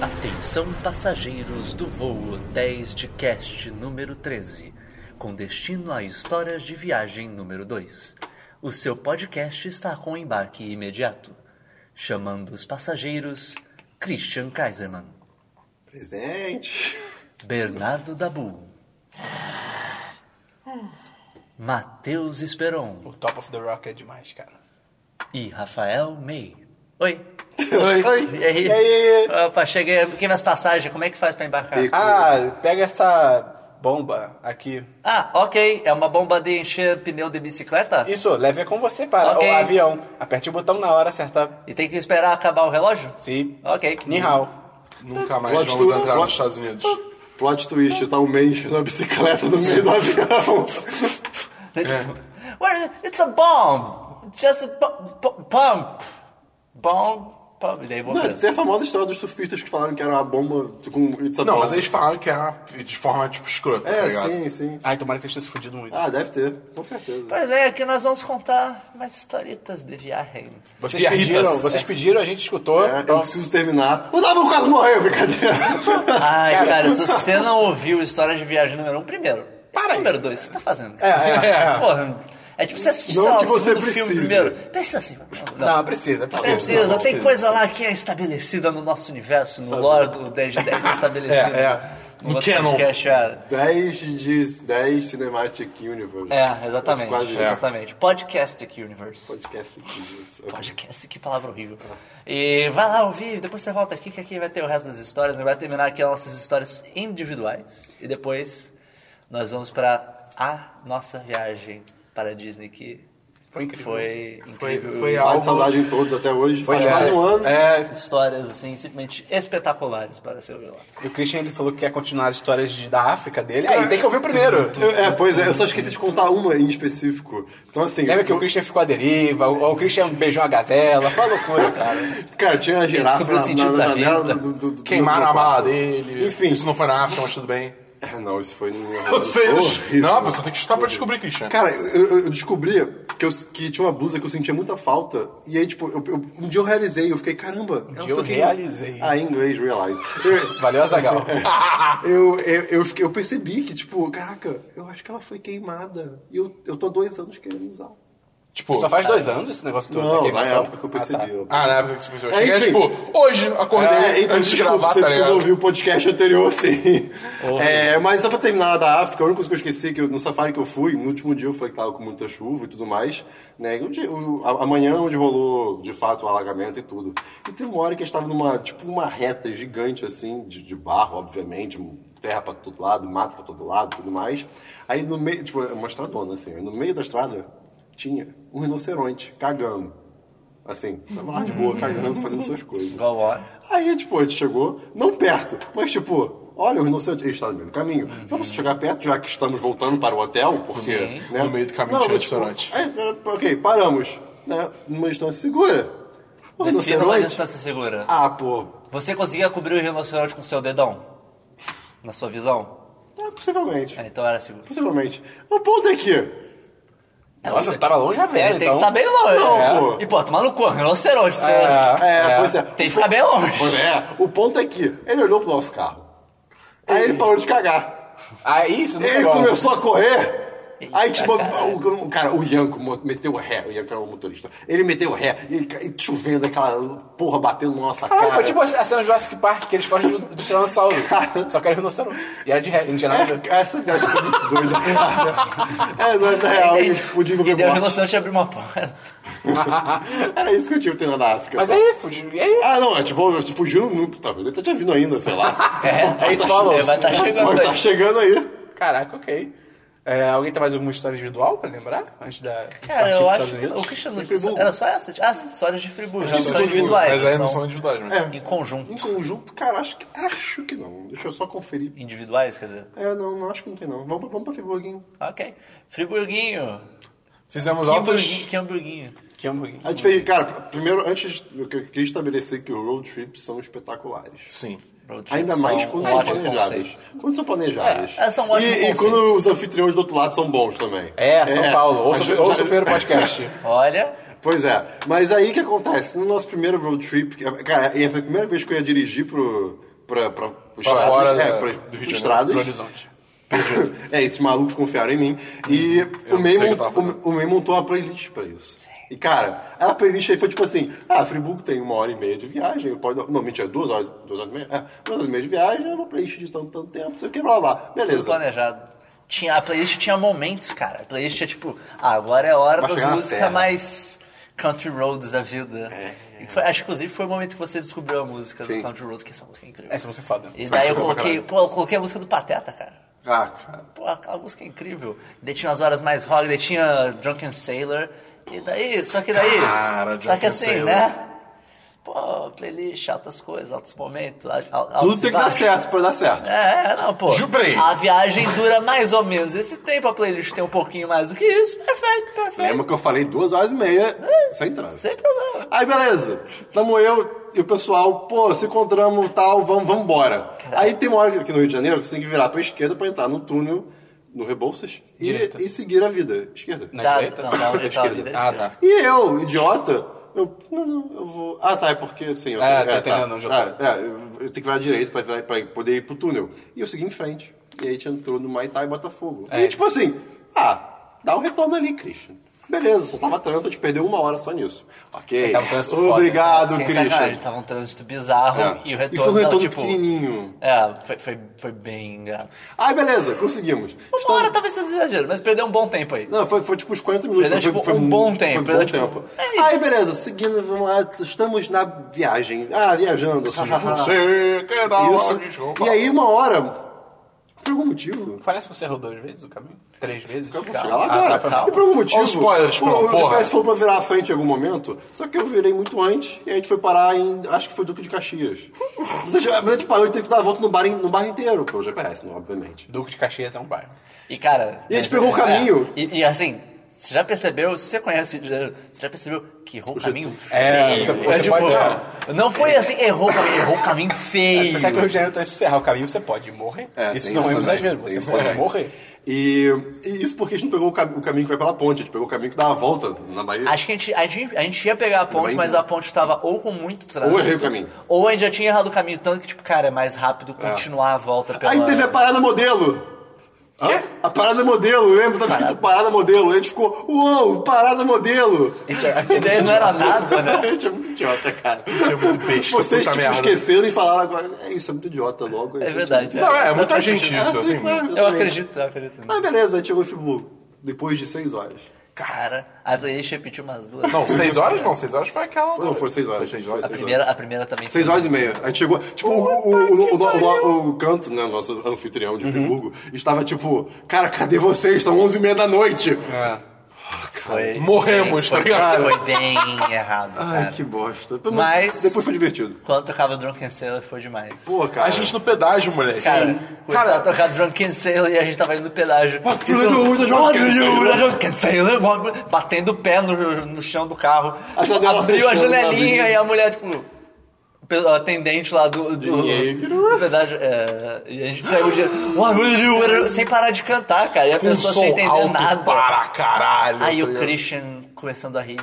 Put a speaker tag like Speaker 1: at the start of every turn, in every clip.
Speaker 1: Atenção passageiros do voo 10 de cast número 13, com destino a histórias de viagem número 2. O seu podcast está com embarque imediato. Chamando os passageiros, Christian Kaiserman,
Speaker 2: Presente.
Speaker 1: Bernardo Dabu, Matheus Esperon
Speaker 3: O Top of the Rock é demais, cara.
Speaker 1: e Rafael May. Oi!
Speaker 3: Oi.
Speaker 1: E aí?
Speaker 3: E aí?
Speaker 1: Opa, cheguei. Quem mais passagem? Como é que faz pra embarcar?
Speaker 2: Tem-
Speaker 3: Ah, pega essa bomba aqui.
Speaker 1: Ah, ok. É uma bomba de encher pneu de bicicleta?
Speaker 3: Isso, leve com você para
Speaker 1: Ok.
Speaker 3: o avião. Aperte o botão na hora certa.
Speaker 1: E tem que esperar acabar o relógio?
Speaker 3: Se.
Speaker 1: Ok.
Speaker 3: Ni hao.
Speaker 4: Nunca mais
Speaker 2: Plot
Speaker 4: vamos
Speaker 2: twist.
Speaker 4: entrar
Speaker 2: Plot-
Speaker 4: nos Estados Unidos.
Speaker 2: Plot twist, tá o Mensch na bicicleta no meio do avião.
Speaker 1: Well, it's a bomb. It's just a bu- bu- bump. Bomb. Bomb. E daí vou
Speaker 2: Não,
Speaker 1: preso.
Speaker 2: tem a famosa história dos surfistas que falaram que era uma bomba com It's a
Speaker 4: Não,
Speaker 2: bomb.
Speaker 4: mas eles falaram que era de forma, tipo, escrota, tá
Speaker 2: É,
Speaker 4: ligado?
Speaker 2: sim, sim.
Speaker 3: Ai, tomara que eu esteja se fudido muito.
Speaker 2: Ah, deve ter, com certeza.
Speaker 1: Pois bem, aqui nós vamos contar mais historietas de viagem.
Speaker 3: Vocês
Speaker 4: Diarritas.
Speaker 3: pediram, vocês pediram, a gente escutou.
Speaker 2: É, eu
Speaker 3: então,
Speaker 2: preciso terminar. O W quase morreu, brincadeira.
Speaker 1: Ai, cara, se você não ouviu História de Viagem número 1, um, primeiro. Para número 2, o que você tá fazendo? cara?
Speaker 3: É, é, é.
Speaker 1: Porra, é tipo você assistir
Speaker 2: Não
Speaker 1: sei lá,
Speaker 2: que
Speaker 1: o
Speaker 2: você
Speaker 1: segundo filme
Speaker 2: precise.
Speaker 1: primeiro. Pensa assim. Não, não.
Speaker 3: não, precisa, precisa.
Speaker 1: Precisa,
Speaker 4: não
Speaker 1: tem
Speaker 4: precisa.
Speaker 1: coisa lá que é estabelecida no nosso universo, no lore do 10 de 10 é estabelecido.
Speaker 4: É,
Speaker 3: é.
Speaker 1: No,
Speaker 4: No
Speaker 1: outro
Speaker 4: canon.
Speaker 1: podcast, é.
Speaker 2: 10 de 10 Cinematic Universe.
Speaker 1: É, exatamente.
Speaker 2: Quase isso.
Speaker 1: exatamente. Podcastic Universe.
Speaker 2: Podcast Universe.
Speaker 1: Podcast, que palavra horrível. E vai lá ouvir, depois você volta aqui, que aqui vai ter o resto das histórias. né? Vai terminar aqui as nossas histórias individuais. E depois nós vamos para a nossa viagem para a Disney, que
Speaker 3: Foi incrível.
Speaker 1: Foi
Speaker 4: Foi,
Speaker 1: incrível.
Speaker 4: foi
Speaker 2: Tá de
Speaker 4: algo...
Speaker 2: saudade em todos até hoje. Faz
Speaker 3: É,
Speaker 2: quase um ano.
Speaker 3: É,
Speaker 1: Histórias, assim, simplesmente espetaculares para se ouvir lá.
Speaker 3: e o Christian ele falou que quer continuar as histórias de- da África dele. Aí É, tem que ouvir o primeiro.
Speaker 2: Eu- é, pois é, eu só esqueci de contar uma em específico. Então, assim.
Speaker 3: Lembra que
Speaker 2: eu-
Speaker 3: o Christian ficou à deriva, o, o Christian beijou a gazela, foi uma loucura, cara.
Speaker 2: Cara, tinha a girafa
Speaker 1: descobriu o
Speaker 2: na,
Speaker 1: sentido
Speaker 2: na, na
Speaker 1: da vida.
Speaker 2: janela do, do, do
Speaker 4: Queimaram
Speaker 2: do
Speaker 4: a mala
Speaker 2: quarto.
Speaker 4: dele.
Speaker 2: Enfim.
Speaker 4: Isso não foi na África, mas tudo bem.
Speaker 2: É, não, isso foi no...
Speaker 4: Eu sei,
Speaker 2: Horrível.
Speaker 4: não, a pessoa tem que chutar pra descobrir, Christian.
Speaker 2: Cara, eu, eu- eu descobri que, eu- que tinha uma blusa que eu sentia muita falta. E aí, tipo, eu- eu- um dia eu realizei, eu fiquei, caramba. Um
Speaker 3: dia eu realizei.
Speaker 2: Ah, em inglês, realize. Eu-
Speaker 3: Valeu, Azagal.
Speaker 2: Eu, eu, eu, fiquei- eu percebi que, tipo, caraca, eu acho que ela foi queimada. E eu, eu tô há dois anos querendo usar.
Speaker 4: Tipo...
Speaker 3: Só faz dois anos esse negócio todo. da
Speaker 2: Não, na
Speaker 3: queimação?
Speaker 2: época que eu percebi.
Speaker 3: tá Ah, tá.
Speaker 2: eu-
Speaker 4: Ah, na época que você pensou. Eu
Speaker 2: É,
Speaker 4: cheguei,
Speaker 2: enfim.
Speaker 4: tipo, hoje, acordei
Speaker 2: É, então,
Speaker 4: antes de
Speaker 2: desculpa,
Speaker 4: gravar,
Speaker 2: você
Speaker 4: tá
Speaker 2: precisa
Speaker 4: ligado?
Speaker 2: ouvir o podcast anterior, sim. É, mas só pra terminar da África, a única coisa que eu esqueci, é que eu- no safari que eu fui, no último dia eu falei que tava com muita chuva e tudo mais, né? E o dia- o- a- amanhã onde rolou, de fato, o alagamento e tudo. E teve uma hora que a gente tava numa, tipo, uma reta gigante, assim, de, de barro, obviamente, terra pra todo lado, mato pra todo lado e tudo mais. Aí no meio, tipo, é uma estradona, assim, aí no meio da estrada tinha um rinoceronte cagando. Assim, tava lá de boa, cagando, fazendo suas coisas.
Speaker 1: Go on.
Speaker 2: Aí, tipo, a gente chegou, não perto, mas tipo, olha, o rinoceronte ele está no meio do caminho.
Speaker 4: Uhum.
Speaker 2: Vamos chegar perto, já que estamos voltando para o hotel, porque. Né?
Speaker 4: No meio do caminho
Speaker 2: Não,
Speaker 4: tinha um
Speaker 2: mas, tipo,
Speaker 4: restaurante.
Speaker 2: é, é, ok, paramos. Né? Numa distância segura. O
Speaker 1: Defina uma
Speaker 2: rinoceronte.
Speaker 1: distância segura.
Speaker 2: Ah, pô.
Speaker 1: Você conseguia cobrir o rinoceronte com seu dedão? Na sua visão?
Speaker 2: É, possivelmente.
Speaker 1: É, então era seguro.
Speaker 2: Possivelmente. O ponto é que.
Speaker 3: Nossa, eu tava longe a
Speaker 1: Ele tem
Speaker 3: velho,
Speaker 1: que
Speaker 3: então.
Speaker 1: estar bem longe.
Speaker 2: Não,
Speaker 1: É.
Speaker 2: pô.
Speaker 1: E pô, tomar no cu, rinoceronte. você-
Speaker 4: Ah,
Speaker 3: É.
Speaker 2: É, pois é.
Speaker 1: Tem que ficar bem longe.
Speaker 2: Pois é, o ponto é que ele olhou pro nosso carro. Aí ele parou de cagar.
Speaker 3: Aí, isso não é
Speaker 2: Ele
Speaker 3: bom.
Speaker 2: começou a correr.
Speaker 1: Eita,
Speaker 2: Aí, tipo,
Speaker 1: cara.
Speaker 2: o, o- cara, o Ianco mo- meteu o ré, o Ianco era o motorista. Ele meteu o ré e, ca- e chovendo aquela porra batendo na nossa
Speaker 3: Ah,
Speaker 2: cara.
Speaker 3: foi tipo a cena do Jurassic Park, que eles fogem do, do Tiranossauro. Só que era rinoceronte. E era de ré, não tinha nada a ver.
Speaker 2: É, essa viagem foi muito doida. é, não é da real,
Speaker 1: E-
Speaker 2: ele podia
Speaker 1: e
Speaker 2: envolver
Speaker 1: daí o
Speaker 2: morte.
Speaker 1: rinoceronte abriu uma porta.
Speaker 2: Era isso que eu tinha tendo na África.
Speaker 3: Mas
Speaker 2: só.
Speaker 3: aí, fugiu. E aí?
Speaker 2: Ah, não, é tipo, eu fugindo, não- talvez ele tá te vindo ainda, sei lá.
Speaker 1: É,
Speaker 3: aí tu falou.
Speaker 1: Vai estar chegando
Speaker 2: Pode
Speaker 1: aí.
Speaker 2: estar chegando aí.
Speaker 3: Caraca, ok. É, alguém tem mais alguma história individual pra lembrar? Antes da de
Speaker 1: Cara, eu
Speaker 3: partir pros
Speaker 1: acho
Speaker 3: Estados
Speaker 1: que
Speaker 3: Unidos?
Speaker 1: o Cristiano
Speaker 2: Em Friburgo.
Speaker 1: era só essa? Ah, as histórias de Friburgo, já
Speaker 2: Acho
Speaker 1: não
Speaker 2: que
Speaker 1: são
Speaker 2: Friburgo,
Speaker 1: individuais, né, então.
Speaker 4: Mas aí
Speaker 1: são
Speaker 4: não são individuais, mesmo.
Speaker 2: É.
Speaker 1: em conjunto.
Speaker 2: Em conjunto, cara, acho que, acho que não. Deixa eu só conferir.
Speaker 1: Individuais, quer dizer.
Speaker 2: É, não, não acho que não tem, não. Vamos, vamos pra Friburguinho.
Speaker 1: Ok. Friburguinho.
Speaker 4: Fizemos
Speaker 1: Que
Speaker 4: altas...
Speaker 1: hamburguinho. Que hamburguinho.
Speaker 3: Que hambúrguer.
Speaker 2: A gente fez, cara, primeiro, antes, eu que- eu queria estabelecer que os road trips são espetaculares.
Speaker 4: Sim.
Speaker 1: Road trip
Speaker 2: Ainda mais
Speaker 1: são
Speaker 2: quando
Speaker 1: um
Speaker 2: são
Speaker 1: ótimo
Speaker 2: planejadas.
Speaker 1: conceito.
Speaker 2: Quando são planejadas.
Speaker 1: É, são um ótimo
Speaker 2: e, e
Speaker 1: conceito.
Speaker 2: quando os anfitriões do outro lado são bons também.
Speaker 3: É, São Paulo. Ouça,
Speaker 2: Mas já-
Speaker 3: ouça
Speaker 2: já-
Speaker 3: o primeiro podcast.
Speaker 1: Olha,
Speaker 2: Pois é. é Mas aí o que acontece? No nosso primeiro road trip, cara, e essa é a primeira vez que eu ia dirigir pro, pra pra, pra,
Speaker 4: Pra
Speaker 2: estradas,
Speaker 4: fora
Speaker 2: é,
Speaker 4: da-
Speaker 2: pra,
Speaker 4: do Rio
Speaker 2: pra
Speaker 4: de Janeiro,
Speaker 2: estradas.
Speaker 4: pro horizonte.
Speaker 2: é, esses malucos confiaram em mim. E o May,
Speaker 4: Uhum. sei o que eu
Speaker 2: montou,
Speaker 4: tava fazendo.
Speaker 2: o, o May montou uma playlist pra isso. E, cara, a playlist aí foi tipo assim: ah, Friburgo tem uma hora e meia de viagem, pode. Não, mentira, duas horas, duas horas e meia. É, duas horas e meia de viagem, uma playlist de tanto, tanto tempo, não sei o que, blá blá. blá.
Speaker 1: Tudo
Speaker 2: Beleza.
Speaker 1: planejado. Tinha, a playlist tinha momentos, cara. A playlist é tipo, ah, agora é a hora
Speaker 2: Vai
Speaker 1: das
Speaker 2: chegar na serra. É,
Speaker 1: músicas mais country roads da vida. E foi- acho que inclusive foi o momento que você descobriu a música
Speaker 2: Sim.
Speaker 1: do country roads, que essa música é incrível.
Speaker 3: Essa música é foda.
Speaker 1: E daí eu coloquei, pô, eu coloquei a música do Pateta, cara.
Speaker 2: Ah, cara.
Speaker 1: Pô, aquela música é incrível. Daí tinha as horas mais rock, daí tinha Drunken Sailor. E daí, só que daí.
Speaker 4: Cara,
Speaker 1: só que
Speaker 4: Drunken
Speaker 1: assim,
Speaker 4: Sailor.
Speaker 1: né? Pô, playlist, altas coisas, altos momentos. al- al-
Speaker 2: Tudo
Speaker 1: altos e
Speaker 2: tem que dar
Speaker 1: baixos.
Speaker 2: certo pra dar certo.
Speaker 1: É, é, não, pô.
Speaker 4: Ju, peraí.
Speaker 1: A viagem dura mais ou menos esse tempo, a playlist tem um pouquinho mais do que isso. Perfeito, perfeito.
Speaker 2: Lembra que eu falei duas horas e meia
Speaker 1: É.
Speaker 2: sem trânsito.
Speaker 1: Sem problema.
Speaker 2: Aí beleza, tamo eu e o pessoal, pô, se encontramos tal, vamos vamos embora. Aí tem uma hora aqui no Rio de Janeiro que você tem que virar pra esquerda pra entrar no túnel, no Rebouças, e,
Speaker 4: Direita.
Speaker 2: e seguir a vida. Esquerda.
Speaker 3: Na
Speaker 1: Dá-
Speaker 3: direita?
Speaker 1: Não, dá
Speaker 2: À
Speaker 1: uma tá,
Speaker 2: esquerda.
Speaker 1: tá,
Speaker 3: Ah, tá.
Speaker 2: E eu, idiota, eu, não, não, eu vou. Ah, tá, é porque assim. Eu,
Speaker 3: É, tô entendendo onde eu tô.
Speaker 2: Ah, é, eu, eu tenho que virar direito pra, virar- pra poder ir pro túnel. E eu segui em frente. E aí a gente entrou no Maitá e Botafogo.
Speaker 3: É.
Speaker 2: E tipo assim, ah, dá um retorno ali, Christian. Beleza, só tava trânsito, a gente perdeu uma hora só nisso. Ok.
Speaker 3: tava um trânsito foda, então.
Speaker 2: Obrigado,
Speaker 1: Sem
Speaker 2: Christian.
Speaker 1: sacanagem,
Speaker 3: tá.
Speaker 1: tava um trânsito bizarro
Speaker 2: É.
Speaker 1: e o
Speaker 2: E foi um
Speaker 1: retorno,
Speaker 2: retorno
Speaker 1: não, tipo...
Speaker 2: pequenininho.
Speaker 1: É, foi, foi, foi bem engraçado.
Speaker 2: Aí beleza, conseguimos.
Speaker 1: Uma
Speaker 2: Estamos-
Speaker 1: hora talvez seja exagero, mas perdeu um bom tempo aí.
Speaker 2: Não, foi, foi tipo uns 40 minutos.
Speaker 1: Perdeu,
Speaker 2: foi,
Speaker 1: tipo,
Speaker 2: foi
Speaker 1: um bom tempo,
Speaker 2: Foi um bom
Speaker 1: perdeu, tipo,
Speaker 2: tempo.
Speaker 1: é isso.
Speaker 2: Aí, beleza, seguindo, vamos lá. Estamos na viagem. Ah, viajando. isso.
Speaker 4: Você quer dar uma Ah, desculpa?
Speaker 2: E aí, uma hora, por algum motivo...
Speaker 3: Parece que você errou duas vezes o caminho? Três vezes?
Speaker 2: Eu vou
Speaker 3: Calma.
Speaker 2: chegar lá
Speaker 3: Ah,
Speaker 2: agora.
Speaker 3: tá, calma.
Speaker 2: E por algum motivo.
Speaker 4: Olha os spoilers,
Speaker 2: o,
Speaker 4: pronto,
Speaker 2: o
Speaker 4: porra.
Speaker 2: GPS falou pra virar à frente em algum momento, só que eu virei muito antes e a gente foi parar em. Acho que foi Duque de Caxias. Mas a gente- mas tipo, a gente parou e teve que dar a volta no bar, in- no bar inteiro, pro GPS, né, obviamente.
Speaker 3: Duque de Caxias é um bairro.
Speaker 1: E, cara...
Speaker 2: E a gente
Speaker 1: mas-
Speaker 2: pegou o
Speaker 1: é,
Speaker 2: caminho.
Speaker 1: E, e, assim, você já percebeu, se você conhece o Rio de Janeiro, você já percebeu que errou o caminho
Speaker 3: É,
Speaker 1: feio. tipo,
Speaker 3: você- você pode- é.
Speaker 1: Não foi assim, errou o caminho, errou o caminho feio.
Speaker 3: Se você que o Rio de Janeiro tá encerrar o caminho, você pode morrer.
Speaker 2: É,
Speaker 3: isso
Speaker 2: tem
Speaker 3: não
Speaker 2: isso
Speaker 3: é um
Speaker 2: também,
Speaker 3: exagero,
Speaker 2: tem
Speaker 3: você
Speaker 2: isso
Speaker 3: pode
Speaker 2: também.
Speaker 3: morrer.
Speaker 2: E, e isso porque a gente não pegou o, cam- o caminho que vai pela ponte, a gente pegou o caminho que dá a volta na Bahia.
Speaker 1: Acho que a gente, a, gente, a gente ia pegar a ponte,
Speaker 2: bem,
Speaker 1: mas
Speaker 2: então.
Speaker 1: a ponte tava ou com muito trânsito.
Speaker 2: Ou errei o caminho.
Speaker 1: Ou a gente já tinha errado o caminho, tanto que, tipo, cara, é mais rápido continuar a volta pela...
Speaker 2: Aí teve a parada modelo. Quê? A parada modelo, lembra? Tava escrito parada modelo. Aí a gente ficou, uou, parada modelo.
Speaker 3: A gente, a
Speaker 1: A
Speaker 3: gente,
Speaker 1: ideia não era nada, né?
Speaker 2: A gente é muito idiota, cara.
Speaker 4: É muito besta,
Speaker 2: Vocês
Speaker 4: puta
Speaker 2: tipo,
Speaker 4: merda.
Speaker 2: esqueceram e falaram agora. É isso, é muito idiota Ah, logo.
Speaker 1: É verdade.
Speaker 4: Não, é, muita gente isso, assim.
Speaker 1: Eu acredito, eu acredito.
Speaker 2: Mas beleza, aí chegou em Friburgo. Depois de seis horas.
Speaker 1: Cara, a playlist repetiu umas duas.
Speaker 4: Não, seis horas não, seis horas foi aquela.
Speaker 2: Não, foi seis horas.
Speaker 4: Foi seis horas.
Speaker 1: A primeira, a primeira também.
Speaker 2: Seis
Speaker 1: foi-
Speaker 2: horas e meia. A gente chegou. Tipo, o, o, o, o, o- o canto, né? Nosso anfitrião de Friburgo, estava tipo, cara, cadê vocês? São onze e meia da noite. Ah,
Speaker 1: Foi,
Speaker 4: Morremos,
Speaker 1: foi,
Speaker 4: tá ligado?
Speaker 1: Foi bem errado, cara.
Speaker 2: Ai, que bosta.
Speaker 1: Mas-
Speaker 2: Depois foi divertido.
Speaker 1: Quando tocava Drunken Sailor foi demais.
Speaker 2: Pô, cara.
Speaker 4: A gente no pedágio, moleque.
Speaker 1: Cara, começava a
Speaker 4: cara,
Speaker 1: tocar Drunken Sailor e a gente tava indo no pedágio. Então,
Speaker 2: What you do with a drunken
Speaker 1: What you do with a
Speaker 2: sailor?
Speaker 1: drunken sailor? Batendo o pé no, no chão do carro.
Speaker 2: A janela
Speaker 1: Abriu a
Speaker 2: fechando,
Speaker 1: janelinha
Speaker 2: abriu.
Speaker 1: e a mulher, tipo... o Atendente lá do, do,
Speaker 2: Dinheiro.
Speaker 1: do pedágio. é, e a gente pegou o dinheiro. "What you do with a-" Sem parar de cantar, cara. E a
Speaker 4: com
Speaker 1: pessoa sem
Speaker 4: som
Speaker 1: entender
Speaker 4: alto
Speaker 1: nada.
Speaker 4: para caralho.
Speaker 1: Aí
Speaker 4: tá
Speaker 1: o
Speaker 4: ligado?
Speaker 1: Christian começando a rir.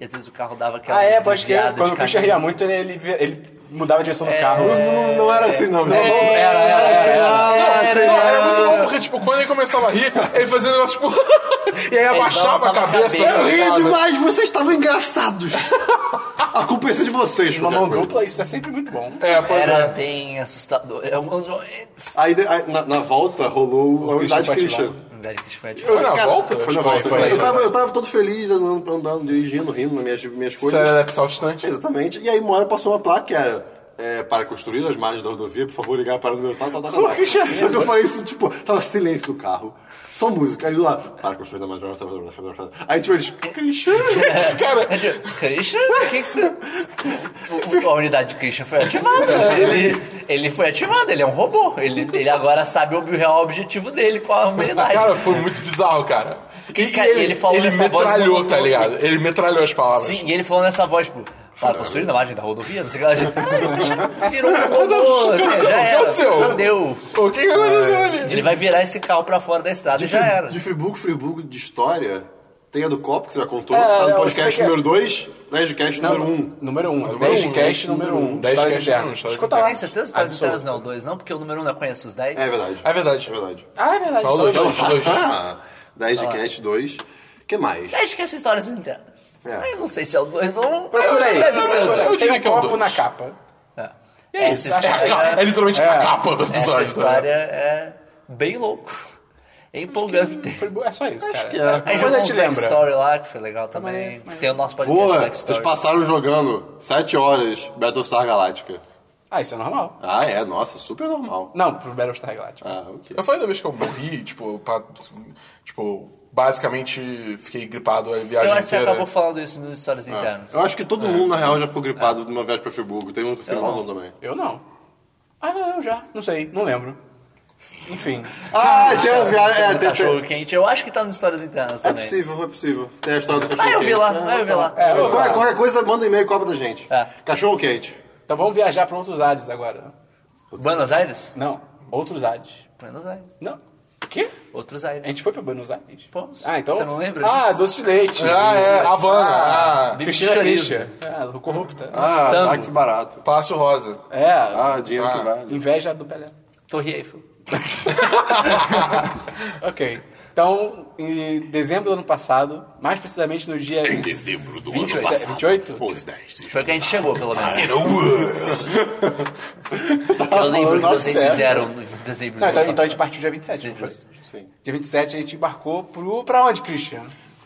Speaker 1: E às vezes o carro dava aquela
Speaker 3: Ah, é, pode que
Speaker 1: desviada de
Speaker 3: quando o Christian
Speaker 1: caminho.
Speaker 3: ria muito, ele, ele, via- ele mudava a direção do carro.
Speaker 2: Não, não, não era assim, não.
Speaker 4: É,
Speaker 3: Não,
Speaker 2: gente.
Speaker 3: era, era, era, era.
Speaker 4: Não, assim,
Speaker 1: Era,
Speaker 4: Ah, não, era muito bom, porque, tipo, quando ele começava a rir, ele fazia um negócio, tipo... e aí abaixava
Speaker 1: balançava
Speaker 4: a
Speaker 1: a
Speaker 4: cabeça.
Speaker 1: cabeça.
Speaker 4: tá
Speaker 2: Eu ria
Speaker 4: ligado?
Speaker 2: demais, vocês estavam engraçados. A culpa é de vocês,
Speaker 3: Uma mão
Speaker 2: qualquer coisa.
Speaker 3: dupla, isso é sempre muito bom.
Speaker 4: É, pois
Speaker 1: Era
Speaker 4: é.
Speaker 1: bem assustador. Em alguns momentos.
Speaker 2: Aí, de- aí, na, na volta rolou a unidade
Speaker 3: Christian
Speaker 2: Christian.
Speaker 3: Fatilado.
Speaker 1: Na verdade, Christian foi
Speaker 4: Foi na volta?
Speaker 2: Foi na
Speaker 4: Foi,
Speaker 2: volta.
Speaker 4: foi,
Speaker 2: Eu,
Speaker 4: foi.
Speaker 2: tava, eu tava todo feliz, andando, andando, dirigindo, rindo nas minhas, minhas coisas.
Speaker 4: Serelepe saltitante.
Speaker 2: Exatamente. E aí uma hora passou uma placa que era. É, para construir as margens da rodovia, por favor, ligar para o meu tal, tal, tal, tal.
Speaker 3: que já
Speaker 2: Só que eu falei isso, tipo, tava silêncio no carro. Só música. Aí lá, para construir a margem da rodovia. Aí tipo, eles. Christian!
Speaker 4: Cara,
Speaker 1: É tipo, Christian? O que que você... O- o- A unidade de Christian foi ativada. Ele, ele foi ativado, ele é um robô. Ele, ele agora sabe o real objetivo dele com a humanidade.
Speaker 4: Cara, foi muito bizarro, cara. E,
Speaker 1: Cara,
Speaker 4: e ele,
Speaker 1: ele falou
Speaker 4: ele
Speaker 1: nessa voz
Speaker 4: metralhou,
Speaker 1: monotônica.
Speaker 4: tá ligado? Ele metralhou as palavras.
Speaker 1: Sim, e ele falou nessa voz, tipo, para construir na margem da rodovia, não sei o que lá. Tipo, "Ai, o Christian virou um robô.
Speaker 4: O que
Speaker 1: assim, já
Speaker 4: aconteceu? O que
Speaker 1: era.
Speaker 4: aconteceu?
Speaker 1: Não deu.
Speaker 4: O que que
Speaker 2: É.
Speaker 4: aconteceu ali?
Speaker 1: Ele vai virar esse carro pra fora da estrada e já era.
Speaker 2: De Friburgo, Friburgo de história. Tem a do copo, que você já contou.
Speaker 3: É,
Speaker 2: tá
Speaker 3: eu
Speaker 2: no
Speaker 3: sei que
Speaker 2: podcast
Speaker 3: é-
Speaker 2: número 2, 10 de cast número 1. Um.
Speaker 3: Número 1. Um.
Speaker 4: Número
Speaker 3: 10
Speaker 4: um,
Speaker 3: de cast, número 1. Um. 10 de cast
Speaker 4: internas,
Speaker 3: internas.
Speaker 4: histórias
Speaker 3: Escuta lá.
Speaker 4: internas.
Speaker 1: Tem certeza que histórias internas
Speaker 3: Absoluto.
Speaker 1: não é o 2, não? Porque o número 1 um eu conheço os 10.
Speaker 2: É verdade.
Speaker 4: É verdade.
Speaker 2: É verdade.
Speaker 3: Ah, é verdade.
Speaker 4: Tá o dois,
Speaker 3: Dois.
Speaker 4: os dois.
Speaker 2: Ah, 10 de cast 2. que mais?
Speaker 1: Acho que essas histórias internas.
Speaker 2: É.
Speaker 1: assim, então. Eu não sei se é o 2 ou 1.
Speaker 3: Procura aí.
Speaker 1: Deve ser o
Speaker 3: Procura.
Speaker 4: Eu
Speaker 3: Tem
Speaker 4: diria
Speaker 3: um
Speaker 4: que é o
Speaker 3: copo
Speaker 4: dois.
Speaker 3: na capa.
Speaker 1: 2.
Speaker 3: E é
Speaker 1: Essa
Speaker 3: isso. acho que
Speaker 4: É, a
Speaker 3: é né? isso.
Speaker 4: capa- é literalmente a capa do
Speaker 1: Essa
Speaker 4: episódio. né? sabe?
Speaker 1: história é bem louco. É empolgante.
Speaker 3: Foi boa. É só isso, cara.
Speaker 2: que é.
Speaker 1: A gente
Speaker 3: Depois a gente
Speaker 1: contou a
Speaker 3: lembra.
Speaker 1: story lá, que foi legal também. Que tem o nosso podcast
Speaker 2: Pô, vocês
Speaker 1: Backstory.
Speaker 2: passaram jogando 7 horas Battlestar Galactica.
Speaker 3: Ah, isso é normal.
Speaker 2: Ah, é, nossa, super normal.
Speaker 3: Não, pro Battlestar Galactica.
Speaker 2: Ah, ok.
Speaker 4: Eu falei da vez que eu morri, tipo, pra- tipo, basicamente fiquei gripado a viagem
Speaker 1: Eu acho que você
Speaker 4: inteira.
Speaker 1: acabou falando isso nos histórias
Speaker 3: Ah.
Speaker 1: internas.
Speaker 2: Eu acho que todo mundo, na real, já ficou gripado de uma viagem pra Friburgo. Tem um que foi
Speaker 1: Eu
Speaker 2: em
Speaker 1: não.
Speaker 2: London também.
Speaker 3: Eu não. Ah, não, eu já. Não sei, não lembro. Enfim.
Speaker 2: Ah, tem uma viagem... É, tem, tem,
Speaker 1: Cachorro quente, eu acho que tá nas histórias internas
Speaker 2: é
Speaker 1: também.
Speaker 2: possível, é possível. Tem a história do cachorro
Speaker 1: Vai
Speaker 2: quente.
Speaker 1: ouvir lá,
Speaker 2: ah,
Speaker 1: vai ouvir lá.
Speaker 3: É, vamos
Speaker 2: Qualquer,
Speaker 3: lá.
Speaker 2: qualquer coisa, manda um e-mail e cobra da gente.
Speaker 1: É.
Speaker 2: Cachorro quente.
Speaker 3: Então vamos viajar pra outros ares agora.
Speaker 1: Buenos Aires?
Speaker 3: Não, outros ares.
Speaker 1: Buenos Aires.
Speaker 3: Não. O quê?
Speaker 1: Outros
Speaker 3: A
Speaker 1: Aires.
Speaker 3: gente foi pra Buenos Aires?
Speaker 1: Fomos.
Speaker 3: Ah, então.
Speaker 1: Você não lembra
Speaker 3: Ah,
Speaker 1: disso?
Speaker 3: doce de leite.
Speaker 4: Ah, é, Havana. Ah,
Speaker 1: Bife de
Speaker 3: Cristina
Speaker 1: chorizo. É,
Speaker 3: Christian. Ah, corrupta.
Speaker 2: Ah,
Speaker 1: Tango.
Speaker 2: táxi barato.
Speaker 4: Passo Rosa.
Speaker 3: É.
Speaker 2: Ah, dinheiro
Speaker 4: Ah.
Speaker 2: que vale.
Speaker 3: Inveja do Pelé.
Speaker 1: Torre Eiffel.
Speaker 3: Ok. Então, em dezembro do ano passado, mais precisamente no dia
Speaker 2: Dezembro do
Speaker 3: 27, 28,
Speaker 2: Os 10 de
Speaker 1: Foi que a gente chegou, pelo menos.
Speaker 2: Tá
Speaker 1: Eu nem sei o que
Speaker 2: falando
Speaker 1: vocês
Speaker 2: certo.
Speaker 1: fizeram no dezembro.
Speaker 3: Não, então, então a gente partiu dia 27. não foi?
Speaker 2: Sim.
Speaker 3: Dia 27 a gente embarcou pro... pra onde, Christian?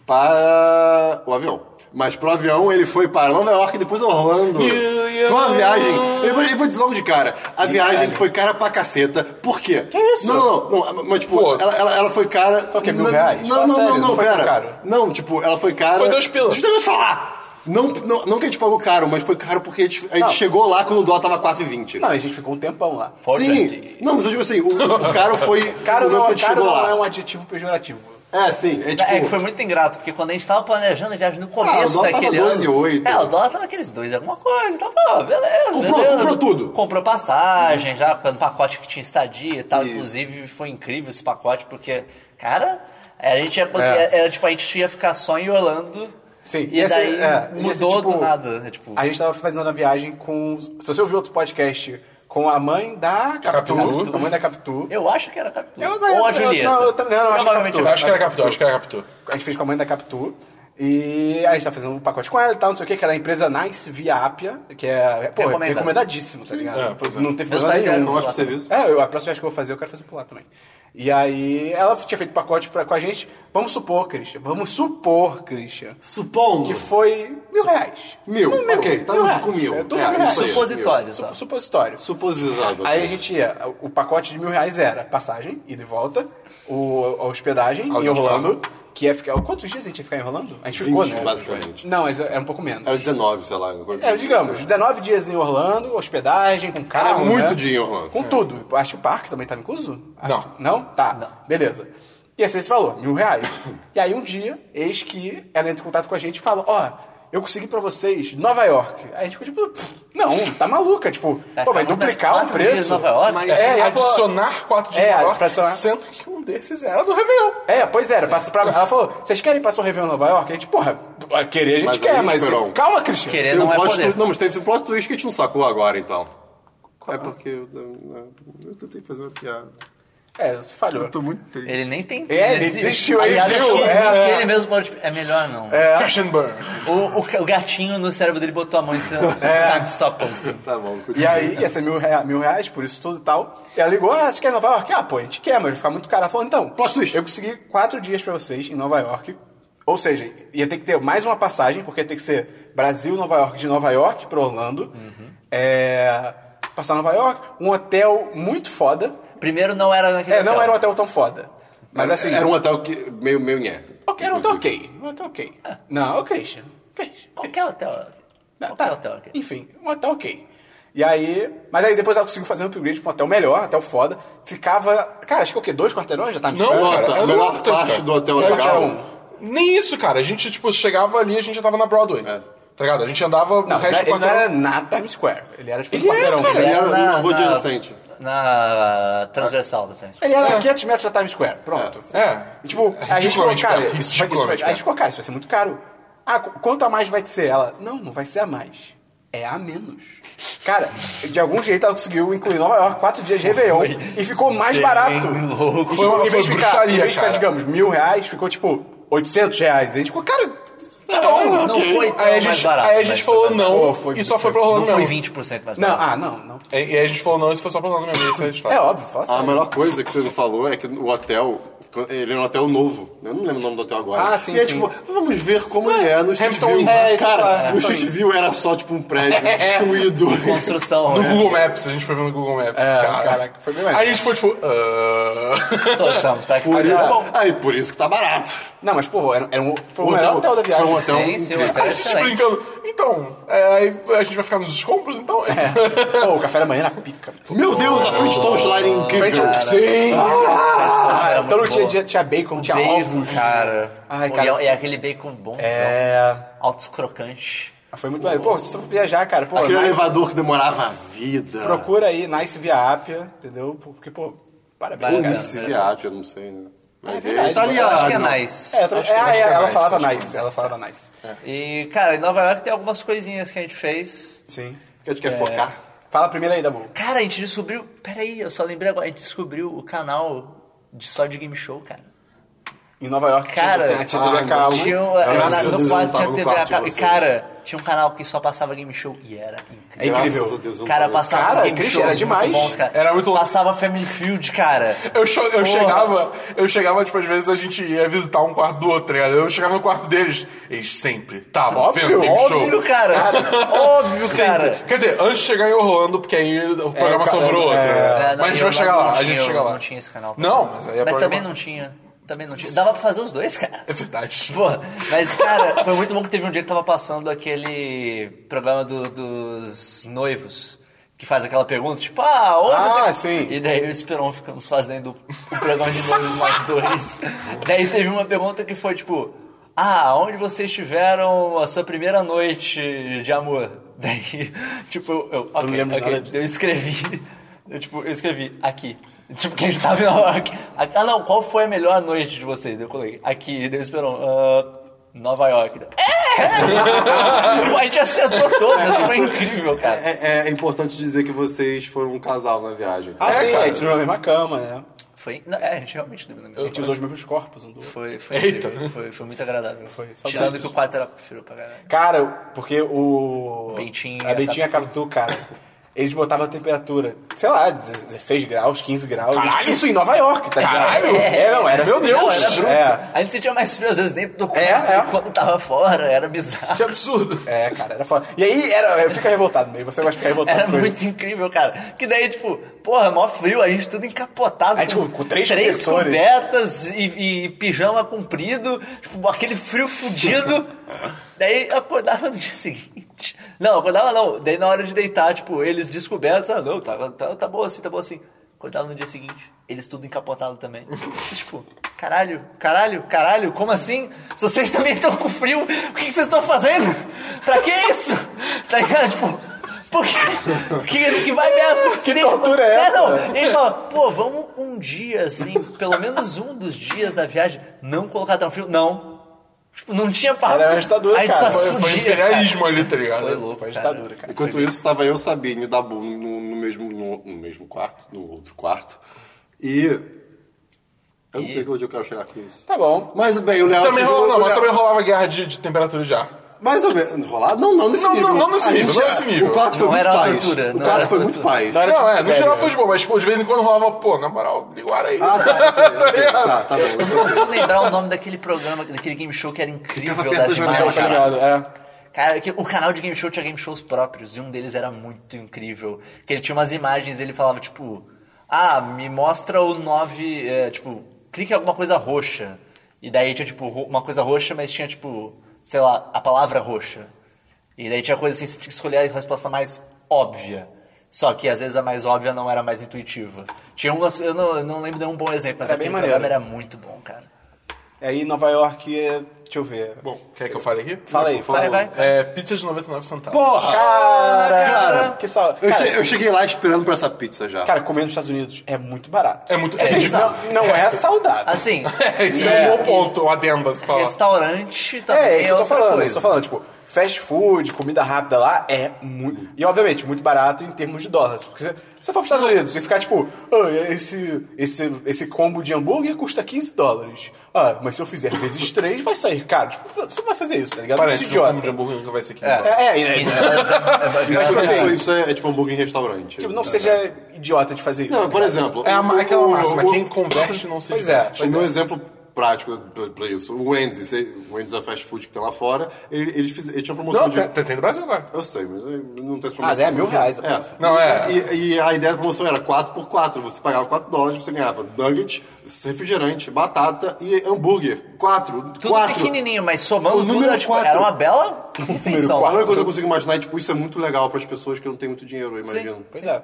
Speaker 2: Para o avião. Mas pro avião ele foi para Nova York e depois Orlando. Foi uma viagem. Eu vou, eu vou dizer logo de cara. A viagem foi cara pra caceta. Por quê? Que
Speaker 3: isso?
Speaker 2: Não, não, não. Mas tipo,
Speaker 4: Pô.
Speaker 2: ela, ela, ela foi cara.
Speaker 3: o
Speaker 2: Foi
Speaker 3: quê? Mil reais?
Speaker 2: Não,
Speaker 3: Fala
Speaker 2: não,
Speaker 3: sério,
Speaker 2: não, não,
Speaker 3: não foi tão
Speaker 2: pera.
Speaker 3: caro.
Speaker 2: Não, tipo, ela foi cara.
Speaker 4: Foi dois pila.
Speaker 2: Deixa eu falar! Não, não, não que a gente pagou caro, mas foi caro porque a gente, a gente
Speaker 3: Não.
Speaker 2: chegou lá quando o dólar tava 4,20.
Speaker 3: Não, a gente ficou um tempão lá.
Speaker 2: Sim. Não, mas eu digo assim, o, o caro foi.
Speaker 3: Caro
Speaker 2: o momento
Speaker 3: não,
Speaker 2: que a gente
Speaker 3: caro
Speaker 2: chegou
Speaker 3: não
Speaker 2: lá.
Speaker 3: é um adjetivo pejorativo.
Speaker 2: É, sim. É, tipo,
Speaker 1: É que foi muito ingrato, porque quando a gente tava planejando a viagem no
Speaker 2: Ah, o
Speaker 1: começo
Speaker 2: dólar tava
Speaker 1: daquele
Speaker 2: 12,8.
Speaker 1: ano. É, o dólar tava aqueles dois, alguma coisa. Tava, ó, beleza.
Speaker 2: Comprou-
Speaker 1: beleza.
Speaker 2: comprou tudo.
Speaker 1: Comprou passagem já, um pacote que tinha estadia e tal.
Speaker 2: Isso.
Speaker 1: Inclusive, foi incrível esse pacote, porque, cara, a gente ia conseguir.
Speaker 3: É.
Speaker 1: Era tipo, a gente ia ficar só em Orlando.
Speaker 3: Sim,
Speaker 1: E
Speaker 3: esse-
Speaker 1: daí
Speaker 3: é,
Speaker 1: mudou
Speaker 3: esse, tipo,
Speaker 1: do nada. né, tipo,
Speaker 3: A gente tava fazendo a viagem com... Se você ouviu outro podcast, com a mãe da Capitu.
Speaker 4: Capitu.
Speaker 3: A mãe da Capitu.
Speaker 1: eu acho que era Capitu.
Speaker 3: Eu- eu-
Speaker 1: Ou a
Speaker 3: eu-
Speaker 1: Julieta.
Speaker 3: não, eu também- não, eu acho que
Speaker 1: Provavelmente
Speaker 3: Capitu.
Speaker 4: Eu acho que era Capitão, acho que era Capitão.
Speaker 3: A gente fez com a mãe da Capitu. E a gente tá fazendo um pacote com ela e tal, não sei o que, que era a empresa Nice via Apia, que é, pô,
Speaker 1: Recomendado.
Speaker 3: recomendadíssimo, tá ligado?
Speaker 4: É, pois é.
Speaker 3: Não teve
Speaker 1: Meus
Speaker 3: problema
Speaker 1: pais
Speaker 3: nenhum.
Speaker 1: vieram
Speaker 2: Eu não gosto de serviço.
Speaker 3: É, eu- a próxima vez que eu vou fazer, eu quero fazer por lá também. E aí, ela tinha feito pacote pra, com a gente. Vamos supor, Christian. Vamos supor, Christian.
Speaker 2: Supondo.
Speaker 3: Que foi mil reais.
Speaker 2: Mil,
Speaker 3: Não,
Speaker 2: ok, tá
Speaker 3: mil
Speaker 2: no-
Speaker 3: reais.
Speaker 2: com mil.
Speaker 3: É, tudo
Speaker 2: É,
Speaker 3: mil reais.
Speaker 2: isso aí.
Speaker 1: Supositório só.
Speaker 3: Sup- Supositório.
Speaker 2: Suposizado.
Speaker 3: Aí a gente ia, o pacote de mil reais era passagem, ida e volta, o, a hospedagem em
Speaker 4: Aluguel de
Speaker 3: Orlando, que ia ficar. Quantos dias a gente ia ficar em Orlando? A gente ficou,
Speaker 2: 20,
Speaker 3: né?
Speaker 2: basicamente.
Speaker 3: Não, mas é um pouco menos.
Speaker 2: Era 19, sei lá. alguma coisa
Speaker 3: É,
Speaker 2: assim,
Speaker 3: digamos,
Speaker 2: sei lá.
Speaker 3: 19 dias em Orlando, hospedagem, com carro.
Speaker 2: Era muito
Speaker 3: né?
Speaker 2: dia em Orlando. É.
Speaker 3: Com tudo. Acho que o parque também estava incluso? Acho
Speaker 4: Não.
Speaker 3: que- Não? Tá. Beleza. E esse é esse valor, mil reais. e aí um dia, eis que ela entra em contato com a gente e fala: Ó, eu consegui pra vocês Nova York. Aí a gente ficou tipo, "Pff, não, tá maluca. Tipo,
Speaker 1: Vai
Speaker 3: pô, vai
Speaker 1: ficar mais
Speaker 3: duplicar o
Speaker 1: quatro dias
Speaker 3: preço.
Speaker 1: em Nova York?
Speaker 3: Mas-
Speaker 4: É,
Speaker 3: É, e ela falou-
Speaker 4: adicionar quatro dias
Speaker 3: É,
Speaker 4: de Nova
Speaker 3: pra
Speaker 4: York,
Speaker 3: adicionar.
Speaker 4: sendo que um desses era do Réveillon.
Speaker 3: É, pois era. Passa pra... Ela falou: vocês querem passar um Réveillon em Nova York? A gente, porra, querer a gente
Speaker 2: Mas
Speaker 3: quer,
Speaker 2: aí,
Speaker 3: mas.
Speaker 2: Esperon.
Speaker 3: Calma, Cristian.
Speaker 1: Querer
Speaker 2: Teve
Speaker 1: não
Speaker 2: um
Speaker 1: é
Speaker 2: plot
Speaker 1: poder.
Speaker 2: twist- não, mas teve um plot twist que a gente não sacou agora, então. É porque eu, eu, eu tentei fazer uma piada.
Speaker 3: É, você falhou.
Speaker 2: Eu tô muito triste.
Speaker 1: Ele nem tem.
Speaker 3: É, ele desistiu, ele
Speaker 1: Aliás,
Speaker 3: viu,
Speaker 1: que-
Speaker 3: é.
Speaker 1: que ele mesmo pode. É melhor não.
Speaker 4: Crash and Burn.
Speaker 1: O, o, o gatinho no cérebro dele botou a mão em cima. Stop, stop posting.
Speaker 2: Tá bom, continua.
Speaker 3: E aí, ia ser mil, rea- mil reais, por isso tudo e tal. E ela ligou, ah, você quer Nova York? Ah, pô, a gente quer, mas vai ficar muito caro. Ela falou, então,
Speaker 2: Plot twist.
Speaker 3: eu consegui quatro dias pra vocês em Nova York. Ou seja, ia ter que ter mais uma passagem, porque ia ter que ser Brasil, Nova York, de Nova York pra Orlando.
Speaker 2: Uhum.
Speaker 3: É, passar Nova York, um hotel muito foda.
Speaker 1: Primeiro não era naquele
Speaker 3: É, não
Speaker 1: hotel.
Speaker 3: era um hotel tão foda. Mas assim,
Speaker 2: Um Era um hotel que meio, meio nhé.
Speaker 3: ok, era um hotel ok. Um hotel ok. Não, é o Christian. Christian.
Speaker 1: Qualquer hotel.
Speaker 3: Tá,
Speaker 1: Qualquer
Speaker 3: tá.
Speaker 1: hotel aqui.
Speaker 3: Enfim, um hotel ok. E aí, mas aí depois ela conseguiu fazer um upgrade pra um hotel melhor, um hotel foda. Ficava, cara, acho que o quê? Dois quarteirões já tá me
Speaker 4: Não,
Speaker 3: esperando?
Speaker 2: Nota,
Speaker 4: cara,
Speaker 2: a
Speaker 4: era
Speaker 2: melhor
Speaker 4: um hotel,
Speaker 2: parte
Speaker 4: cara.
Speaker 2: do hotel um.
Speaker 4: Era
Speaker 2: legal.
Speaker 4: tipo, Nem isso, cara. A gente, tipo, chegava ali, a gente já tava na Broadway.
Speaker 2: É.
Speaker 4: Tá ligado? A gente andava o
Speaker 3: Não,
Speaker 4: resto do
Speaker 3: ele não
Speaker 4: quarteirão.
Speaker 3: era na Times Square. Ele era tipo um
Speaker 4: Ele era,
Speaker 3: quarteirão.
Speaker 4: cara,
Speaker 2: Ele
Speaker 1: Era
Speaker 2: era
Speaker 1: na-
Speaker 2: numa rua
Speaker 1: na-
Speaker 2: adjacente.
Speaker 1: na transversal da Times Square.
Speaker 3: Ele era 500 metros da Times Square. Pronto.
Speaker 4: É.
Speaker 3: E, tipo, a gente falou,
Speaker 4: Ridiculamente
Speaker 3: cara,
Speaker 4: barato,
Speaker 3: isso vai, isso vai,
Speaker 4: ridiculamente
Speaker 3: a gente ficou, cara, isso vai ser muito caro. Ah, qu- quanto a mais vai ser? Ela, não, não vai ser a mais. É a menos. Cara, de algum jeito ela conseguiu incluir Nova York quatro dias de Réveillon e ficou É mais
Speaker 1: bem
Speaker 3: barato.
Speaker 1: louco.
Speaker 3: E,
Speaker 4: Foi
Speaker 3: tipo,
Speaker 4: uma-
Speaker 3: em vez de ficar,
Speaker 4: foi
Speaker 3: em
Speaker 4: bruxaria,
Speaker 3: vez de ficar
Speaker 4: cara.
Speaker 3: digamos, mil reais, ficou tipo 800 reais. A gente ficou, cara, tá bom.
Speaker 1: Não foi tão
Speaker 4: Aí a
Speaker 1: mais
Speaker 4: gente,
Speaker 1: barato.
Speaker 4: aí a
Speaker 1: mas
Speaker 4: gente
Speaker 1: foi
Speaker 4: falou
Speaker 1: barato.
Speaker 4: não,
Speaker 3: Pô, foi-
Speaker 4: e só foi pro
Speaker 1: Não
Speaker 4: Orlando
Speaker 1: foi
Speaker 4: mesmo.
Speaker 1: 20% mais
Speaker 3: Não,
Speaker 1: barato.
Speaker 3: ah, não, não.
Speaker 4: E, e aí a gente falou não, e foi só pro Orlando mesmo. Essa é a história.
Speaker 3: É óbvio, fala
Speaker 2: A
Speaker 3: sério.
Speaker 2: melhor coisa que você não falou é que o hotel, ele era um hotel novo. Eu não lembro o nome do hotel agora.
Speaker 3: Ah, sim,
Speaker 2: E aí,
Speaker 3: sim.
Speaker 2: tipo, vamos ver como ele é no Street
Speaker 4: Hampton
Speaker 2: View.
Speaker 4: Inn.
Speaker 3: É, isso que eu ia falar,
Speaker 2: Cara, o
Speaker 3: Hampton
Speaker 2: Street View era só, tipo, um prédio destruído.
Speaker 1: Construção.
Speaker 4: No
Speaker 1: né?
Speaker 4: Google Maps, a gente foi ver no Google Maps, cara.
Speaker 3: É, caraca, foi bem mais.
Speaker 4: Aí a gente foi tipo.
Speaker 1: Tá
Speaker 4: ah.
Speaker 1: Torçamos pra que
Speaker 2: Por isso,
Speaker 1: faça bom.
Speaker 2: aí, por isso que tá barato.
Speaker 3: Não, mas, pô, era, era um, foi o
Speaker 2: Hotel-
Speaker 3: melhor hotel da viagem.
Speaker 2: Foi um hotel
Speaker 1: Sim, sim, o hotel
Speaker 4: a
Speaker 1: é
Speaker 4: gente
Speaker 2: tipo
Speaker 1: excelente.
Speaker 4: brincando. Então, é, aí a gente vai ficar nos escombros, então.
Speaker 3: É. Pô, o café da manhã era pica.
Speaker 2: Meu Deus, a French Toast lá era incrível.
Speaker 3: Cara. Sim!
Speaker 1: Ah, era
Speaker 3: então
Speaker 1: muito
Speaker 3: tinha,
Speaker 1: boa.
Speaker 3: tinha, tinha bacon, tinha
Speaker 1: Bacon,
Speaker 3: ovos.
Speaker 1: cara.
Speaker 3: Ai,
Speaker 1: E
Speaker 3: cara.
Speaker 1: é- é aquele bacon bom. né?
Speaker 3: É.
Speaker 1: Altos crocantes.
Speaker 3: Foi muito maneiro. Pô, se você for viajar, cara, pô,
Speaker 2: Aquele
Speaker 3: nice-
Speaker 2: elevador que demorava a vida.
Speaker 3: é procura aí Nice Via Ápia, entendeu? Porque, pô, parabéns,
Speaker 1: Vale,
Speaker 2: Ou
Speaker 3: cara.
Speaker 1: cara.
Speaker 2: Miss Viagem, eu não sei, né? Mas
Speaker 3: É
Speaker 2: é
Speaker 3: verdade,
Speaker 2: italiano.
Speaker 1: Acho que é nice.
Speaker 3: É, eu tô-
Speaker 2: Acho que-
Speaker 3: é,
Speaker 2: acho
Speaker 3: é,
Speaker 2: que é
Speaker 3: ela
Speaker 2: nice,
Speaker 3: falava
Speaker 2: acho que é
Speaker 3: nice, ela falava nice.
Speaker 1: É. E, cara, em Nova York tem algumas coisinhas que a gente fez.
Speaker 3: Sim. É.
Speaker 2: Que a gente quer focar.
Speaker 3: Fala primeiro aí, Dabu.
Speaker 1: Cara, a gente descobriu. Peraí, eu só lembrei agora. A gente descobriu o canal de só de game show, cara.
Speaker 3: Em Nova York,
Speaker 1: Cara,
Speaker 3: tinha, tinha TV a
Speaker 2: ah,
Speaker 3: cabo.
Speaker 1: Tinha um,
Speaker 2: Graças a Deus,
Speaker 1: no
Speaker 2: eu não
Speaker 1: quarto
Speaker 2: tava
Speaker 1: tinha
Speaker 2: no
Speaker 1: TV
Speaker 2: quarto
Speaker 1: a
Speaker 2: de
Speaker 1: cabo. E,
Speaker 2: vocês.
Speaker 1: cara, tinha um canal que só passava game show e era
Speaker 3: É
Speaker 1: incrível.
Speaker 3: incrível.
Speaker 2: Graças a Deus, eu não
Speaker 1: Cara,
Speaker 2: tava nesse
Speaker 1: passava
Speaker 3: Cara,
Speaker 1: os game
Speaker 3: Christian,
Speaker 1: shows
Speaker 3: era
Speaker 1: muito
Speaker 3: demais.
Speaker 1: bons, cara.
Speaker 4: Era muito louco.
Speaker 1: Passava Family Field, cara.
Speaker 4: Eu, cho- eu
Speaker 1: Porra.
Speaker 4: chegava, eu chegava, tipo, às vezes a gente ia visitar um quarto do outro, tá ligado? Eu chegava no quarto deles, eles sempre estavam
Speaker 3: Óbvio,
Speaker 4: vendo game show.
Speaker 1: Óbvio, cara. Óbvio, cara.
Speaker 4: Quer dizer, antes de chegar em Orlando, porque aí a programação
Speaker 3: cara,
Speaker 4: virou
Speaker 3: é.
Speaker 4: outra. né?
Speaker 1: É, não,
Speaker 4: mas a
Speaker 1: e
Speaker 4: gente vai
Speaker 1: Orlando
Speaker 4: chegar
Speaker 1: não
Speaker 4: lá, a
Speaker 1: tinha-
Speaker 4: gente chega lá.
Speaker 1: Não tinha esse canal.
Speaker 4: Não, mas aí a
Speaker 1: Mas
Speaker 4: programa-
Speaker 1: também não tinha. Também não tinha. Dava pra fazer os dois, cara.
Speaker 4: É verdade.
Speaker 1: Pô, mas, cara, foi muito bom que teve um dia que tava passando aquele programa do- dos noivos. Que faz aquela pergunta, tipo, ah, onde
Speaker 3: Ah,
Speaker 1: você...
Speaker 3: sim.
Speaker 1: E daí eu e o Esperon ficamos fazendo o programa de noivos nós dois. daí teve uma pergunta que foi, tipo, ah, onde vocês tiveram a sua primeira noite de amor? Daí, tipo, eu, eu, ok,
Speaker 3: lembro de
Speaker 1: ok.
Speaker 3: nada disso.
Speaker 1: Eu escrevi, eu, tipo, eu escrevi aqui. Tipo, que a gente tava em Nova York. Ah, não, qual foi a melhor noite de vocês? Eu coloquei aqui, Deus esperou. ah, Nova York. É! a gente acertou todas,
Speaker 3: É,
Speaker 1: foi incrível, cara.
Speaker 2: É, é importante dizer que vocês foram um casal na viagem.
Speaker 3: Ah, sim,
Speaker 4: cara.
Speaker 3: a gente dormiu na mesma cama, né?
Speaker 1: Foi. não, é, a gente realmente dormiu na
Speaker 3: A
Speaker 1: mesma
Speaker 3: gente
Speaker 1: cama.
Speaker 3: usou os mesmos corpos um do outro.
Speaker 1: Foi, foi,
Speaker 4: Eita.
Speaker 1: incrível, foi, foi muito agradável.
Speaker 3: Foi,
Speaker 1: Tirando
Speaker 3: saudades.
Speaker 1: que o quarto era frio pra caralho.
Speaker 3: Cara, porque o.
Speaker 1: Bentinho,
Speaker 3: A Bentinha Capitu, cara. Eles botavam a temperatura, sei lá, 16 graus, 15 graus.
Speaker 4: Caralho!
Speaker 3: Isso em Nova York, tá ligado?
Speaker 4: Caralho!
Speaker 3: É, não, era
Speaker 4: Meu Deus!
Speaker 1: Não, era bruto.
Speaker 3: É,
Speaker 1: A gente sentia mais frio às vezes dentro do quarto
Speaker 3: É, é.
Speaker 1: e quando tava fora, era bizarro.
Speaker 4: Que absurdo.
Speaker 3: é, cara, era foda. E aí, era, eu fico revoltado mesmo, você vai ficar revoltado
Speaker 1: Era
Speaker 3: com
Speaker 1: muito
Speaker 3: isso.
Speaker 1: incrível, cara. Que daí, tipo, porra, mó frio, a gente tudo encapotado.
Speaker 3: A gente tipo, com- com três cobertores.
Speaker 1: cobertas e, e pijama comprido, tipo, aquele frio fudido. daí acordava no dia seguinte. Não, acordava não. Daí na hora de deitar, tipo, eles descobertos, ah, não, tá, tá, tá bom assim, tá bom assim. Acordava no dia seguinte, eles tudo encapotado também. tipo, caralho, caralho, caralho, como assim? Se vocês também estão com frio, o que que vocês estão fazendo? Pra que isso? Tá ligado? Tipo. Por quê? Que, que vai dessa?
Speaker 3: Que tortura é essa?
Speaker 1: não. Ele fala, pô, vamos um dia, assim, pelo menos um dos dias da viagem, não colocar tão frio. Não. Tipo, não tinha papo.
Speaker 3: Era uma ditadura,
Speaker 1: A gente
Speaker 3: cara.
Speaker 1: só se
Speaker 3: Foi-
Speaker 4: Foi
Speaker 1: fudia,
Speaker 4: imperialismo ali, tá ligado?
Speaker 1: cara. Foi louco,
Speaker 3: Foi
Speaker 1: cara.
Speaker 3: ditadura, cara.
Speaker 2: Enquanto isso, estava eu, Sabine e o Dabu no, no mesmo, no, no mesmo quarto, no outro quarto. E. Eu não sei onde eu quero chegar com isso.
Speaker 3: Tá bom.
Speaker 2: Mas bem, o Léo.
Speaker 4: Também
Speaker 2: te-
Speaker 4: rolava,
Speaker 2: o
Speaker 4: não, mas
Speaker 2: Léo-
Speaker 4: também rolava guerra de, de temperatura de ar.
Speaker 2: Mais ou menos. Rolar? Não, não nesse
Speaker 4: Não, não,
Speaker 2: nível.
Speaker 4: não nesse
Speaker 2: A
Speaker 4: nível,
Speaker 2: gente-
Speaker 4: não nesse nível.
Speaker 2: O quarto foi
Speaker 1: Não
Speaker 2: muito
Speaker 1: era uma
Speaker 2: paz.
Speaker 1: tortura,
Speaker 2: O
Speaker 1: não
Speaker 2: quarto
Speaker 1: era
Speaker 2: foi
Speaker 1: uma
Speaker 2: muito
Speaker 1: tortura.
Speaker 2: paz.
Speaker 3: Não era
Speaker 4: Não,
Speaker 3: tipo
Speaker 4: é, no
Speaker 3: sério.
Speaker 4: geral foi de boa, mas pô, de vez em quando rolava, pô, na moral, liga o ar aí.
Speaker 2: Ah, tá. ok, ok.
Speaker 4: ligado?
Speaker 2: tá, tá
Speaker 1: Eu
Speaker 2: bom.
Speaker 1: não consigo lembrar o nome daquele programa, daquele game show que era incrível
Speaker 2: Ficava perto
Speaker 1: das
Speaker 2: da janela,
Speaker 1: imagens.
Speaker 2: cara.
Speaker 3: Obrigado, é.
Speaker 1: Cara, que o canal de game show tinha game shows próprios e um deles era muito incrível. Que ele tinha umas imagens e ele falava tipo: Ah, me mostra o 9. é, tipo, clique em alguma coisa roxa. E daí tinha tipo ro- uma coisa roxa, mas tinha tipo, sei lá, a palavra roxa. E daí tinha coisa assim, você tinha que escolher a resposta mais óbvia. Só que às vezes a mais óbvia não era a mais intuitiva. Tinha umas. Eu não, eu não lembro de um bom exemplo, mas
Speaker 3: Era
Speaker 1: aquele
Speaker 3: bem maneiro.
Speaker 1: programa era muito bom, cara.
Speaker 3: Aí Nova York é. Deixa eu ver.
Speaker 4: Bom, quer que eu fale aqui?
Speaker 3: Fala aí, fala
Speaker 1: Vai, vai.
Speaker 3: aí.
Speaker 4: É, pizza de 99 centavos.
Speaker 3: Porra! Cara, que saudade.
Speaker 2: Eu, che-
Speaker 3: Cara,
Speaker 2: eu cheguei lá esperando pra essa pizza já.
Speaker 3: cara, comer nos Estados Unidos é muito barato.
Speaker 4: É muito-
Speaker 3: É,
Speaker 4: é,
Speaker 3: não, não é saudável.
Speaker 1: Assim,
Speaker 4: Esse
Speaker 1: é,
Speaker 4: é, um bom ponto, o adendo, se falar.
Speaker 1: restaurante também
Speaker 3: É,
Speaker 1: é,
Speaker 3: isso que eu tô
Speaker 1: outra
Speaker 3: falando,
Speaker 1: coisa.
Speaker 3: isso que eu tô falando. Tipo, fast food, comida rápida lá é muito. E obviamente, muito barato em termos de dólares. Porque se se você for pros Estados Unidos e ficar tipo, ah, esse, esse, esse combo de hambúrguer custa 15 dólares. Ah, mas se eu fizer vezes 3, vai sair caro. Tipo, você não vai fazer isso, tá ligado?
Speaker 4: Parece
Speaker 3: Isso é
Speaker 4: que o combo de
Speaker 3: idiota.
Speaker 4: hambúrguer nunca vai ser aqui. então.
Speaker 3: É, é, é, é.
Speaker 1: né?
Speaker 2: Isso,
Speaker 3: Mas, tipo
Speaker 2: isso-
Speaker 3: assim,
Speaker 2: isso é, é tipo hambúrguer em restaurante.
Speaker 3: tipo, não seja idiota de fazer isso.
Speaker 2: Não,
Speaker 3: tá
Speaker 2: por
Speaker 3: ligado?
Speaker 2: exemplo.
Speaker 4: É a ma-
Speaker 2: o-
Speaker 4: aquela
Speaker 2: o-
Speaker 4: máxima,
Speaker 2: o-
Speaker 4: quem converte não se
Speaker 3: Pois é.
Speaker 4: diverte.
Speaker 2: O meu um exemplo prático pra- pra isso, o Wendy's, o Wendy's é fast food que tem lá fora, ele- eles, fiz- eles tinham promoção
Speaker 4: Não, tá-
Speaker 2: de...
Speaker 4: tem, tem- tem no Brasil agora.
Speaker 2: Eu sei, mas eu não tem essa
Speaker 3: Ah, mas é mil reais a
Speaker 2: É.
Speaker 3: promoção.
Speaker 4: Não, é.
Speaker 2: E, e a ideia da promoção era 4x4. Você pagava 4 dólares, você ganhava nugget, refrigerante, batata e hambúrguer. 4.
Speaker 1: Tudo
Speaker 2: 4.
Speaker 1: pequenininho, mas somando
Speaker 2: O
Speaker 1: tudo,
Speaker 2: número
Speaker 1: era, tipo,
Speaker 2: quatro.
Speaker 1: era uma bela
Speaker 2: A
Speaker 1: refeição.
Speaker 2: única coisa que eu consigo imaginar é, tipo, isso é muito legal para as pessoas que não têm muito dinheiro, eu imagino.
Speaker 3: Pois é.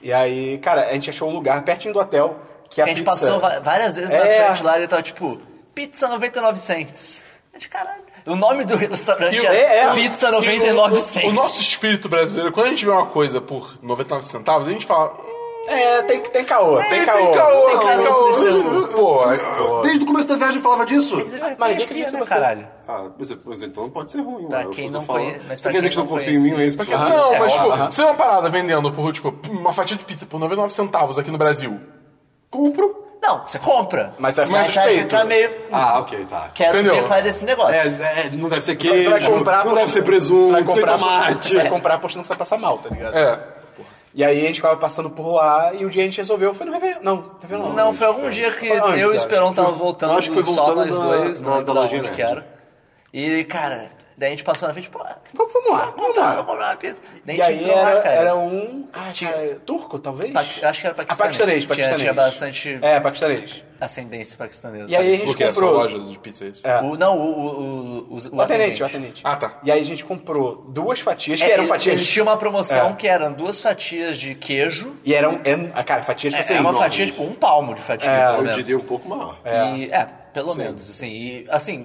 Speaker 3: E aí, cara, a gente achou um lugar pertinho do hotel que é a,
Speaker 1: a gente
Speaker 3: pizza-
Speaker 1: passou va- várias vezes
Speaker 3: É.
Speaker 1: na frente lá e ele tava tipo, pizza 99 cents. A gente, Caralho. O nome do restaurante
Speaker 4: E o-
Speaker 1: era
Speaker 3: é, é.
Speaker 1: Pizza
Speaker 4: E o-
Speaker 1: 99
Speaker 4: o, o
Speaker 1: cents.
Speaker 4: nosso espírito brasileiro, quando a gente vê uma coisa por 99 centavos, a gente fala. "Hum,
Speaker 3: É, tem, tem caô, tem
Speaker 4: Tem
Speaker 3: caô.
Speaker 4: caô, tem
Speaker 1: caô nesse
Speaker 4: caô.
Speaker 1: jogo.
Speaker 4: Pô, é-
Speaker 2: Desde o começo da viagem eu falava disso.
Speaker 1: Você já
Speaker 3: Mas ninguém
Speaker 1: conhecia,
Speaker 3: acredita em
Speaker 1: né,
Speaker 3: você.
Speaker 1: caralho?
Speaker 2: Ah, pois, é, pois é, então não pode ser ruim,
Speaker 1: Pra
Speaker 2: mano.
Speaker 1: quem
Speaker 2: eu tô
Speaker 1: não
Speaker 2: falando.
Speaker 1: conhece- mas
Speaker 2: Você
Speaker 1: pra
Speaker 2: quer dizer que
Speaker 1: quem
Speaker 2: não
Speaker 1: não
Speaker 2: confia em mim,
Speaker 1: conhece.
Speaker 2: é isso que você
Speaker 4: Não,
Speaker 2: fala?
Speaker 4: mas
Speaker 3: é,
Speaker 4: tipo,
Speaker 3: aham.
Speaker 4: se uma parada vendendo por, tipo, uma fatia de pizza por 99 centavos aqui no Brasil,
Speaker 2: Compro.
Speaker 1: Não, você compra.
Speaker 3: Mas você vai ficar
Speaker 1: mas vai
Speaker 3: suspeito.
Speaker 1: ficar meio.
Speaker 2: Ah, ok, tá.
Speaker 1: Quero
Speaker 4: Entendeu?
Speaker 1: ver qual é desse negócio.
Speaker 2: É, é, não deve ser queijo,
Speaker 3: Você vai comprar
Speaker 2: não
Speaker 3: porque-
Speaker 2: deve ser presunto,
Speaker 3: Você vai
Speaker 2: nem
Speaker 3: comprar porque-
Speaker 2: tomate.
Speaker 3: Você vai comprar porque não você vai passar mal, tá ligado?
Speaker 4: é.
Speaker 3: E aí a gente ficava passando por lá e um dia a gente resolveu, foi no Réveillon. Não, Réveillon não.
Speaker 1: Não, foi algum dia que
Speaker 3: Foi antes,
Speaker 1: eu e o
Speaker 3: acho.
Speaker 1: Esperão tava voltando,
Speaker 2: acho que foi
Speaker 1: só
Speaker 2: voltando
Speaker 1: nós
Speaker 2: da-
Speaker 1: dois,
Speaker 2: da-
Speaker 1: não lembro
Speaker 2: da
Speaker 1: da
Speaker 2: lojinha
Speaker 3: né?
Speaker 1: onde né, que
Speaker 2: nerd.
Speaker 1: era. E, cara, daí a gente passou na frente, pô,
Speaker 3: Vamos, vamos lá, vamos
Speaker 1: tá, vou
Speaker 3: lá.
Speaker 1: comprar uma pizza. Daí
Speaker 3: E
Speaker 1: a gente
Speaker 3: aí
Speaker 1: entrou lá,
Speaker 3: era,
Speaker 1: cara.
Speaker 3: era um... Ah, cara, turco, talvez?
Speaker 1: Paqui- acho que era
Speaker 3: Ah, paquistanês,
Speaker 1: paquistanês. Tinha-
Speaker 3: paquistanês.
Speaker 1: tinha bastante-
Speaker 3: É, paquistanês.
Speaker 1: Ascendência paquistanesa.
Speaker 3: E aí a gente
Speaker 4: O que é essa
Speaker 3: comprou...
Speaker 4: loja de pizza? é isso?
Speaker 3: É.
Speaker 1: O, não, o, o, o, o,
Speaker 3: O atendente, o atendente.
Speaker 4: Ah, tá.
Speaker 3: E aí a gente comprou duas fatias, que
Speaker 1: É,
Speaker 3: eram
Speaker 1: ele-
Speaker 3: fatias...
Speaker 1: Ele tinha uma promoção
Speaker 3: É.
Speaker 1: que eram duas fatias de queijo.
Speaker 3: E eram... en- ah, Cara, fatias...
Speaker 1: É,
Speaker 3: tipo assim, É,
Speaker 1: era uma
Speaker 3: enormes.
Speaker 1: fatia, tipo, um palmo de fatia, pelo
Speaker 2: Eu
Speaker 1: menos.
Speaker 2: diria um pouco maior.
Speaker 3: É.
Speaker 1: E, é, pelo menos, assim. E, assim,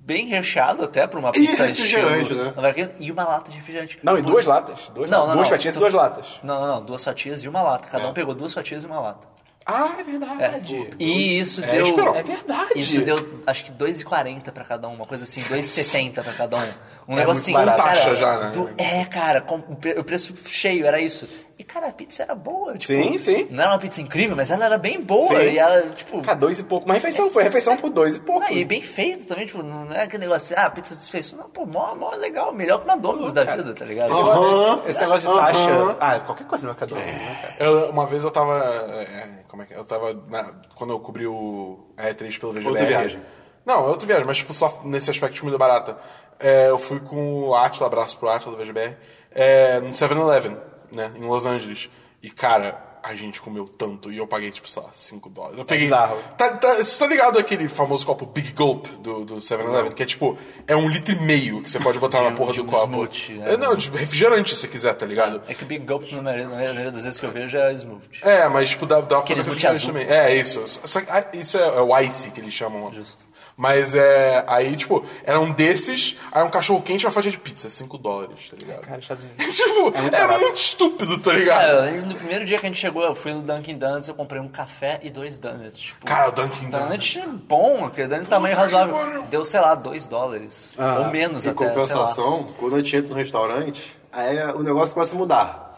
Speaker 1: bem recheado até pra uma
Speaker 2: E
Speaker 1: pizza
Speaker 2: refrigerante,
Speaker 1: estilo-
Speaker 2: né?
Speaker 1: Nova York, E uma lata de refrigerante.
Speaker 3: Não, e duas latas. Duas,
Speaker 1: Não, não,
Speaker 3: duas
Speaker 1: não.
Speaker 3: fatias e
Speaker 1: Tu-
Speaker 3: duas latas. É.
Speaker 1: Não, não, não. Duas fatias e uma lata. Cada um pegou duas fatias e uma lata.
Speaker 3: Ah, é verdade.
Speaker 1: tipo, E isso
Speaker 4: É,
Speaker 1: deu...
Speaker 4: Esperon.
Speaker 3: É verdade.
Speaker 1: Isso deu, acho que 2,40 pra cada um. Uma coisa assim, 2,70 pra cada um. Um
Speaker 3: É
Speaker 1: negócio
Speaker 3: muito
Speaker 1: assim.
Speaker 3: barato.
Speaker 1: cara,
Speaker 4: Taxa já, né?
Speaker 1: do- é, cara. com- o pre- o preço cheio era isso. E, cara, a pizza era boa. Tipo,
Speaker 3: Sim, sim.
Speaker 1: Não era uma pizza incrível, mas ela era bem boa.
Speaker 3: Sim.
Speaker 1: E ela, tipo...
Speaker 3: Ah, dois e pouco. Uma refeição, foi refeição por dois e pouco.
Speaker 1: Ah, e bem feito também, tipo, não é aquele negócio assim, ah, pizza desfeição, não, pô, mó, mó legal, melhor que uma Domino's da vida, tá ligado?
Speaker 3: Esse,
Speaker 2: Aham.
Speaker 3: negócio, esse negócio de taxa. Ah, qualquer coisa no mercado. né, cara?
Speaker 4: Eu- uma vez eu tava. é, como é que é? Eu tava. na- quando eu cobri o a E3 pelo VGBR.
Speaker 2: Outra viagem.
Speaker 4: Não, é outra viagem, mas tipo, só nesse aspecto de comida barata. É, eu fui com o Atila, abraço pro Atila do VGBR, é, no 7-Eleven, né? Em Los Angeles. E cara. A gente comeu tanto e eu paguei, tipo, sei lá, 5 dólares. Eu
Speaker 1: É
Speaker 4: peguei.
Speaker 3: bizarro.
Speaker 4: Tá, tá, você tá ligado aquele famoso copo Big Gulp do, do 7-Eleven? Que é tipo, é um litro e meio que você pode botar na porra
Speaker 1: de
Speaker 4: do
Speaker 1: um
Speaker 4: copo.
Speaker 1: smoothie, né?
Speaker 4: É, Não, de refrigerante se quiser, tá ligado?
Speaker 1: É que o Big Gulp, na maioria, na maioria das vezes que eu vejo, é smooth.
Speaker 4: É, mas tipo, dá, dá pra
Speaker 1: Aqueles
Speaker 4: fazer
Speaker 1: boot
Speaker 4: refrigerante
Speaker 1: azul.
Speaker 4: também. É, isso. Só que, ah, Isso é, é o ice que eles chamam lá. Justo. Mas é. Aí, tipo, era um desses, aí um cachorro quente e uma fatia de pizza, 5 dólares, tá ligado?
Speaker 3: Cara, Estados Unidos.
Speaker 4: tipo,
Speaker 3: muito
Speaker 4: era
Speaker 3: barato.
Speaker 4: muito estúpido, tá ligado?
Speaker 1: Cara, É, eu lembro no primeiro dia que a gente chegou, eu fui no Dunkin' Donuts, eu comprei um café e dois donuts. Tipo,
Speaker 4: Cara, o Dunkin'
Speaker 5: é
Speaker 4: Donuts.
Speaker 1: donut bom, aquele donut de tamanho
Speaker 4: né? Puta que
Speaker 1: razoável.
Speaker 4: pariu.
Speaker 1: Deu, sei lá, dois dólares.
Speaker 3: Ah,
Speaker 1: ou menos
Speaker 2: Em
Speaker 1: até, sei lá.
Speaker 2: compensação, quando a gente entra no restaurante, aí o negócio começa a mudar.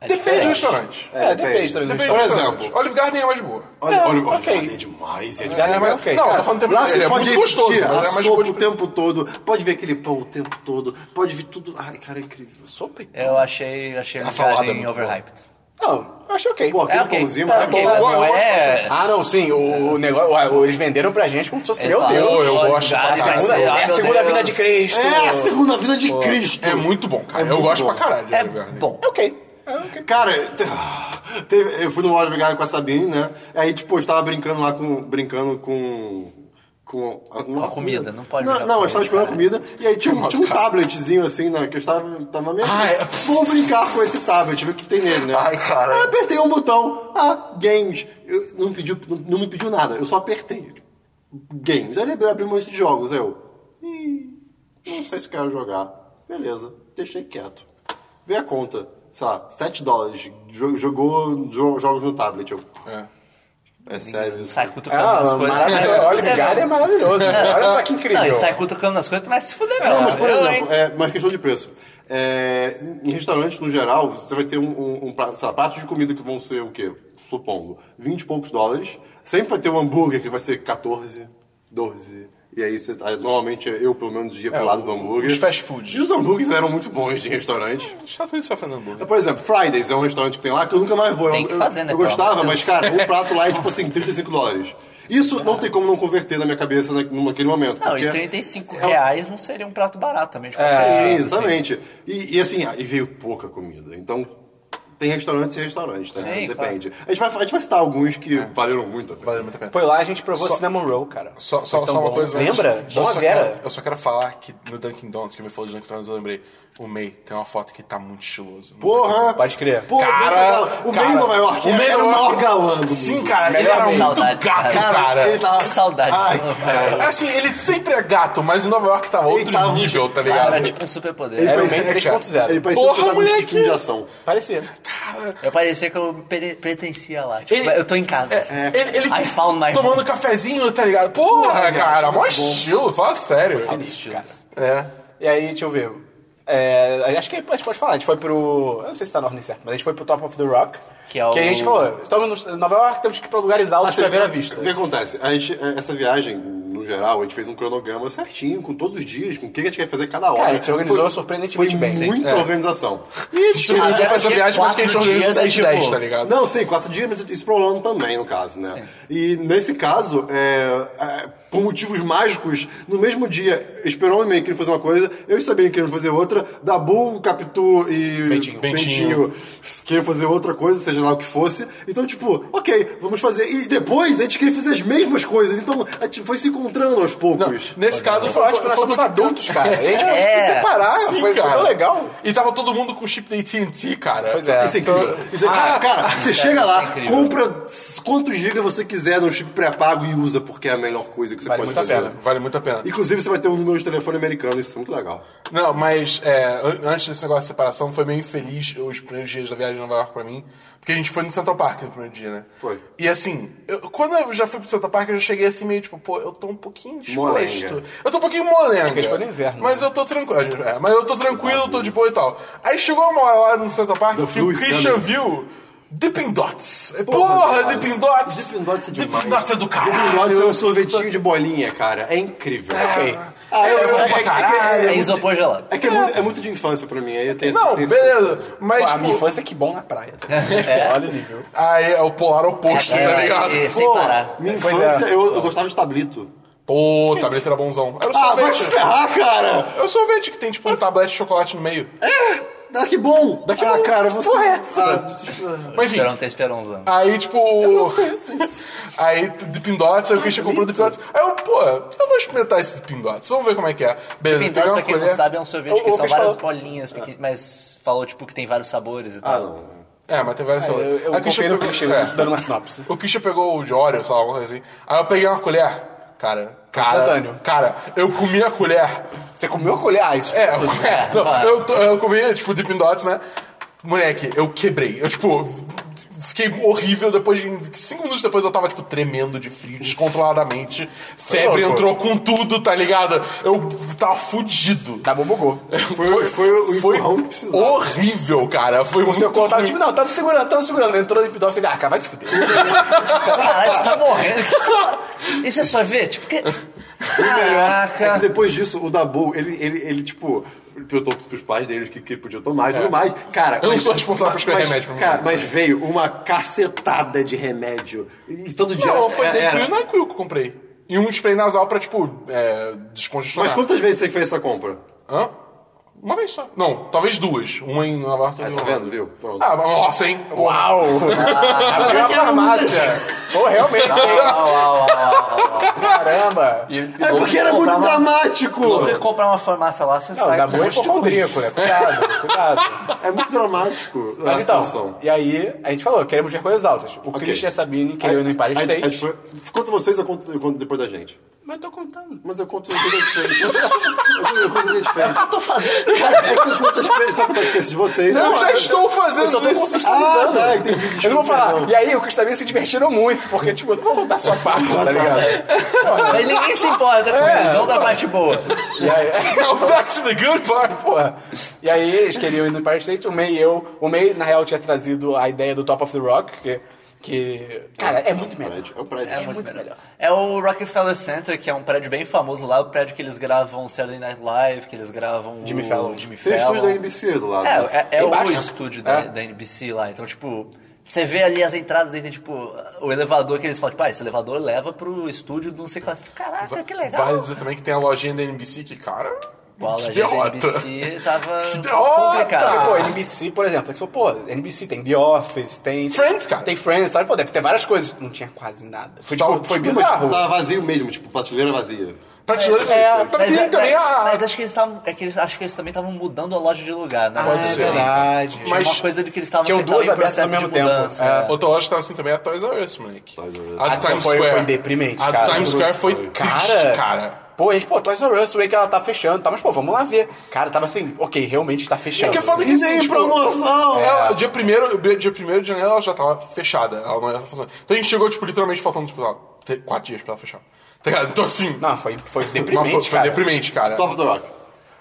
Speaker 1: É
Speaker 4: Depende do
Speaker 1: diferente.
Speaker 4: restaurante.
Speaker 3: É, depende também do
Speaker 4: Depende
Speaker 2: Por
Speaker 4: do
Speaker 3: restaurante.
Speaker 4: restaurante.
Speaker 2: exemplo.
Speaker 4: Olive Garden é mais boa.
Speaker 2: Olha,
Speaker 3: É,
Speaker 2: olha, olha,
Speaker 3: ok.
Speaker 2: olha, é demais, é demais.
Speaker 3: Garden é ok.
Speaker 4: Não,
Speaker 3: Cara,
Speaker 4: tá falando o tempo
Speaker 2: Lá
Speaker 4: inteiro,
Speaker 2: você
Speaker 4: é
Speaker 2: pode
Speaker 4: muito gostoso.
Speaker 2: repetir
Speaker 4: mas
Speaker 2: a
Speaker 4: é mais
Speaker 2: sopa
Speaker 4: boa
Speaker 2: o
Speaker 4: de-
Speaker 2: tempo todo, pode ver aquele pão o tempo todo, pode ver tudo. Ai, cara, é incrível. Sopa e pão.
Speaker 1: Eu achei, achei um
Speaker 4: salada é
Speaker 1: bocadinho
Speaker 4: muito boa.
Speaker 1: overhyped.
Speaker 3: Não, eu achei ok.
Speaker 2: Pô, aquele
Speaker 1: É, ok.
Speaker 2: pãozinho
Speaker 1: É, ok, mas
Speaker 2: maravilhoso.
Speaker 4: Eu
Speaker 1: não
Speaker 4: gosto
Speaker 1: é...
Speaker 3: Ah, não, sim. O, o negócio. ah, Eles venderam pra gente como se fosse. Meu
Speaker 1: Exato.
Speaker 3: Deus.
Speaker 4: eu
Speaker 1: Olha,
Speaker 4: gosto pra
Speaker 1: vai
Speaker 4: caralho.
Speaker 1: ser-
Speaker 3: É
Speaker 1: ai,
Speaker 3: a
Speaker 1: meu
Speaker 3: segunda
Speaker 1: Deus.
Speaker 3: vinda de Cristo.
Speaker 2: É a segunda vida de Cristo.
Speaker 4: É muito bom, cara.
Speaker 2: É
Speaker 4: eu
Speaker 2: muito
Speaker 4: gosto
Speaker 2: bom.
Speaker 4: pra caralho de
Speaker 1: É
Speaker 4: Olive Garden.
Speaker 1: bom.
Speaker 3: É ok. É ok.
Speaker 2: Cara, te- teve- eu fui no Olive Garden com a Sabine, né? Aí, tipo, eu estava brincando lá com. brincando com. Com a,
Speaker 1: a comida, não pode
Speaker 2: Não,
Speaker 1: brincar
Speaker 2: não
Speaker 1: com
Speaker 2: eu estava esperando a comida e aí tinha, um- tinha um tabletzinho assim, né? Que eu estava, tava meio.
Speaker 4: Ah, é.
Speaker 2: Vou brincar com esse tablet, ver o que tem nele, né?
Speaker 4: Ai, cara.
Speaker 2: Aí eu apertei um botão. Ah, games. Eu, não, pediu, não, não me pediu nada, eu só apertei. games. Aí ele abriu um monte de jogos. Aí eu, "Ih, não sei se quero jogar. Beleza, deixei quieto. Vê a conta, sei lá, 7 dólares. Jo- Jogou jo- jogos no tablet. Eu,
Speaker 4: É.
Speaker 2: é sério isso?
Speaker 5: Sai cutucando
Speaker 3: Ah,
Speaker 5: nas coisas.
Speaker 3: maravilhoso. Olha,
Speaker 1: assim.
Speaker 3: esse galho é maravilhoso. né? Olha só que incrível.
Speaker 5: Não, ele
Speaker 1: é
Speaker 5: sai cutucando nas coisas, mas se fuder mesmo.
Speaker 2: Não, mas por
Speaker 5: Eu, hein?
Speaker 2: exemplo, é, mas questão de preço. É, em restaurantes, no geral, você vai ter um, um, um prato, sei lá, pratos de comida que vão ser o quê? Supondo, 20 e poucos dólares. Sempre vai ter um hambúrguer que vai ser 14, 12. E aí, você, aí, normalmente, eu pelo menos ia pro
Speaker 4: É,
Speaker 2: lado
Speaker 4: o-
Speaker 2: do hambúrguer.
Speaker 4: os fast food.
Speaker 2: E os hambúrgueres eram muito bons de restaurante.
Speaker 4: Os Estados Unidos sofrem hambúrguer.
Speaker 2: Por exemplo, Fridays é um restaurante que tem lá que eu nunca mais vou.
Speaker 5: Tem
Speaker 2: Eu-
Speaker 5: que
Speaker 2: eu-
Speaker 5: fazer, né,
Speaker 2: Eu
Speaker 5: pelo
Speaker 2: gostava,
Speaker 5: amor de
Speaker 2: mas, cara, um prato lá é tipo assim, 35 dólares. Isso não tem como não converter na minha cabeça na- naquele momento.
Speaker 5: Não,
Speaker 2: porque- é
Speaker 5: e 35 reais não seria um prato barato também.
Speaker 3: É,
Speaker 5: Tipo,
Speaker 2: Sim,
Speaker 5: assim,
Speaker 2: exatamente. E, e assim, ah, e veio pouca comida. Então, tem restaurantes e restaurantes, tá?
Speaker 5: Sim,
Speaker 2: Depende. A, gente vai, a gente vai citar alguns
Speaker 3: É.
Speaker 2: que valeram muito a pena.
Speaker 4: Valeu muito a pena.
Speaker 3: Foi lá, a gente provou
Speaker 4: Só-
Speaker 3: cinnamon roll, cara.
Speaker 4: Só,
Speaker 3: Foi
Speaker 4: só,
Speaker 3: tão
Speaker 4: só uma
Speaker 3: bom.
Speaker 4: coisa. antes.
Speaker 3: Lembra?
Speaker 4: Eu
Speaker 3: Bom a
Speaker 4: só,
Speaker 3: Vera.
Speaker 4: quero, eu só quero falar que no Dunkin' Donuts, que me falou de Dunkin' Donuts, eu lembrei. O May tem uma foto que tá muito estiloso. No Dunkin'
Speaker 2: Porra!
Speaker 4: Donuts.
Speaker 3: Pode crer.
Speaker 2: Pô,
Speaker 4: cara,
Speaker 2: o
Speaker 4: cara,
Speaker 2: meio Nova York
Speaker 4: o May
Speaker 2: era
Speaker 4: Nova
Speaker 2: o maior
Speaker 4: York-
Speaker 2: galã do mundo.
Speaker 4: Sim, cara, ele
Speaker 5: Melhor
Speaker 4: era
Speaker 5: May.
Speaker 4: muito
Speaker 5: Saudades,
Speaker 4: gato,
Speaker 5: cara.
Speaker 4: cara.
Speaker 2: ele tava...
Speaker 5: Que saudade. É,
Speaker 2: Ai, cara.
Speaker 4: Assim, ele sempre é gato, mas em Nova York tava
Speaker 2: Ele
Speaker 4: outro
Speaker 2: tava-
Speaker 4: nível, tá ligado?
Speaker 5: Era tipo um superpoder.
Speaker 2: Ele
Speaker 3: Era o
Speaker 2: parecia-
Speaker 3: Man 3.0.
Speaker 2: Ele parecia
Speaker 4: Porra,
Speaker 2: um protagonista de
Speaker 4: moleque!
Speaker 2: filme de ação.
Speaker 3: Parecia.
Speaker 4: Cara,
Speaker 5: Eu parecia que eu pere- pertencia lá. Tipo,
Speaker 4: Ele-
Speaker 5: eu tô em casa.
Speaker 4: é, ele, ele
Speaker 5: I found my
Speaker 4: tomando
Speaker 5: home.
Speaker 4: cafezinho, tá ligado? Porra, cara, mó estilo, fala sério.
Speaker 5: Sinistro, cara.
Speaker 4: É.
Speaker 3: E aí, deixa eu ver. É, acho que a gente pode falar. A gente foi pro. Eu não sei se tá na ordem certa, mas a gente foi pro Top of the Rock.
Speaker 5: Que é o-
Speaker 3: a gente falou: estamos em Nova York, temos que ir pra lugares altos pra
Speaker 2: Assim,
Speaker 3: ver a vista.
Speaker 2: O que acontece? A gente, é, essa viagem, no geral, a gente fez um cronograma certinho, com todos os dias, com o que a gente quer fazer cada hora.
Speaker 3: Cara, a gente se organizou
Speaker 2: Foi-
Speaker 3: surpreendentemente
Speaker 2: foi
Speaker 3: bem. Sim.
Speaker 2: Muita
Speaker 4: É.
Speaker 2: organização.
Speaker 4: Isso, mas
Speaker 5: Mas
Speaker 4: é
Speaker 5: é
Speaker 4: essa
Speaker 5: porque
Speaker 4: viagem, mas que a gente
Speaker 5: quatro
Speaker 4: organizou
Speaker 5: dias é
Speaker 4: 10 de 10,
Speaker 5: tipo-
Speaker 4: tá ligado?
Speaker 2: Não, sim, quatro dias, mas isso pro Orlando também, no caso, né? E nesse caso, é, é, por motivos mágicos, no mesmo dia, esperou um e-mail querendo fazer uma coisa, eu e Sabine querendo fazer outra, Dabu, Capitu e
Speaker 3: Bentinho.
Speaker 4: Bentinho.
Speaker 2: queriam fazer outra coisa, seja lá o que fosse. Então, tipo, ok, vamos fazer. E depois a gente queria fazer as mesmas coisas, então a gente foi se encontrando aos
Speaker 4: Não,
Speaker 2: poucos.
Speaker 4: nesse caso,
Speaker 3: Foi ótimo, nós
Speaker 4: foi um
Speaker 3: somos adultos, cara. E a gente
Speaker 5: É.
Speaker 3: conseguiu separar,
Speaker 4: Sim,
Speaker 3: Tá, foi
Speaker 4: cara.
Speaker 3: tão legal.
Speaker 4: E tava todo mundo com chip da AT&T, cara.
Speaker 3: Pois é.
Speaker 2: Isso é incrível. Isso é-
Speaker 4: Ah,
Speaker 2: cara, você chega
Speaker 5: isso é
Speaker 2: lá,
Speaker 5: incrível.
Speaker 2: compra quantos gigas você quiser no chip pré-pago e usa, porque é a melhor coisa que você
Speaker 3: Vale
Speaker 2: pode
Speaker 3: muito a
Speaker 2: fazer.
Speaker 3: pena.
Speaker 4: Vale muito a pena.
Speaker 2: Inclusive, você vai ter um número de telefone americano, isso é muito legal.
Speaker 4: Não, mas é, an- antes desse negócio de separação, foi meio infeliz os primeiros dias da viagem de Nova York pra mim. Porque a gente foi no Central Park no primeiro dia, né?
Speaker 2: Foi.
Speaker 4: E assim, eu- quando eu já fui pro Central Park, eu já cheguei assim meio tipo, pô, eu tô um pouquinho disposto.
Speaker 2: Molenga.
Speaker 4: Eu tô um pouquinho molenga. Porque
Speaker 3: É a gente foi no inverno, né?
Speaker 4: Mas eu tô tranquilo. é, mas eu tô tranquilo, eu tô de boa e tal. Aí chegou uma hora lá no Central Park
Speaker 2: The
Speaker 4: que
Speaker 2: flu
Speaker 4: o
Speaker 2: is
Speaker 4: Christian
Speaker 2: coming.
Speaker 4: viu Dipping Dots. Porra,
Speaker 2: cara.
Speaker 4: Dipping Dots.
Speaker 2: Dipping Dots é demais.
Speaker 4: Dipping Dots é do caralho.
Speaker 2: Dipping Dots é um sorvetinho de bolinha, cara. É incrível.
Speaker 3: Ok.
Speaker 2: Ah, eu-
Speaker 4: É,
Speaker 2: é- é-
Speaker 4: pra
Speaker 2: é-
Speaker 4: caralho.
Speaker 2: é-
Speaker 5: É
Speaker 2: é-
Speaker 5: isopor gelado.
Speaker 2: É que é muito, é muito de infância pra mim. Aí eu tenho
Speaker 4: Não,
Speaker 2: tenho
Speaker 4: beleza. Mas,
Speaker 3: Pô, a
Speaker 4: tipo,
Speaker 3: minha infância, que bom na praia. tá? Olha o nível.
Speaker 4: Aí é o polar oposto,
Speaker 5: É,
Speaker 4: tá
Speaker 5: é,
Speaker 4: ligado?
Speaker 5: é,
Speaker 2: Pô,
Speaker 5: sem parar.
Speaker 2: Minha
Speaker 3: Pois
Speaker 2: infância,
Speaker 3: é.
Speaker 2: eu, eu gostava de tablito.
Speaker 4: Pô, o tablete era bonzão. Era o
Speaker 2: Ah, vai se
Speaker 4: sorvete.
Speaker 2: ferrar, cara!
Speaker 4: É o sorvete que tem, tipo, um tablete de chocolate no meio.
Speaker 2: Ah, que bom!
Speaker 4: Daqui
Speaker 2: ah,
Speaker 4: bom.
Speaker 2: cara, você...
Speaker 4: Porra, é essa?
Speaker 2: Ah,
Speaker 4: Mas enfim.
Speaker 5: Esperão tá esperonzão.
Speaker 4: Aí, tipo. Aí, Dipping Dots, aí o Christian comprou Dipping Dots. Aí eu, pô, eu vou experimentar esse Dipping Dots, vamos ver como é que é. Beleza,
Speaker 5: Pintor,
Speaker 4: peguei
Speaker 5: só
Speaker 4: uma
Speaker 5: quem não
Speaker 4: colher.
Speaker 5: sabe, é um sorvete
Speaker 3: O-
Speaker 5: que
Speaker 3: o
Speaker 5: são
Speaker 3: Chris
Speaker 5: várias
Speaker 3: falou-
Speaker 5: bolinhas, pequen- mas falou, tipo, que tem vários sabores e
Speaker 2: ah,
Speaker 5: tal.
Speaker 2: não.
Speaker 4: É, mas tem várias
Speaker 3: Eu,
Speaker 4: sabores.
Speaker 3: eu
Speaker 4: Aí o
Speaker 3: confiei no
Speaker 4: pegou-
Speaker 3: Christian
Speaker 4: é.
Speaker 3: dando uma sinopse.
Speaker 4: O Christian pegou o de Oreo, sei lá, alguma coisa assim. Aí eu peguei uma colher. Cara, cara,
Speaker 3: Instantâneo.
Speaker 4: cara, eu comi a colher.
Speaker 3: Você comeu a colher? Ah, isso.
Speaker 4: É, eu, é, não,
Speaker 5: vai.
Speaker 4: eu, to- eu comi, tipo, Deep Dots, né? Moleque, eu quebrei. Eu, tipo, fiquei horrível. Depois de. Cinco minutos depois eu tava, tipo, tremendo de frio, descontroladamente. Febre
Speaker 3: louco.
Speaker 4: entrou com tudo, tá ligado? Eu tava fudido.
Speaker 3: Tá bom, bugou.
Speaker 2: Foi, foi o
Speaker 4: Foi
Speaker 2: empurrão que precisava.
Speaker 4: horrível, cara. Foi
Speaker 3: O
Speaker 4: muito
Speaker 3: seu corpo tava
Speaker 4: ruim.
Speaker 3: tipo, não, tava segurando, tava segurando. Entrou no Pidol, você ah, cara, vai se fuder.
Speaker 5: Caralho, você tá morrendo. Isso é sorvete? Porque...
Speaker 2: É que
Speaker 5: Caraca.
Speaker 2: depois disso, o Dabu, ele, ele, ele tipo, perguntou pros pais dele o que, que ele podia tomar e tudo mais. Cara,
Speaker 4: Eu não
Speaker 2: mas-
Speaker 4: sou responsável por escolher
Speaker 2: mas-
Speaker 4: remédio pra mim.
Speaker 2: Cara, mas veio uma cacetada de remédio. E todo dia.
Speaker 4: Não, foi
Speaker 2: era-
Speaker 4: dentro
Speaker 2: é, era-
Speaker 4: e na que eu comprei. E um spray nasal pra, tipo, é, descongestionar.
Speaker 2: Mas quantas vezes você fez essa compra?
Speaker 4: Hã? Uma vez só. Não, talvez duas. Uma em Nova York e outra
Speaker 2: Ah, tá
Speaker 4: em
Speaker 2: vendo,
Speaker 4: Orlando.
Speaker 2: viu? Pronto.
Speaker 4: Ah, mas nossa, hein?
Speaker 3: Uau! Abriu a farmácia. Pô, realmente. hein?
Speaker 5: Uau, uau, uau, uau.
Speaker 3: Caramba!
Speaker 1: E-
Speaker 2: É porque era muito
Speaker 1: Comprava-
Speaker 2: dramático!
Speaker 1: Você comprar uma farmácia lá, você
Speaker 3: Não,
Speaker 1: sai
Speaker 3: dá
Speaker 1: com um
Speaker 3: muito
Speaker 1: monte de
Speaker 3: hipocondríaco, né? Cuidado, cuidado.
Speaker 2: É muito dramático
Speaker 3: Mas
Speaker 2: a
Speaker 3: então,
Speaker 2: situação.
Speaker 3: e aí a gente falou, queremos ver coisas altas. O Christian Sabini querendo ir em Paris
Speaker 2: A gente-
Speaker 3: State.
Speaker 2: a gente foi- Conta vocês, eu conto, eu conto depois da gente.
Speaker 3: Mas eu tô contando.
Speaker 2: Mas eu conto o que a gente fez. Eu eu conto o que a gente fez.
Speaker 1: Eu tô fazendo.
Speaker 2: É que eu conto as experiências, sabe contar as experiências de vocês.
Speaker 4: Eu
Speaker 2: Eu-
Speaker 4: já estou fazendo
Speaker 3: Eu só tô
Speaker 4: isso.
Speaker 2: Ah,
Speaker 3: contextualizando.
Speaker 2: tá, entendi. Desculpa,
Speaker 3: eu não vou falar.
Speaker 2: perdão.
Speaker 3: E aí o Christian Sabini se divertiram muito, porque, tipo, eu não vou contar a sua parte, tá ligado?
Speaker 1: Aí ninguém se importa com
Speaker 3: É.
Speaker 1: isso. Vamos da parte boa.
Speaker 3: E aí,
Speaker 4: Now that's the good part.
Speaker 3: porra. E aí eles queriam ir no Empire State, o May e eu. O May, na real, tinha trazido a ideia do Top of the Rock, que. que cara, é muito melhor.
Speaker 2: prédio, é um prédio.
Speaker 3: É muito melhor.
Speaker 1: É o Rockefeller Center, que é um prédio bem famoso lá, o prédio que eles gravam Saturday Night Live, que eles gravam
Speaker 3: Jimmy
Speaker 1: o
Speaker 3: Fallon.
Speaker 1: Jimmy
Speaker 2: Tem o estúdio da
Speaker 1: Fallon.
Speaker 2: NBC do lado. né?
Speaker 1: É, é, é o
Speaker 3: Embaixo?
Speaker 1: estúdio da,
Speaker 3: É.
Speaker 1: da NBC lá. Então, tipo, você vê ali as entradas, daí tem, tipo, o elevador que eles falam, tipo, ah, esse elevador leva pro estúdio do não sei o que lá. Você fala, Caraca, que legal.
Speaker 4: Vale dizer também que tem a lojinha da NBC que, cara.
Speaker 1: Pô, a
Speaker 4: que
Speaker 1: loja
Speaker 4: derrota.
Speaker 1: da NBC tava
Speaker 4: Que derrota!
Speaker 3: Porque,
Speaker 1: complicada.
Speaker 3: pô, NBC, por exemplo, a gente falou, pô, NBC tem The Office, tem.
Speaker 4: Friends, cara.
Speaker 3: Tem Friends, sabe? Pô, deve ter várias coisas. Não tinha quase nada. Foi,
Speaker 4: Só-
Speaker 3: tipo, foi
Speaker 2: Mas,
Speaker 3: bizarro.
Speaker 2: tipo, Tava vazio mesmo, tipo, prateleira vazia.
Speaker 4: Prateleira.
Speaker 3: É, é,
Speaker 4: Pra mim
Speaker 1: mas,
Speaker 4: também
Speaker 1: mas-
Speaker 4: a.
Speaker 1: mas acho que eles estavam. É que eles, acho que eles também estavam mudando a loja de lugar, né?
Speaker 3: Ah,
Speaker 1: Assim,
Speaker 3: é verdade.
Speaker 1: Tinha
Speaker 4: Mas-
Speaker 1: uma coisa de que eles estavam
Speaker 3: Tinham
Speaker 1: que tava
Speaker 3: duas
Speaker 1: em
Speaker 3: abertas
Speaker 1: processo
Speaker 3: ao
Speaker 1: de
Speaker 3: mesmo tempo.
Speaker 1: mudança,
Speaker 3: É.
Speaker 1: né?
Speaker 4: Outra loja que tava assim também é a Toys R Us, moleque.
Speaker 2: Toys R Us.
Speaker 4: A
Speaker 3: Ah,
Speaker 4: do Times
Speaker 3: foi-
Speaker 4: Square.
Speaker 3: foi deprimente,
Speaker 4: A do
Speaker 3: cara.
Speaker 4: Times Square foi
Speaker 2: Foi.
Speaker 4: triste, cara.
Speaker 3: Pô, a gente, pô, Toys R Us, o que ela tá fechando, tá? Mas, pô, vamos lá ver. Cara, tava assim, ok, realmente tá fechando.
Speaker 4: É que é foda
Speaker 2: E
Speaker 4: que assim,
Speaker 2: nem
Speaker 4: tipo,
Speaker 2: promoção!
Speaker 3: é-
Speaker 4: Ela, o dia primeiro, o dia primeiro de janeiro ela já tava fechada. Ela não ia funcionar. Então a gente chegou, tipo, literalmente faltando, tipo, lá, te- quatro dias pra ela fechar. Tá ligado? Então assim.
Speaker 3: Não, foi, foi
Speaker 4: mas
Speaker 3: deprimente,
Speaker 4: foi, foi
Speaker 3: cara.
Speaker 4: deprimente, cara.
Speaker 2: Top of the Rock.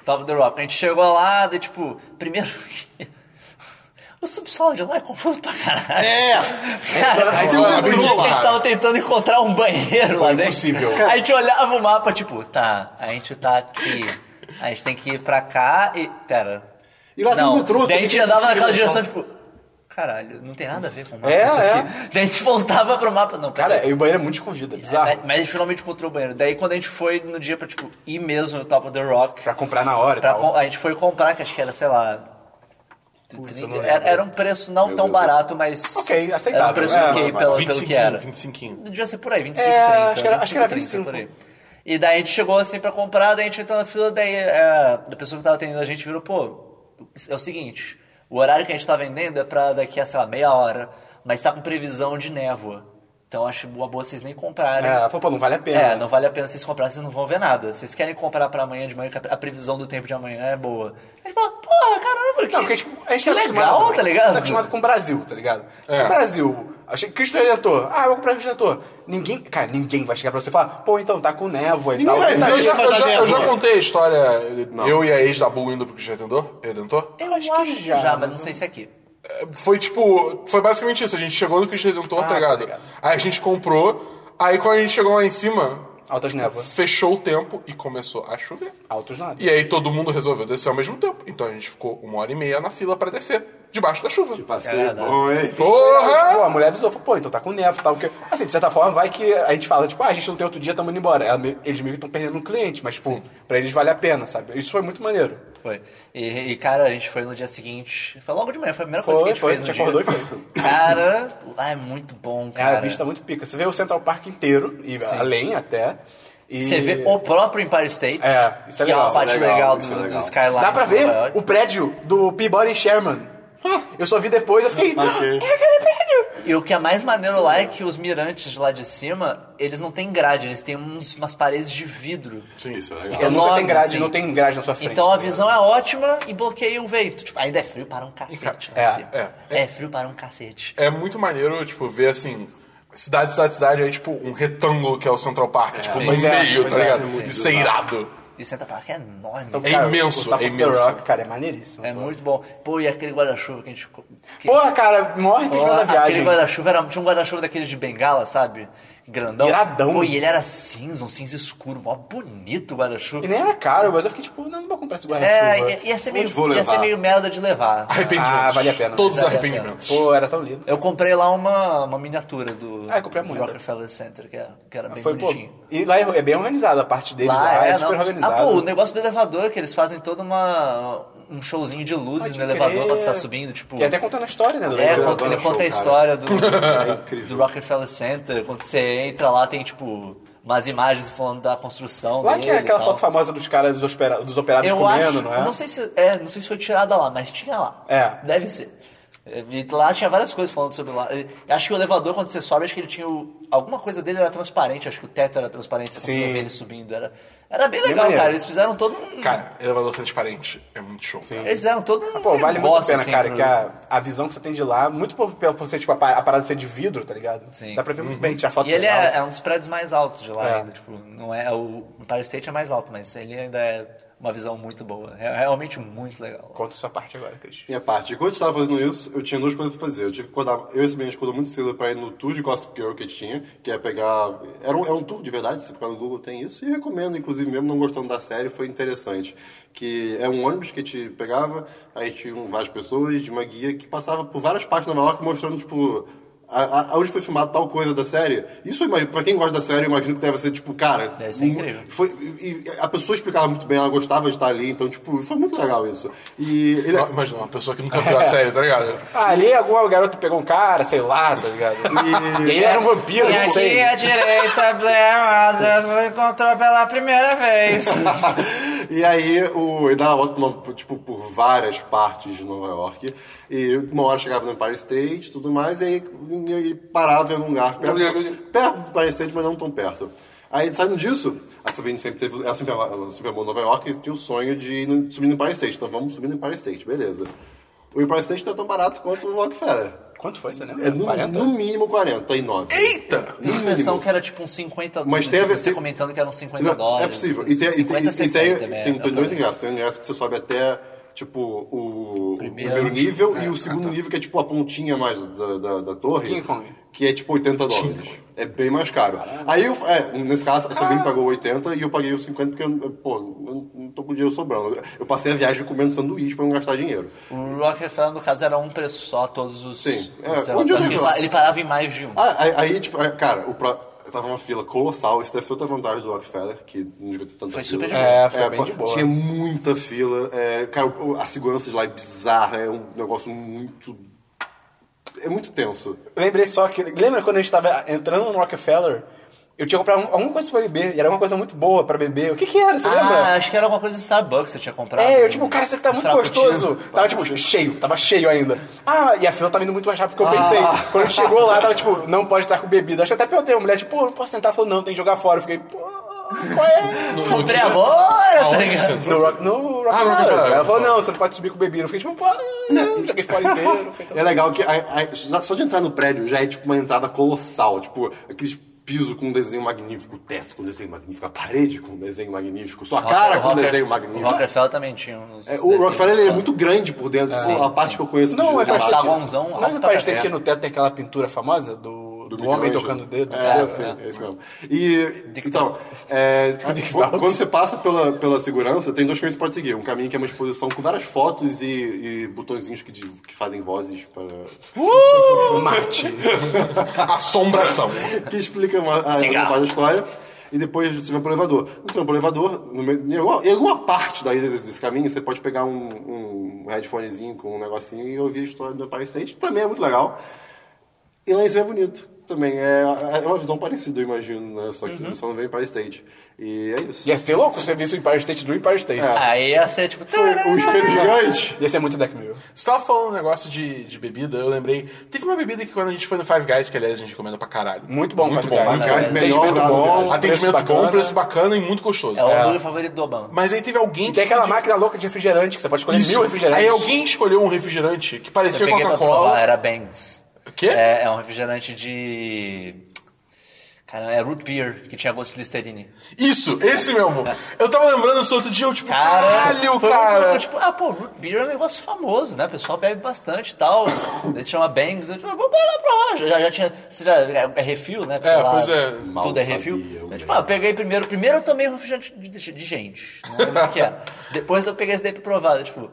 Speaker 1: Top of the Rock. A gente chegou lá, daí, tipo, primeiro. o subsolo de lá é confuso pra caralho.
Speaker 2: É!
Speaker 1: Cara,
Speaker 4: Aí tem
Speaker 1: o
Speaker 4: uma
Speaker 1: dia
Speaker 4: abertura
Speaker 1: que a
Speaker 4: lá.
Speaker 1: gente tava tentando encontrar um banheiro lá dentro.
Speaker 3: impossível.
Speaker 1: A gente olhava o mapa, tipo, tá, a gente tá aqui. A gente tem que ir pra cá e. Pera.
Speaker 2: E lá tem
Speaker 1: não.
Speaker 2: um
Speaker 1: Daí
Speaker 2: metrô,
Speaker 1: a
Speaker 2: também
Speaker 1: gente
Speaker 2: tem
Speaker 1: andava
Speaker 2: que
Speaker 1: naquela
Speaker 2: seguir,
Speaker 1: direção,
Speaker 2: né?
Speaker 1: tipo. Caralho, não tem nada a ver com o mapa
Speaker 3: É,
Speaker 1: isso
Speaker 3: é.
Speaker 1: aqui. Daí a gente voltava pro mapa. Não, pera.
Speaker 3: Cara, e o banheiro é muito escondido, é bizarro.
Speaker 1: Mas- mas a gente finalmente encontrou o banheiro. Daí quando a gente foi no dia pra, tipo, ir mesmo no Top of the Rock.
Speaker 3: Pra comprar na hora e
Speaker 1: Pra
Speaker 3: tal.
Speaker 1: com- a gente foi comprar, que acho que era, sei lá.
Speaker 3: Putz,
Speaker 1: 30
Speaker 3: eu não lembro.
Speaker 1: era, era um preço não
Speaker 2: Meu
Speaker 1: tão
Speaker 2: Deus.
Speaker 1: barato, mas.
Speaker 3: Ok, aceitável.
Speaker 1: Era um preço
Speaker 3: É,
Speaker 1: ok
Speaker 3: vai, vai.
Speaker 1: pelo, pelo
Speaker 4: 25,
Speaker 1: que era.
Speaker 4: 25.
Speaker 1: Devia ser por aí, 25,
Speaker 3: É,
Speaker 1: 30.
Speaker 3: acho que era- acho que era
Speaker 1: 30, por aí. E daí a gente chegou assim pra comprar, daí a gente entrou na fila, daí é, a pessoa que tava atendendo a gente virou, pô, é o seguinte, o horário que a gente tá vendendo é pra daqui a, sei lá, meia hora, mas tá com previsão de névoa. Então acho uma boa vocês nem comprarem.
Speaker 3: É, ela falou, pô, não vale a pena.
Speaker 1: É, não vale a pena vocês comprarem, vocês não vão ver nada. Vocês querem comprar pra amanhã de manhã, que a previsão do tempo de amanhã é boa. A gente fala, porra, caramba, que,
Speaker 3: Não, porque tipo, a gente
Speaker 1: que
Speaker 3: tá acostumado-
Speaker 1: legal, tá
Speaker 3: A gente
Speaker 1: ligado?
Speaker 3: tá acostumado com o Brasil, tá ligado?
Speaker 4: É.
Speaker 3: O Brasil, achei que Cristo Redentor. Ah, eu vou comprar Cristo Redentor. Ninguém, cara, ninguém vai chegar pra você e falar, pô, então tá com névoa e
Speaker 2: Ninguém
Speaker 3: tal.
Speaker 2: vai
Speaker 3: Tá,
Speaker 2: ver,
Speaker 4: É, Eu já,
Speaker 2: Vai
Speaker 4: eu
Speaker 2: dar
Speaker 4: já- eu já
Speaker 2: merda.
Speaker 4: contei a história, eu e a ex da Bull indo pro Cristo Redentor. Redentor.
Speaker 1: Eu acho que já, mas não sei se é aqui.
Speaker 4: Foi tipo, foi basicamente isso. A gente chegou no Cristo Redentor,
Speaker 3: Ah,
Speaker 4: tá,
Speaker 3: tá
Speaker 4: ligado?
Speaker 3: ligado.
Speaker 4: Aí a gente comprou, aí quando a gente chegou lá em cima,
Speaker 3: Altas névoas.
Speaker 4: fechou o tempo e começou a chover.
Speaker 3: Altos nada.
Speaker 4: E aí todo mundo resolveu descer ao mesmo tempo. Então a gente ficou uma hora e meia na fila pra descer, debaixo da chuva.
Speaker 2: Passeio
Speaker 1: Caralho.
Speaker 2: bom, hein?
Speaker 4: Porra!
Speaker 3: Pô, tipo, a mulher avisou, falou, pô, então tá com névoa e tal. Porque, assim, de certa forma, vai que a gente fala, tipo, ah, a gente não tem outro dia, tamo indo embora. Ela meio- eles meio que estão perdendo um cliente, mas, tipo, pra eles vale a pena, sabe? Isso foi muito maneiro.
Speaker 1: Foi. E, e, cara, a gente foi no dia seguinte. Foi logo de manhã, foi a primeira coisa
Speaker 3: Foi,
Speaker 1: que a gente
Speaker 3: foi,
Speaker 1: fez.
Speaker 3: a
Speaker 1: no
Speaker 3: gente acordou
Speaker 1: dia.
Speaker 3: e foi.
Speaker 1: Cara, lá é muito bom,
Speaker 3: É,
Speaker 1: cara.
Speaker 3: a vista muito pica. Você vê o Central Park inteiro, e além até. E...
Speaker 1: Você vê o próprio Empire State.
Speaker 3: É, isso é
Speaker 1: que é
Speaker 3: legal,
Speaker 1: uma parte
Speaker 2: isso é legal,
Speaker 1: legal,
Speaker 2: isso
Speaker 1: do,
Speaker 2: é legal.
Speaker 1: do Skyline.
Speaker 3: Dá pra
Speaker 1: de
Speaker 3: ver
Speaker 1: Nova York.
Speaker 3: o prédio do Peabody Sherman. Eu só vi depois, eu fiquei.
Speaker 2: Ok.
Speaker 3: É aquele prédio!
Speaker 1: E o que é mais maneiro lá é que os mirantes lá de cima, eles não têm grade, eles têm uns, umas paredes de vidro.
Speaker 2: Sim, isso é legal.
Speaker 3: Então nunca
Speaker 1: Enorme,
Speaker 3: tem grade,
Speaker 1: assim.
Speaker 3: não tem grade na sua frente.
Speaker 1: Então a
Speaker 3: né?
Speaker 1: visão é ótima e bloqueia o vento. Tipo, ainda é frio para um cacete. lá em
Speaker 3: É,
Speaker 1: cima.
Speaker 4: é,
Speaker 1: É frio para um cacete.
Speaker 4: É muito maneiro, tipo, ver assim. Cidade, cidade, cidade, aí, tipo, um retângulo que é o Central Park, tipo, no
Speaker 3: Pois é,
Speaker 4: meio,
Speaker 3: pois
Speaker 4: tá
Speaker 3: é.
Speaker 4: ligado? Isso é irado.
Speaker 1: E o Santa Park é enorme.
Speaker 3: Então,
Speaker 4: É
Speaker 3: cara,
Speaker 4: imenso,
Speaker 3: o Top
Speaker 4: é
Speaker 3: of the
Speaker 4: imenso.
Speaker 3: Rock, cara, é maneiríssimo.
Speaker 1: é muito bom. Pô, e aquele guarda-chuva que a gente... co- Que...
Speaker 3: Porra, cara, maior arrependimento da
Speaker 1: Aquele
Speaker 3: viagem.
Speaker 1: guarda-chuva era... Tinha um guarda-chuva daqueles de bengala, sabe? Grandão.
Speaker 3: Iradão.
Speaker 1: Pô, e ele era cinza, um cinza escuro. Mó bonito o guarda-chuva.
Speaker 3: E nem era caro, mas eu fiquei tipo, não, não vou comprar esse guarda-chuva.
Speaker 1: É, ia, ia ser meio,
Speaker 2: Onde vou
Speaker 1: ia ser
Speaker 2: levar?
Speaker 1: meio merda de levar.
Speaker 4: Arrependimentos.
Speaker 3: Ah, vale a pena.
Speaker 4: Todos os
Speaker 1: Vale a
Speaker 4: arrependimentos.
Speaker 3: Pô, era tão lindo.
Speaker 1: Eu comprei lá uma, uma miniatura do,
Speaker 3: Ah, eu comprei a
Speaker 1: do
Speaker 3: moeda.
Speaker 1: Rockefeller Center, que era, que era bem
Speaker 3: Foi, pô,
Speaker 1: bonitinho.
Speaker 3: e lá é é bem organizado, a parte deles lá, é, super
Speaker 1: não.
Speaker 3: organizado.
Speaker 1: Ah, pô, o negócio do elevador, é que eles fazem todo uma, um showzinho de luzes
Speaker 3: Pode
Speaker 1: no elevador
Speaker 3: crer.
Speaker 1: pra você estar subindo, tipo...
Speaker 3: E até contando a história, né? do
Speaker 1: É,
Speaker 3: elevador.
Speaker 1: conta- ele
Speaker 2: show,
Speaker 1: conta a
Speaker 2: cara.
Speaker 1: história do,
Speaker 2: É incrível.
Speaker 1: do Rockefeller Center. Quando você entra lá, tem, tipo, umas imagens falando da construção
Speaker 3: Lá
Speaker 1: dele
Speaker 3: que é
Speaker 1: e
Speaker 3: aquela
Speaker 1: tal.
Speaker 3: foto famosa dos caras, dos, opera- dos operários
Speaker 1: eu
Speaker 3: comendo,
Speaker 1: acho,
Speaker 3: não é?
Speaker 1: eu não sei se é, não sei se foi tirada lá, mas tinha lá.
Speaker 3: É.
Speaker 1: Deve ser. E lá tinha várias coisas falando sobre lá. E Acho que o elevador, quando você sobe, acho que ele tinha. o- alguma coisa dele era transparente, acho que o teto era transparente, você conseguia
Speaker 3: Sim. é
Speaker 1: ver ele subindo. Era, era bem legal,
Speaker 3: maneiro.
Speaker 1: cara. Eles fizeram todo um.
Speaker 4: Cara, elevador transparente é muito show. Sim.
Speaker 1: Eles fizeram todo um.
Speaker 3: Ah, Pô, vale muito a
Speaker 1: negócio,
Speaker 3: pena,
Speaker 1: assim,
Speaker 3: cara,
Speaker 1: pro-
Speaker 3: que a, a visão que você tem de lá, muito por, pelo por ser, tipo, a, pa- a parada ser de vidro, tá ligado?
Speaker 1: Sim.
Speaker 3: Dá pra ver muito bem, tirar foto
Speaker 1: E ele
Speaker 3: legal.
Speaker 1: é, é um dos prédios mais altos de lá
Speaker 3: É.
Speaker 1: ainda. Tipo, não é, o Empire State é mais alto, mas ele ainda é uma visão muito boa. É realmente muito legal.
Speaker 3: Conta a sua parte agora, Cris.
Speaker 2: Minha parte. Enquanto eu estava fazendo isso, eu tinha duas coisas pra fazer. Eu tinha que acordar, eu e esse menino acordou muito cedo pra ir no tour de Gossip Girl que tinha, que é pegar. Era um, é um tour de verdade, se pegar no Google tem isso, e recomendo, inclusive, mesmo não gostando da série, foi interessante. Que é um ônibus que te pegava, aí tinham várias pessoas, de uma guia que passava por várias partes de Nova York mostrando, tipo. A, a, onde foi filmado tal coisa da série? Isso, eu imagino- pra quem gosta da série, eu imagino que deve ser, tipo, cara.
Speaker 1: Deve ser incrível.
Speaker 2: Foi, e- e a pessoa explicava muito bem, ela gostava de estar ali, então, tipo, foi muito legal isso. E ele,
Speaker 4: Imagina, uma pessoa que nunca viu a série, tá ligado?
Speaker 3: Ah, ali algum garoto pegou um cara, sei lá, tá ligado? e ele era um vampiro,
Speaker 1: E
Speaker 2: tipo,
Speaker 1: é-
Speaker 3: não
Speaker 1: aqui
Speaker 3: sei.
Speaker 1: à direita, Blair Madras encontrou pela primeira vez.
Speaker 2: e aí o, ele dava volta por Nova- por, tipo, por várias partes de Nova York. E uma hora chegava no Empire State e tudo mais, e aí e- e parava em algum lugar perto, perto do Empire State, mas não tão perto. Aí saindo disso, a Sabine sempre teve. Ela sempre, ela sempre amou Nova York e tinha o sonho de ir no- subir no Empire State. Então vamos subir no Empire State, beleza. O Empire State não é tão barato quanto o Rockefeller.
Speaker 3: Quanto foi, né? você lembra?
Speaker 2: É no,
Speaker 3: 40?
Speaker 2: no mínimo 49.
Speaker 4: Eita!
Speaker 1: Tive a impressão que era tipo uns 50
Speaker 2: Mas tem a ver-
Speaker 1: Você
Speaker 2: tem-
Speaker 1: comentando que eram 50
Speaker 2: Não,
Speaker 1: dólares.
Speaker 2: É possível. E tem, e tem-
Speaker 1: 50,
Speaker 2: e tem, e tem,
Speaker 1: 60, né?
Speaker 2: tem- tem dois
Speaker 1: Exatamente.
Speaker 2: ingressos. Tem um ingresso que você sobe até, tipo, o o primeiro,
Speaker 1: Primeiro.
Speaker 2: nível e
Speaker 4: É,
Speaker 2: o segundo
Speaker 4: ah, tá.
Speaker 2: nível, que é tipo a pontinha mais da, da, da torre.
Speaker 3: King Kong.
Speaker 2: Que é tipo 80 dólares. É bem mais caro. Aí, eu, é, nesse caso, a Sabine pagou 80 e eu paguei os 50 porque, eu, pô, eu não tô com dinheiro sobrando. Eu passei a viagem comendo sanduíche pra não gastar dinheiro.
Speaker 1: O Rockefeller, no caso, era um preço só, todos os.
Speaker 2: Sim, é,
Speaker 1: observatórios.
Speaker 2: onde eu
Speaker 1: ele,
Speaker 2: vivo?
Speaker 1: pa- ele parava em mais de um.
Speaker 2: Ah, aí, aí, tipo, é, cara, o pro... tava uma fila colossal. Isso deve ser outra vantagem do Rockefeller, que não devia ter tanta
Speaker 1: Foi
Speaker 2: fila.
Speaker 1: super de
Speaker 3: boa. É, foi bem
Speaker 2: pô,
Speaker 3: de boa.
Speaker 2: Tinha muita fila. é, cara, o- a segurança de lá é bizarra. É um negócio muito... É muito tenso.
Speaker 3: Lembrei só que. Lembra quando a gente tava entrando no Rockefeller? Eu tinha comprado um- alguma coisa pra beber, e era uma coisa muito boa pra beber. O que que era, você
Speaker 1: Ah,
Speaker 3: lembra?
Speaker 1: acho que era alguma coisa do Starbucks que você tinha comprado.
Speaker 3: É, eu tipo, cara, isso aqui tá
Speaker 1: Um
Speaker 3: muito
Speaker 1: frappuccino.
Speaker 3: gostoso. Tava tipo cheio, tava cheio ainda. Ah, e a fila tava indo muito mais rápido do que eu pensei. Quando a gente chegou lá, tava tipo, não pode estar com bebida. Acho que até perguntei a mulher, tipo, pô, não posso sentar? Ela Falou, não, tem que jogar fora. Eu fiquei, pô, qual é?
Speaker 1: Comprei agora, tá
Speaker 4: Aonde você
Speaker 1: ligado?
Speaker 4: entrou?
Speaker 3: No, rock, no Rock
Speaker 4: Ah, no
Speaker 3: Rockefeller.
Speaker 4: Rockefeller.
Speaker 3: Ela falou, não, você não pode subir com bebida. Eu fiquei tipo, pô, não, joguei fora inteiro.
Speaker 1: Então-
Speaker 3: Foi tão...
Speaker 2: É legal que aí- aí, só só de entrar no prédio já é tipo uma entrada colossal. Tipo, aqueles piso com um desenho magnífico, o teto com um desenho magnífico, a parede com um desenho magnífico, sua cara com um
Speaker 1: Rockefeller-
Speaker 2: desenho
Speaker 1: O
Speaker 2: magnífico.
Speaker 1: Rockefeller também tinha uns.
Speaker 2: É, o Rockefeller ele é muito grande por dentro. assim, a parte que eu conheço do
Speaker 3: Não, é
Speaker 2: Jardim
Speaker 3: pra
Speaker 1: um
Speaker 2: Bate-
Speaker 1: saguãozão
Speaker 3: Não
Speaker 1: alto
Speaker 3: é
Speaker 1: pra
Speaker 3: pra gente
Speaker 1: caralho.
Speaker 3: que no teto tem aquela pintura famosa do, do,
Speaker 2: Miguel
Speaker 3: homem
Speaker 2: Ângelo.
Speaker 3: tocando o dedo.
Speaker 2: É,
Speaker 3: entendeu?
Speaker 2: sim, é isso mesmo. E, então, é,
Speaker 3: Dick
Speaker 2: quando-
Speaker 3: Salt.
Speaker 2: quando você passa pela, pela segurança, tem dois caminhos que você pode seguir. Um caminho que é uma exposição com várias fotos e, e botõezinhos que, di- que fazem vozes para...
Speaker 3: Marte.
Speaker 4: Assombração.
Speaker 2: que explicam a, a,
Speaker 1: Cigarro.
Speaker 2: a história. E depois você vai pro elevador. Não você vai pro elevador, no meio- em, alguma, em alguma parte daí desse, desse caminho, você pode pegar um, um headphonezinho com um negocinho e ouvir a história do Empire State. Também é muito legal. E lá em cima é bonito também. É, é uma visão parecida, eu imagino, né? Só que só não vem Empire State. E é isso.
Speaker 3: Ia ser louco você visse o Empire State do Empire State. É.
Speaker 1: Aí ia ser tipo.
Speaker 2: Foi um espelho gigante.
Speaker 3: Ia ser muito Black Mirror.
Speaker 4: Você tava falando um negócio de, de bebida, eu lembrei. Teve uma bebida que quando a gente foi no Five Guys, que aliás a gente recomenda pra caralho.
Speaker 3: Muito bom,
Speaker 4: muito
Speaker 3: Five
Speaker 4: bom.
Speaker 3: Guys.
Speaker 4: Five Guys.
Speaker 2: Mas melhor
Speaker 3: Atendimento
Speaker 2: lugar do
Speaker 3: bom.
Speaker 2: lugar.
Speaker 4: Atendimento
Speaker 3: Preço bacana. um-
Speaker 4: bom, preço bacana e muito gostoso.
Speaker 1: É o hambúrguer favorito do Obama.
Speaker 4: Mas aí teve alguém
Speaker 3: E
Speaker 4: que.
Speaker 3: tem aquela
Speaker 4: pediu-
Speaker 3: máquina louca de refrigerante que você pode escolher
Speaker 4: Isso.
Speaker 3: mil refrigerantes.
Speaker 4: Aí alguém escolheu um refrigerante que parecia
Speaker 1: Eu peguei pra
Speaker 3: é.
Speaker 1: provar,
Speaker 4: Coca-Cola.
Speaker 1: era Bangs.
Speaker 4: O quê?
Speaker 1: É, é um refrigerante de. Cara, é root beer, que tinha gosto de Listerine.
Speaker 4: Isso, esse mesmo. Eu tava lembrando isso outro dia, eu tipo, caralho,
Speaker 1: foi um
Speaker 4: cara.
Speaker 1: negócio, Tipo, ah, pô, root beer é um negócio famoso, né? O pessoal bebe bastante e tal. Daí se chama Bangs. Eu tipo, ah, vou pegar pra lá. Já, já tinha. você já- é, é refil, né? Porque
Speaker 4: É,
Speaker 1: lá
Speaker 4: pois é.
Speaker 1: Tudo
Speaker 2: Mal
Speaker 1: é
Speaker 2: sabia
Speaker 1: refil.
Speaker 2: eu,
Speaker 1: Eu, tipo, ah, eu peguei primeiro. Primeiro eu tomei um refrigerante de, de- de gente. Não lembro o que era. Depois eu peguei esse daí pra provar. eu, tipo.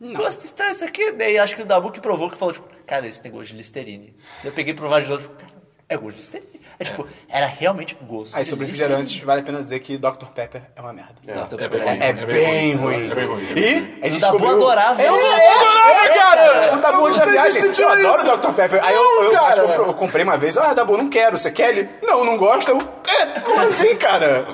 Speaker 1: Hum, gosto estranho isso aqui. Daí acho que o Dabu que provou que falou, tipo, cara, isso tem gosto de Listerine. Daí eu peguei pra provar de novo. tipo, cara, É gosto de histeria. É tipo, era realmente gosto
Speaker 3: Aí
Speaker 1: de
Speaker 3: sobre
Speaker 1: histeria.
Speaker 3: refrigerantes, vale a pena dizer que Dr. Pepper é uma merda.
Speaker 2: É.
Speaker 1: Então,
Speaker 4: É bem
Speaker 1: é-
Speaker 4: ruim.
Speaker 3: É,
Speaker 4: É bem
Speaker 3: bem
Speaker 4: ruim.
Speaker 3: ruim.
Speaker 4: É bem ruim.
Speaker 3: E a
Speaker 1: O
Speaker 3: gente
Speaker 1: Dabu
Speaker 3: descobriu...
Speaker 1: adorava.
Speaker 3: Eu
Speaker 1: ele.
Speaker 4: adorava, cara!
Speaker 3: O Dabu
Speaker 4: Eu
Speaker 3: da
Speaker 4: gostei
Speaker 3: viagem.
Speaker 4: desse
Speaker 3: Eu
Speaker 4: tiro
Speaker 3: adoro
Speaker 4: isso.
Speaker 3: o Dr. Pepper. Aí eu,
Speaker 4: Não,
Speaker 3: eu, acho que eu
Speaker 4: cara.
Speaker 3: pro- eu comprei uma vez. Ah, Dabu, não quero. Você quer ele? Não, não gosta. Eu, é, como assim, cara?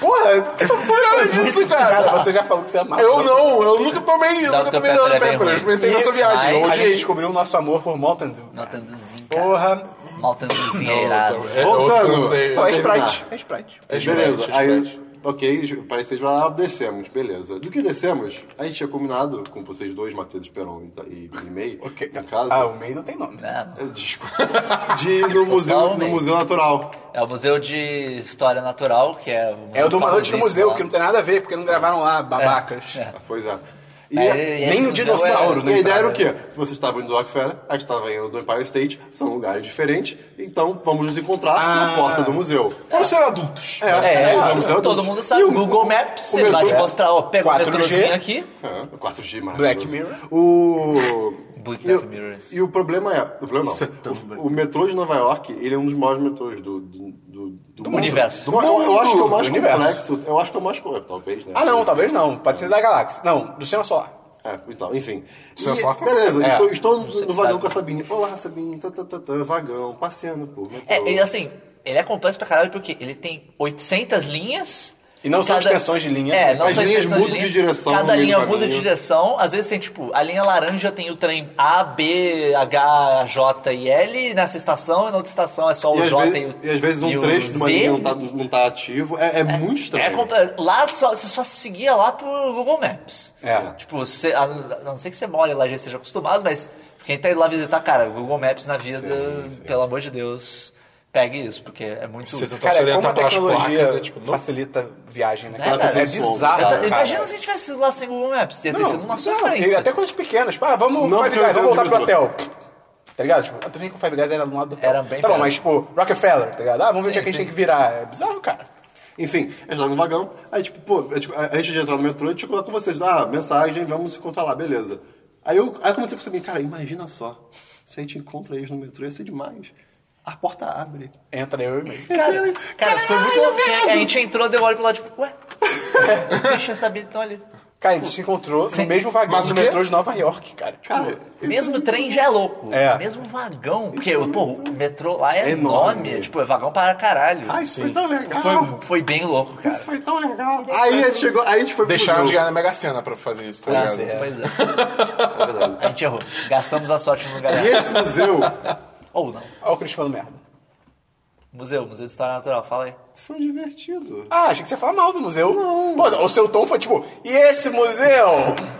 Speaker 3: Porra, que tá
Speaker 4: Nada disso, cara.
Speaker 3: você já falou que você é amava.
Speaker 4: Eu não, eu nunca tomei, eu nunca
Speaker 1: Dr.
Speaker 4: tomei
Speaker 1: Pepper
Speaker 4: Dr.
Speaker 1: é bem
Speaker 4: Pepper. Eu
Speaker 1: ruim.
Speaker 4: experimentei nessa
Speaker 1: Mas-
Speaker 4: viagem. é Eu
Speaker 3: A gente
Speaker 4: odiei.
Speaker 3: descobriu o nosso amor por Mountain Dew.
Speaker 1: Maltanduzinho, cara.
Speaker 3: Porra.
Speaker 1: Maltanduzinho é irado.
Speaker 4: É,
Speaker 2: tá
Speaker 4: outro que eu
Speaker 2: Voltando.
Speaker 4: não sei.
Speaker 3: Pô, é
Speaker 2: terminar.
Speaker 3: Sprite. É Sprite.
Speaker 4: É Sprite,
Speaker 2: Beleza,
Speaker 4: é
Speaker 2: aí,
Speaker 4: Sprite.
Speaker 2: ok, para vocês vai lá, descemos, beleza. Do que descemos, a gente tinha combinado com vocês dois, Matheus Peron e Ta- e, e May,
Speaker 3: Ok.
Speaker 2: no caso,
Speaker 3: Ah, o MEI não tem nome. né?
Speaker 1: Não,
Speaker 2: é, desculpa, de ir no
Speaker 1: Só só
Speaker 2: museu,
Speaker 1: o
Speaker 2: no
Speaker 1: May.
Speaker 2: museu natural.
Speaker 1: É o Museu de História Natural, que é o
Speaker 3: É o do Malote do
Speaker 1: famosíssimo
Speaker 3: Museu,
Speaker 4: né?
Speaker 1: lá.
Speaker 3: que não tem nada a ver, porque não gravaram lá, babacas.
Speaker 1: É.
Speaker 2: Pois é. E,
Speaker 1: Mas
Speaker 2: a-
Speaker 1: esse
Speaker 3: nem o
Speaker 1: museu
Speaker 3: dinossauro,
Speaker 1: é-
Speaker 2: e
Speaker 3: né?
Speaker 2: a ideia
Speaker 3: entrada.
Speaker 2: era o quê? Você estava indo do Rockefeller, a gente estava indo do Empire State, são lugares diferentes, então vamos nos encontrar na
Speaker 3: Ah.
Speaker 2: porta do museu.
Speaker 4: Vamos ser adultos.
Speaker 2: É,
Speaker 1: É,
Speaker 2: vamos ser
Speaker 1: todo
Speaker 2: adultos.
Speaker 1: mundo sabe.
Speaker 2: E o-
Speaker 1: Google Maps,
Speaker 2: o
Speaker 1: você
Speaker 2: metrô-
Speaker 1: vai te mostrar, ó, pega o
Speaker 3: 4G.
Speaker 1: metrôzinho aqui.
Speaker 2: É, 4G maravilhoso.
Speaker 3: Black Mirror.
Speaker 2: O...
Speaker 1: Black
Speaker 2: e, o-
Speaker 1: Mirror.
Speaker 2: e o problema é... O problema
Speaker 4: Isso é tão
Speaker 2: não.
Speaker 4: Black
Speaker 2: O, o metrô de Nova York, ele é um dos maiores metrôs do... Do, do, do mundo.
Speaker 1: universo.
Speaker 2: Do, eu, eu acho que é o mais
Speaker 3: Do universo.
Speaker 2: complexo. Eu acho que é o mais complexo, talvez, né?
Speaker 3: Ah, não, talvez não. Pode ser da galáxia. Não, do Sistema Solar.
Speaker 2: É, então, enfim.
Speaker 4: Isso é
Speaker 2: E-
Speaker 4: só-
Speaker 2: beleza,
Speaker 3: É.
Speaker 2: estou, estou no,
Speaker 1: Você
Speaker 2: no vagão
Speaker 1: sabe.
Speaker 2: com a Sabine. Olá, Sabine. Tá, tá, tá, tá, vagão, passeando, pô. metrô.
Speaker 1: É, ele assim, ele é complexo pra caralho porque ele tem 800 linhas.
Speaker 3: E não são extensões de linha.
Speaker 1: É, não
Speaker 2: As
Speaker 1: são
Speaker 2: linhas
Speaker 1: extensões
Speaker 2: mudam de
Speaker 1: linha.
Speaker 2: direção no
Speaker 1: Cada
Speaker 2: meio
Speaker 1: linha
Speaker 2: do
Speaker 1: muda de
Speaker 2: caminho.
Speaker 1: direção. Às vezes tem, tipo, a linha laranja tem o trem A, B, H, J e L nessa estação, e na outra estação é só
Speaker 2: E
Speaker 1: o
Speaker 2: às,
Speaker 1: J
Speaker 2: vezes,
Speaker 1: e o
Speaker 2: e às vezes
Speaker 1: e
Speaker 2: um
Speaker 1: o
Speaker 2: trecho de uma
Speaker 1: Z. né?
Speaker 2: linha não tá, não tá ativo. É, é muito estranho.
Speaker 1: É compl- lá só, você só seguia lá pro Google Maps.
Speaker 3: É.
Speaker 1: Tipo, você, a, a não ser que você mora lá e já esteja acostumado, mas quem tá indo lá visitar, cara, Google Maps na vida, pelo amor de Deus, pegue isso, porque é muito.
Speaker 4: Você tá- Pra se
Speaker 3: Cara, como
Speaker 4: orientar
Speaker 3: a
Speaker 4: pelas
Speaker 3: tecnologia
Speaker 4: placas, é tipo, não-
Speaker 3: facilita viagem, né?
Speaker 1: É,
Speaker 3: Cara,
Speaker 1: cara,
Speaker 3: é,
Speaker 1: é
Speaker 3: bizarro.
Speaker 1: Eu
Speaker 3: cara.
Speaker 1: ta- Imagina se a gente tivesse ido lá sem Google Maps, ia ter sido uma
Speaker 3: e
Speaker 1: sofrência.
Speaker 3: Até coisas pequenas. Tipo, ah, vamos,
Speaker 2: Não,
Speaker 3: Five
Speaker 2: porque eu
Speaker 3: Guys,
Speaker 4: um
Speaker 3: vamos voltar
Speaker 2: entendo
Speaker 3: pro
Speaker 2: de metrô.
Speaker 3: hotel. Tá ligado? Tipo, eu também que o Five Guys era do lado do hotel.
Speaker 1: Era bem
Speaker 3: Tá bom,
Speaker 1: perto.
Speaker 3: mas tipo, Rockefeller, tá ligado? Ah, vamos ver
Speaker 1: Sim,
Speaker 3: onde é que a gente
Speaker 1: sim.
Speaker 3: tem que virar. É bizarro, cara.
Speaker 2: Enfim, a gente tava no vagão, aí tipo, pô, é, tipo, a- antes de entrar no metrô, eu tinha que falar com vocês, ah, mensagem, vamos se encontrar lá, beleza. Aí eu, aí eu comecei a perceber, cara, imagina só, se a gente encontra eles no metrô, ia ser demais. A porta abre.
Speaker 3: Entra eu e meio.
Speaker 1: Cara, cara, foi muito louco. porque A gente entrou, deu olho pro lado, tipo, ué, deixa essa bilha tão ali.
Speaker 3: Cara, a gente se encontrou
Speaker 1: Sim.
Speaker 3: no mesmo vagão
Speaker 4: Mas
Speaker 3: do
Speaker 4: o quê?
Speaker 3: metrô de Nova York, cara. Tipo,
Speaker 2: Cara, isso-
Speaker 1: Mesmo trem já é louco.
Speaker 3: É.
Speaker 1: Mesmo vagão. Porque, pô, o metrô lá é,
Speaker 2: É enorme.
Speaker 1: enorme. é, Tipo, é vagão para caralho.
Speaker 2: Ah, isso foi tão legal.
Speaker 1: Foi, foi bem louco, cara.
Speaker 2: Ah. Isso foi tão legal. Aí a gente chegou, aí a gente foi pro
Speaker 4: Deixaram de
Speaker 2: museu.
Speaker 4: ganhar na Mega Sena pra fazer isso, tá
Speaker 1: Pois
Speaker 4: ligado?
Speaker 1: é. Pois é.
Speaker 2: É verdade.
Speaker 1: A gente errou. Gastamos a sorte no lugar
Speaker 2: E
Speaker 1: errado.
Speaker 2: esse museu
Speaker 1: Ou não.
Speaker 3: olha o Chris falando merda.
Speaker 1: Museu, Museu de História Natural, fala aí.
Speaker 2: foi divertido.
Speaker 3: Ah, achei que você ia falar mal do museu. Não. Pô, o seu tom foi tipo, e esse museu?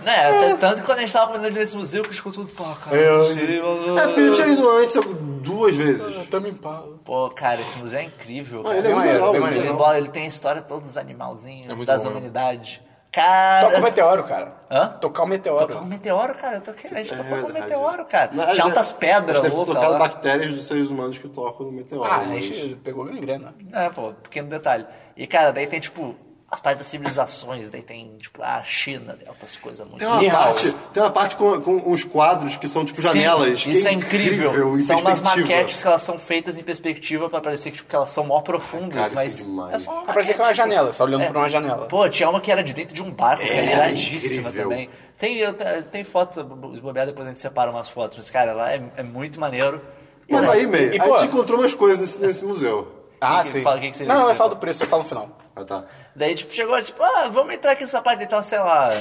Speaker 1: Né,
Speaker 2: É.
Speaker 1: t- tanto que quando a gente tava falando nesse museu, que eu escuto tudo, pô, cara.
Speaker 3: Eu-
Speaker 1: não sei, mano.
Speaker 2: É porque eu tinha ido antes duas vezes.
Speaker 3: Tamo em pau.
Speaker 1: Pô, cara, esse museu é incrível.
Speaker 2: Ah,
Speaker 1: Cara.
Speaker 2: ele é
Speaker 3: Bem
Speaker 2: muito
Speaker 3: maneiro,
Speaker 2: legal.
Speaker 3: bem
Speaker 2: muito
Speaker 3: maneiro.
Speaker 1: Ele,
Speaker 2: legal.
Speaker 1: bola, ele tem a história de todos os animalzinhos,
Speaker 4: É muito
Speaker 1: das
Speaker 4: bom, né?
Speaker 1: humanidades. Cara.
Speaker 3: Tocar o meteoro, cara.
Speaker 1: Hã?
Speaker 3: Tocar o meteoro.
Speaker 1: Tocou um meteoro, cara. Eu toquei, a gente tocou um
Speaker 2: É verdade.
Speaker 1: meteoro, cara.
Speaker 2: Não, é,
Speaker 1: Tinha
Speaker 2: a gente-
Speaker 1: altas
Speaker 2: a
Speaker 1: pedras
Speaker 2: gente deve ter
Speaker 1: loucas
Speaker 2: tocado
Speaker 1: lá.
Speaker 2: bactérias dos seres humanos que tocam no meteoro.
Speaker 3: Ah,
Speaker 2: mas-
Speaker 3: a gente pegou gangrena.
Speaker 1: É, pô, pequeno detalhe. E, cara, daí tem, tipo, as partes das civilizações. Daí tem, tipo, a China, daí outras coisas muito...
Speaker 2: Tem uma
Speaker 3: Nihao.
Speaker 2: parte, tem uma parte com, com uns quadros que são tipo
Speaker 1: Sim,
Speaker 2: janelas. que
Speaker 1: isso é incrível.
Speaker 2: em
Speaker 1: são umas
Speaker 2: perspectiva.
Speaker 1: maquetes que elas são feitas em perspectiva pra parecer que, tipo, que elas são mó profundas,
Speaker 2: Cara, isso
Speaker 1: mas.
Speaker 2: é demais.
Speaker 1: é só uma
Speaker 3: Parecia que é uma
Speaker 1: maquete,
Speaker 3: janela, você tá olhando
Speaker 1: É.
Speaker 3: pra uma janela.
Speaker 1: Pô, tinha uma que era de dentro de um barco, que era iradíssima
Speaker 2: É, incrível.
Speaker 1: também. Tem, eu, te- tem fotos, se bobear, depois a gente separa umas fotos, mas, cara, lá é, é muito maneiro. E,
Speaker 2: Mas
Speaker 1: né,
Speaker 2: aí, meio,
Speaker 3: E,
Speaker 2: a
Speaker 3: pô-
Speaker 2: gente encontrou umas coisas nesse, nesse museu.
Speaker 3: Ah,
Speaker 1: que-
Speaker 3: sim.
Speaker 1: fala o que que você
Speaker 3: não, não,
Speaker 1: disse,
Speaker 3: vai falar
Speaker 1: né?
Speaker 3: do preço, eu falo no final.
Speaker 2: Ah, tá.
Speaker 1: Daí, tipo, chegou, tipo, ah, vamos entrar aqui nessa parte, então, sei lá.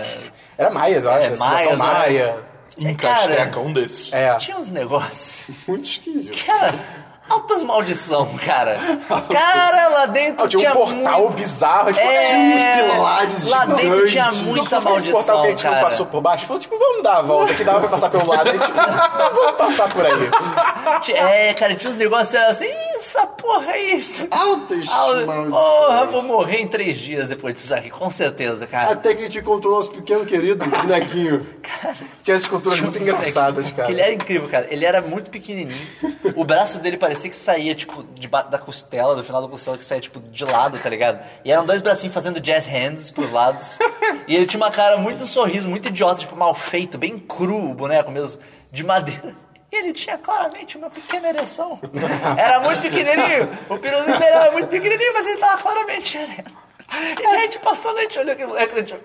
Speaker 3: Era Maias, eu acho. assim,
Speaker 1: É,
Speaker 3: a civilização
Speaker 1: Maias,
Speaker 3: Maia.
Speaker 4: Inca,
Speaker 1: É, Cara.
Speaker 4: Azteca, um desses.
Speaker 3: É.
Speaker 1: Tinha uns negócios.
Speaker 2: Muito esquisito.
Speaker 1: Cara, altas maldição, cara. Cara, lá dentro
Speaker 3: Ah, tinha um portal bizarro, tipo,
Speaker 1: É,
Speaker 3: tinha uns
Speaker 2: pilares
Speaker 1: lá dentro
Speaker 2: gigantes.
Speaker 1: tinha
Speaker 3: Não
Speaker 1: muita
Speaker 3: foi esse portal
Speaker 1: maldição,
Speaker 3: que a gente não
Speaker 1: cara.
Speaker 3: passou por baixo? Falou, tipo, vamos dar a volta, que dava pra passar pelo lado. A gente, vamos passar por aí.
Speaker 1: É, cara, tinha uns negócios assim, "Ih, essa porra é isso.
Speaker 2: Altas
Speaker 1: Ah,
Speaker 2: maldições.
Speaker 1: Porra, vou morrer em três dias depois disso aqui, com certeza, cara.
Speaker 2: Até que a gente encontrou nosso pequeno querido bonequinho.
Speaker 3: Tinha essas culturas muito engraçadas,
Speaker 1: Que
Speaker 3: cara.
Speaker 1: Ele é era incrível, cara. Ele era muito pequenininho. o braço dele parecia que saía, tipo, debaixo da costela, do final da costela, que saía, tipo, de lado, tá ligado? E eram dois bracinhos fazendo jazz hands pros lados. e ele tinha uma cara muito, um sorriso muito idiota, tipo, mal feito, bem cru o boneco mesmo, de madeira. E ele tinha claramente uma pequena ereção. Era muito pequenininho. O piruzinho dele era muito pequenininho, mas ele tava claramente ereto. E daí a gente passando, a gente olhou aquele moleque, a gente...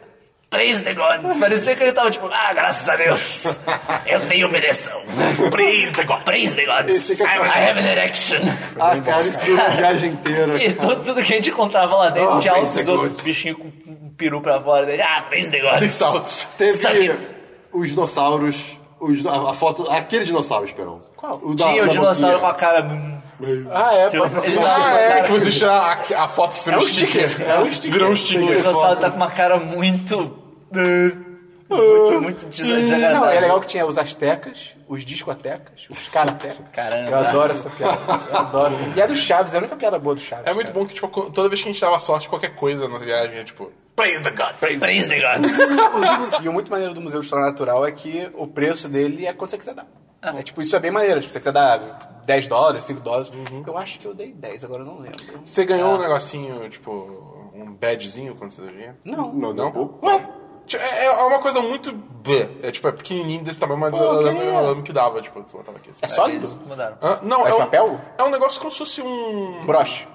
Speaker 1: Três negócios. Parecia que ele tava tipo, ah, graças a Deus. Eu tenho uma ereção. Três negócios. Três negócios.
Speaker 2: é
Speaker 1: I have an erection.
Speaker 2: A Ah, cara estuda a viagem inteira.
Speaker 1: E tudo, tudo que a gente encontrava lá dentro
Speaker 2: Ah,
Speaker 1: tinha
Speaker 2: três
Speaker 1: os outros
Speaker 2: negócios.
Speaker 1: bichinhos com um peru pra fora dele. Ah, três negócios.
Speaker 4: Saltos.
Speaker 2: Teve
Speaker 1: Sabe-
Speaker 2: os dinossauros. os dino- a, a foto. Aquele dinossauro, Esperão. Qual? O da,
Speaker 1: Tinha o
Speaker 2: da
Speaker 1: dinossauro com a
Speaker 2: boquinha.
Speaker 1: cara.
Speaker 3: Ah, é, pô.
Speaker 1: Ele
Speaker 4: Ah,
Speaker 1: tava-
Speaker 4: é, que vocês tiraram a, a foto que virou
Speaker 1: É
Speaker 4: um
Speaker 1: um
Speaker 4: sticker.
Speaker 1: sticker, é um sticker.
Speaker 4: Virou um
Speaker 1: O
Speaker 4: sticker.
Speaker 1: dinossauro tá com uma cara muito. eh, Muito,
Speaker 2: Ah.
Speaker 1: muito desa-
Speaker 3: Não, é legal
Speaker 1: desagradável.
Speaker 3: que tinha os astecas, os discotecas, os karatecas.
Speaker 1: Caramba.
Speaker 3: Eu adoro essa piada. Eu adoro. E a do Chaves, é a única piada boa do Chaves.
Speaker 4: É muito bom que, tipo, co- toda vez que a gente dava sorte, qualquer coisa na viagem, é tipo... Praise the God. Praise the
Speaker 1: Três negócios.
Speaker 3: E o muito maneiro do Museu de História Natural é que o preço dele é quanto você quiser dar.
Speaker 1: Ah.
Speaker 3: É, tipo, isso é bem maneiro. Tipo, você quiser dar 10 dólares, 5 dólares. Eu acho que eu dei 10, agora eu não lembro.
Speaker 4: Você ganhou um negocinho, tipo, um badgezinho quando você deu dinheiro?
Speaker 3: Não.
Speaker 2: Não, não. pouco.
Speaker 3: Ué?
Speaker 4: Ti- É, é uma coisa muito B. É tipo, é pequenininho desse tamanho, mas
Speaker 3: Pô,
Speaker 4: eu, eu,
Speaker 3: queria.
Speaker 4: lembro, eu lembro que dava, tipo, eu botava aqui. assim.
Speaker 3: É sólido?
Speaker 1: Eles mudaram.
Speaker 4: Hã? não,
Speaker 3: É de
Speaker 4: um,
Speaker 3: papel?
Speaker 4: É um negócio como se fosse um.
Speaker 3: Broche.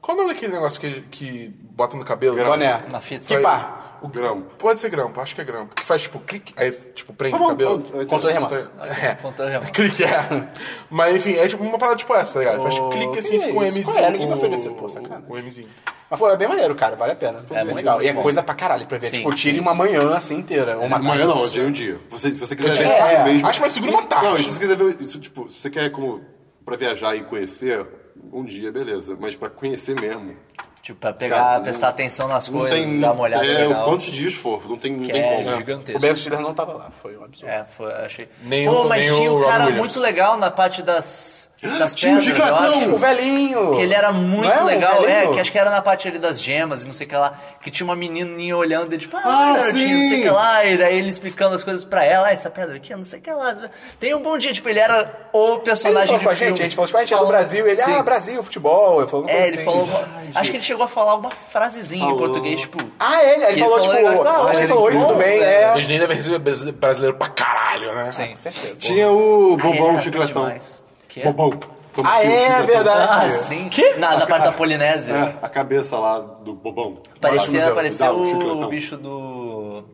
Speaker 4: Qual é o nome daquele negócio que, que bota no cabelo?
Speaker 3: Boné.
Speaker 1: Uma fita.
Speaker 3: Que pá.
Speaker 2: O grampo.
Speaker 4: Pode ser grampo, acho que é grampo. Que faz tipo clique, aí tipo
Speaker 3: Tá
Speaker 4: prende
Speaker 2: bom,
Speaker 4: o cabelo.
Speaker 2: bom, eu
Speaker 3: Controle remoto.
Speaker 4: É.
Speaker 1: Controle remoto.
Speaker 4: Clique, é. Mas enfim, é tipo uma parada tipo essa, tá ligado? Faz clique assim,
Speaker 3: que
Speaker 4: fica um
Speaker 3: isso?
Speaker 4: Mzinho.
Speaker 3: Qual é? Ninguém me
Speaker 4: o-
Speaker 3: ofereceu, pô,
Speaker 4: o-
Speaker 3: sacanagem.
Speaker 4: O Mzinho.
Speaker 3: Mas pô, é bem maneiro, cara. Vale a pena. É
Speaker 1: muito,
Speaker 3: legal. E é
Speaker 1: muito bom.
Speaker 3: coisa pra caralho pra ver.
Speaker 1: Sim,
Speaker 3: tipo, tire uma manhã assim inteira. Uma
Speaker 2: Amanhã
Speaker 3: tarde.
Speaker 2: não, hoje é um dia. Você- se você quiser ver
Speaker 3: É,
Speaker 2: tarde
Speaker 3: é.
Speaker 2: mesmo.
Speaker 4: Acho mais seguro uma tarde.
Speaker 2: Não, e se você quiser ver isso, tipo, se você quer como pra viajar e conhecer, um dia, beleza. Mas pra conhecer mesmo.
Speaker 1: Tipo, pra pegar,
Speaker 2: Cara,
Speaker 1: prestar atenção nas
Speaker 2: Não
Speaker 1: coisas,
Speaker 2: tem.
Speaker 1: dar uma olhada
Speaker 2: é,
Speaker 1: legal.
Speaker 2: quantos dias for, não tem, não
Speaker 1: que
Speaker 2: tem
Speaker 1: é
Speaker 2: como.
Speaker 3: O
Speaker 1: gigantesco.
Speaker 3: Ben Stiller não tava lá. Foi um absurdo.
Speaker 1: É, foi, achei.
Speaker 4: Nem
Speaker 1: Pô,
Speaker 4: o-
Speaker 1: mas
Speaker 4: nem
Speaker 1: tinha
Speaker 4: o
Speaker 1: um
Speaker 4: Robin
Speaker 1: cara
Speaker 4: Williams.
Speaker 1: muito legal na parte das, das
Speaker 2: Tinha um
Speaker 1: pedras, eu
Speaker 2: gigantão!
Speaker 1: acho.
Speaker 3: O velhinho!
Speaker 1: Que ele era
Speaker 3: Não
Speaker 1: muito
Speaker 3: é o
Speaker 1: legal, é,
Speaker 3: velhinho?
Speaker 1: que acho que era na parte ali das gemas e não sei o que lá, que tinha uma menininha olhando e tipo, ah,
Speaker 2: Ah,
Speaker 1: garotinho, não sei o que
Speaker 2: sim!
Speaker 1: lá, e daí ele explicando as coisas pra ela, ah, essa pedra aqui, não sei o que lá. Tem um bom dia, tipo, ele era o
Speaker 3: Ele não
Speaker 1: personagem
Speaker 3: falou
Speaker 1: de
Speaker 3: com a
Speaker 1: filme.
Speaker 3: gente, a gente falou, tipo, a gente é do
Speaker 1: Falando-
Speaker 3: Brasil, ele,
Speaker 1: Sim.
Speaker 3: ah, Brasil, futebol, ele falou alguma
Speaker 1: É,
Speaker 3: coisa
Speaker 1: ele
Speaker 3: assim.
Speaker 1: falou, acho que ele chegou a falar uma frasezinha em
Speaker 2: Falou.
Speaker 1: português, tipo,
Speaker 3: Ah, ele, ele
Speaker 1: Ele
Speaker 3: falou,
Speaker 1: falou,
Speaker 3: tipo,
Speaker 1: ele falou,
Speaker 3: acho que ele
Speaker 1: ele
Speaker 3: falou, oi,
Speaker 1: falou,
Speaker 3: tudo bem,
Speaker 1: é.
Speaker 3: é.
Speaker 4: Eles nem devem receber brasile- brasileiro pra caralho, né?
Speaker 1: sim.
Speaker 3: certeza.
Speaker 2: Tinha o
Speaker 1: Ah,
Speaker 2: Bobão
Speaker 1: era
Speaker 2: Chicletão.
Speaker 1: demais. Que é?
Speaker 2: Bobão. Toma
Speaker 3: Ah,
Speaker 2: aqui o
Speaker 3: é
Speaker 2: chicletão.
Speaker 3: verdade.
Speaker 1: Ah, sim. Na, na parte da Polinésia.
Speaker 2: É, a cabeça lá do Bobão.
Speaker 1: Parecia,
Speaker 2: Dá
Speaker 1: parecia
Speaker 2: um
Speaker 1: o,
Speaker 3: então.
Speaker 2: chicletão.
Speaker 1: bicho do,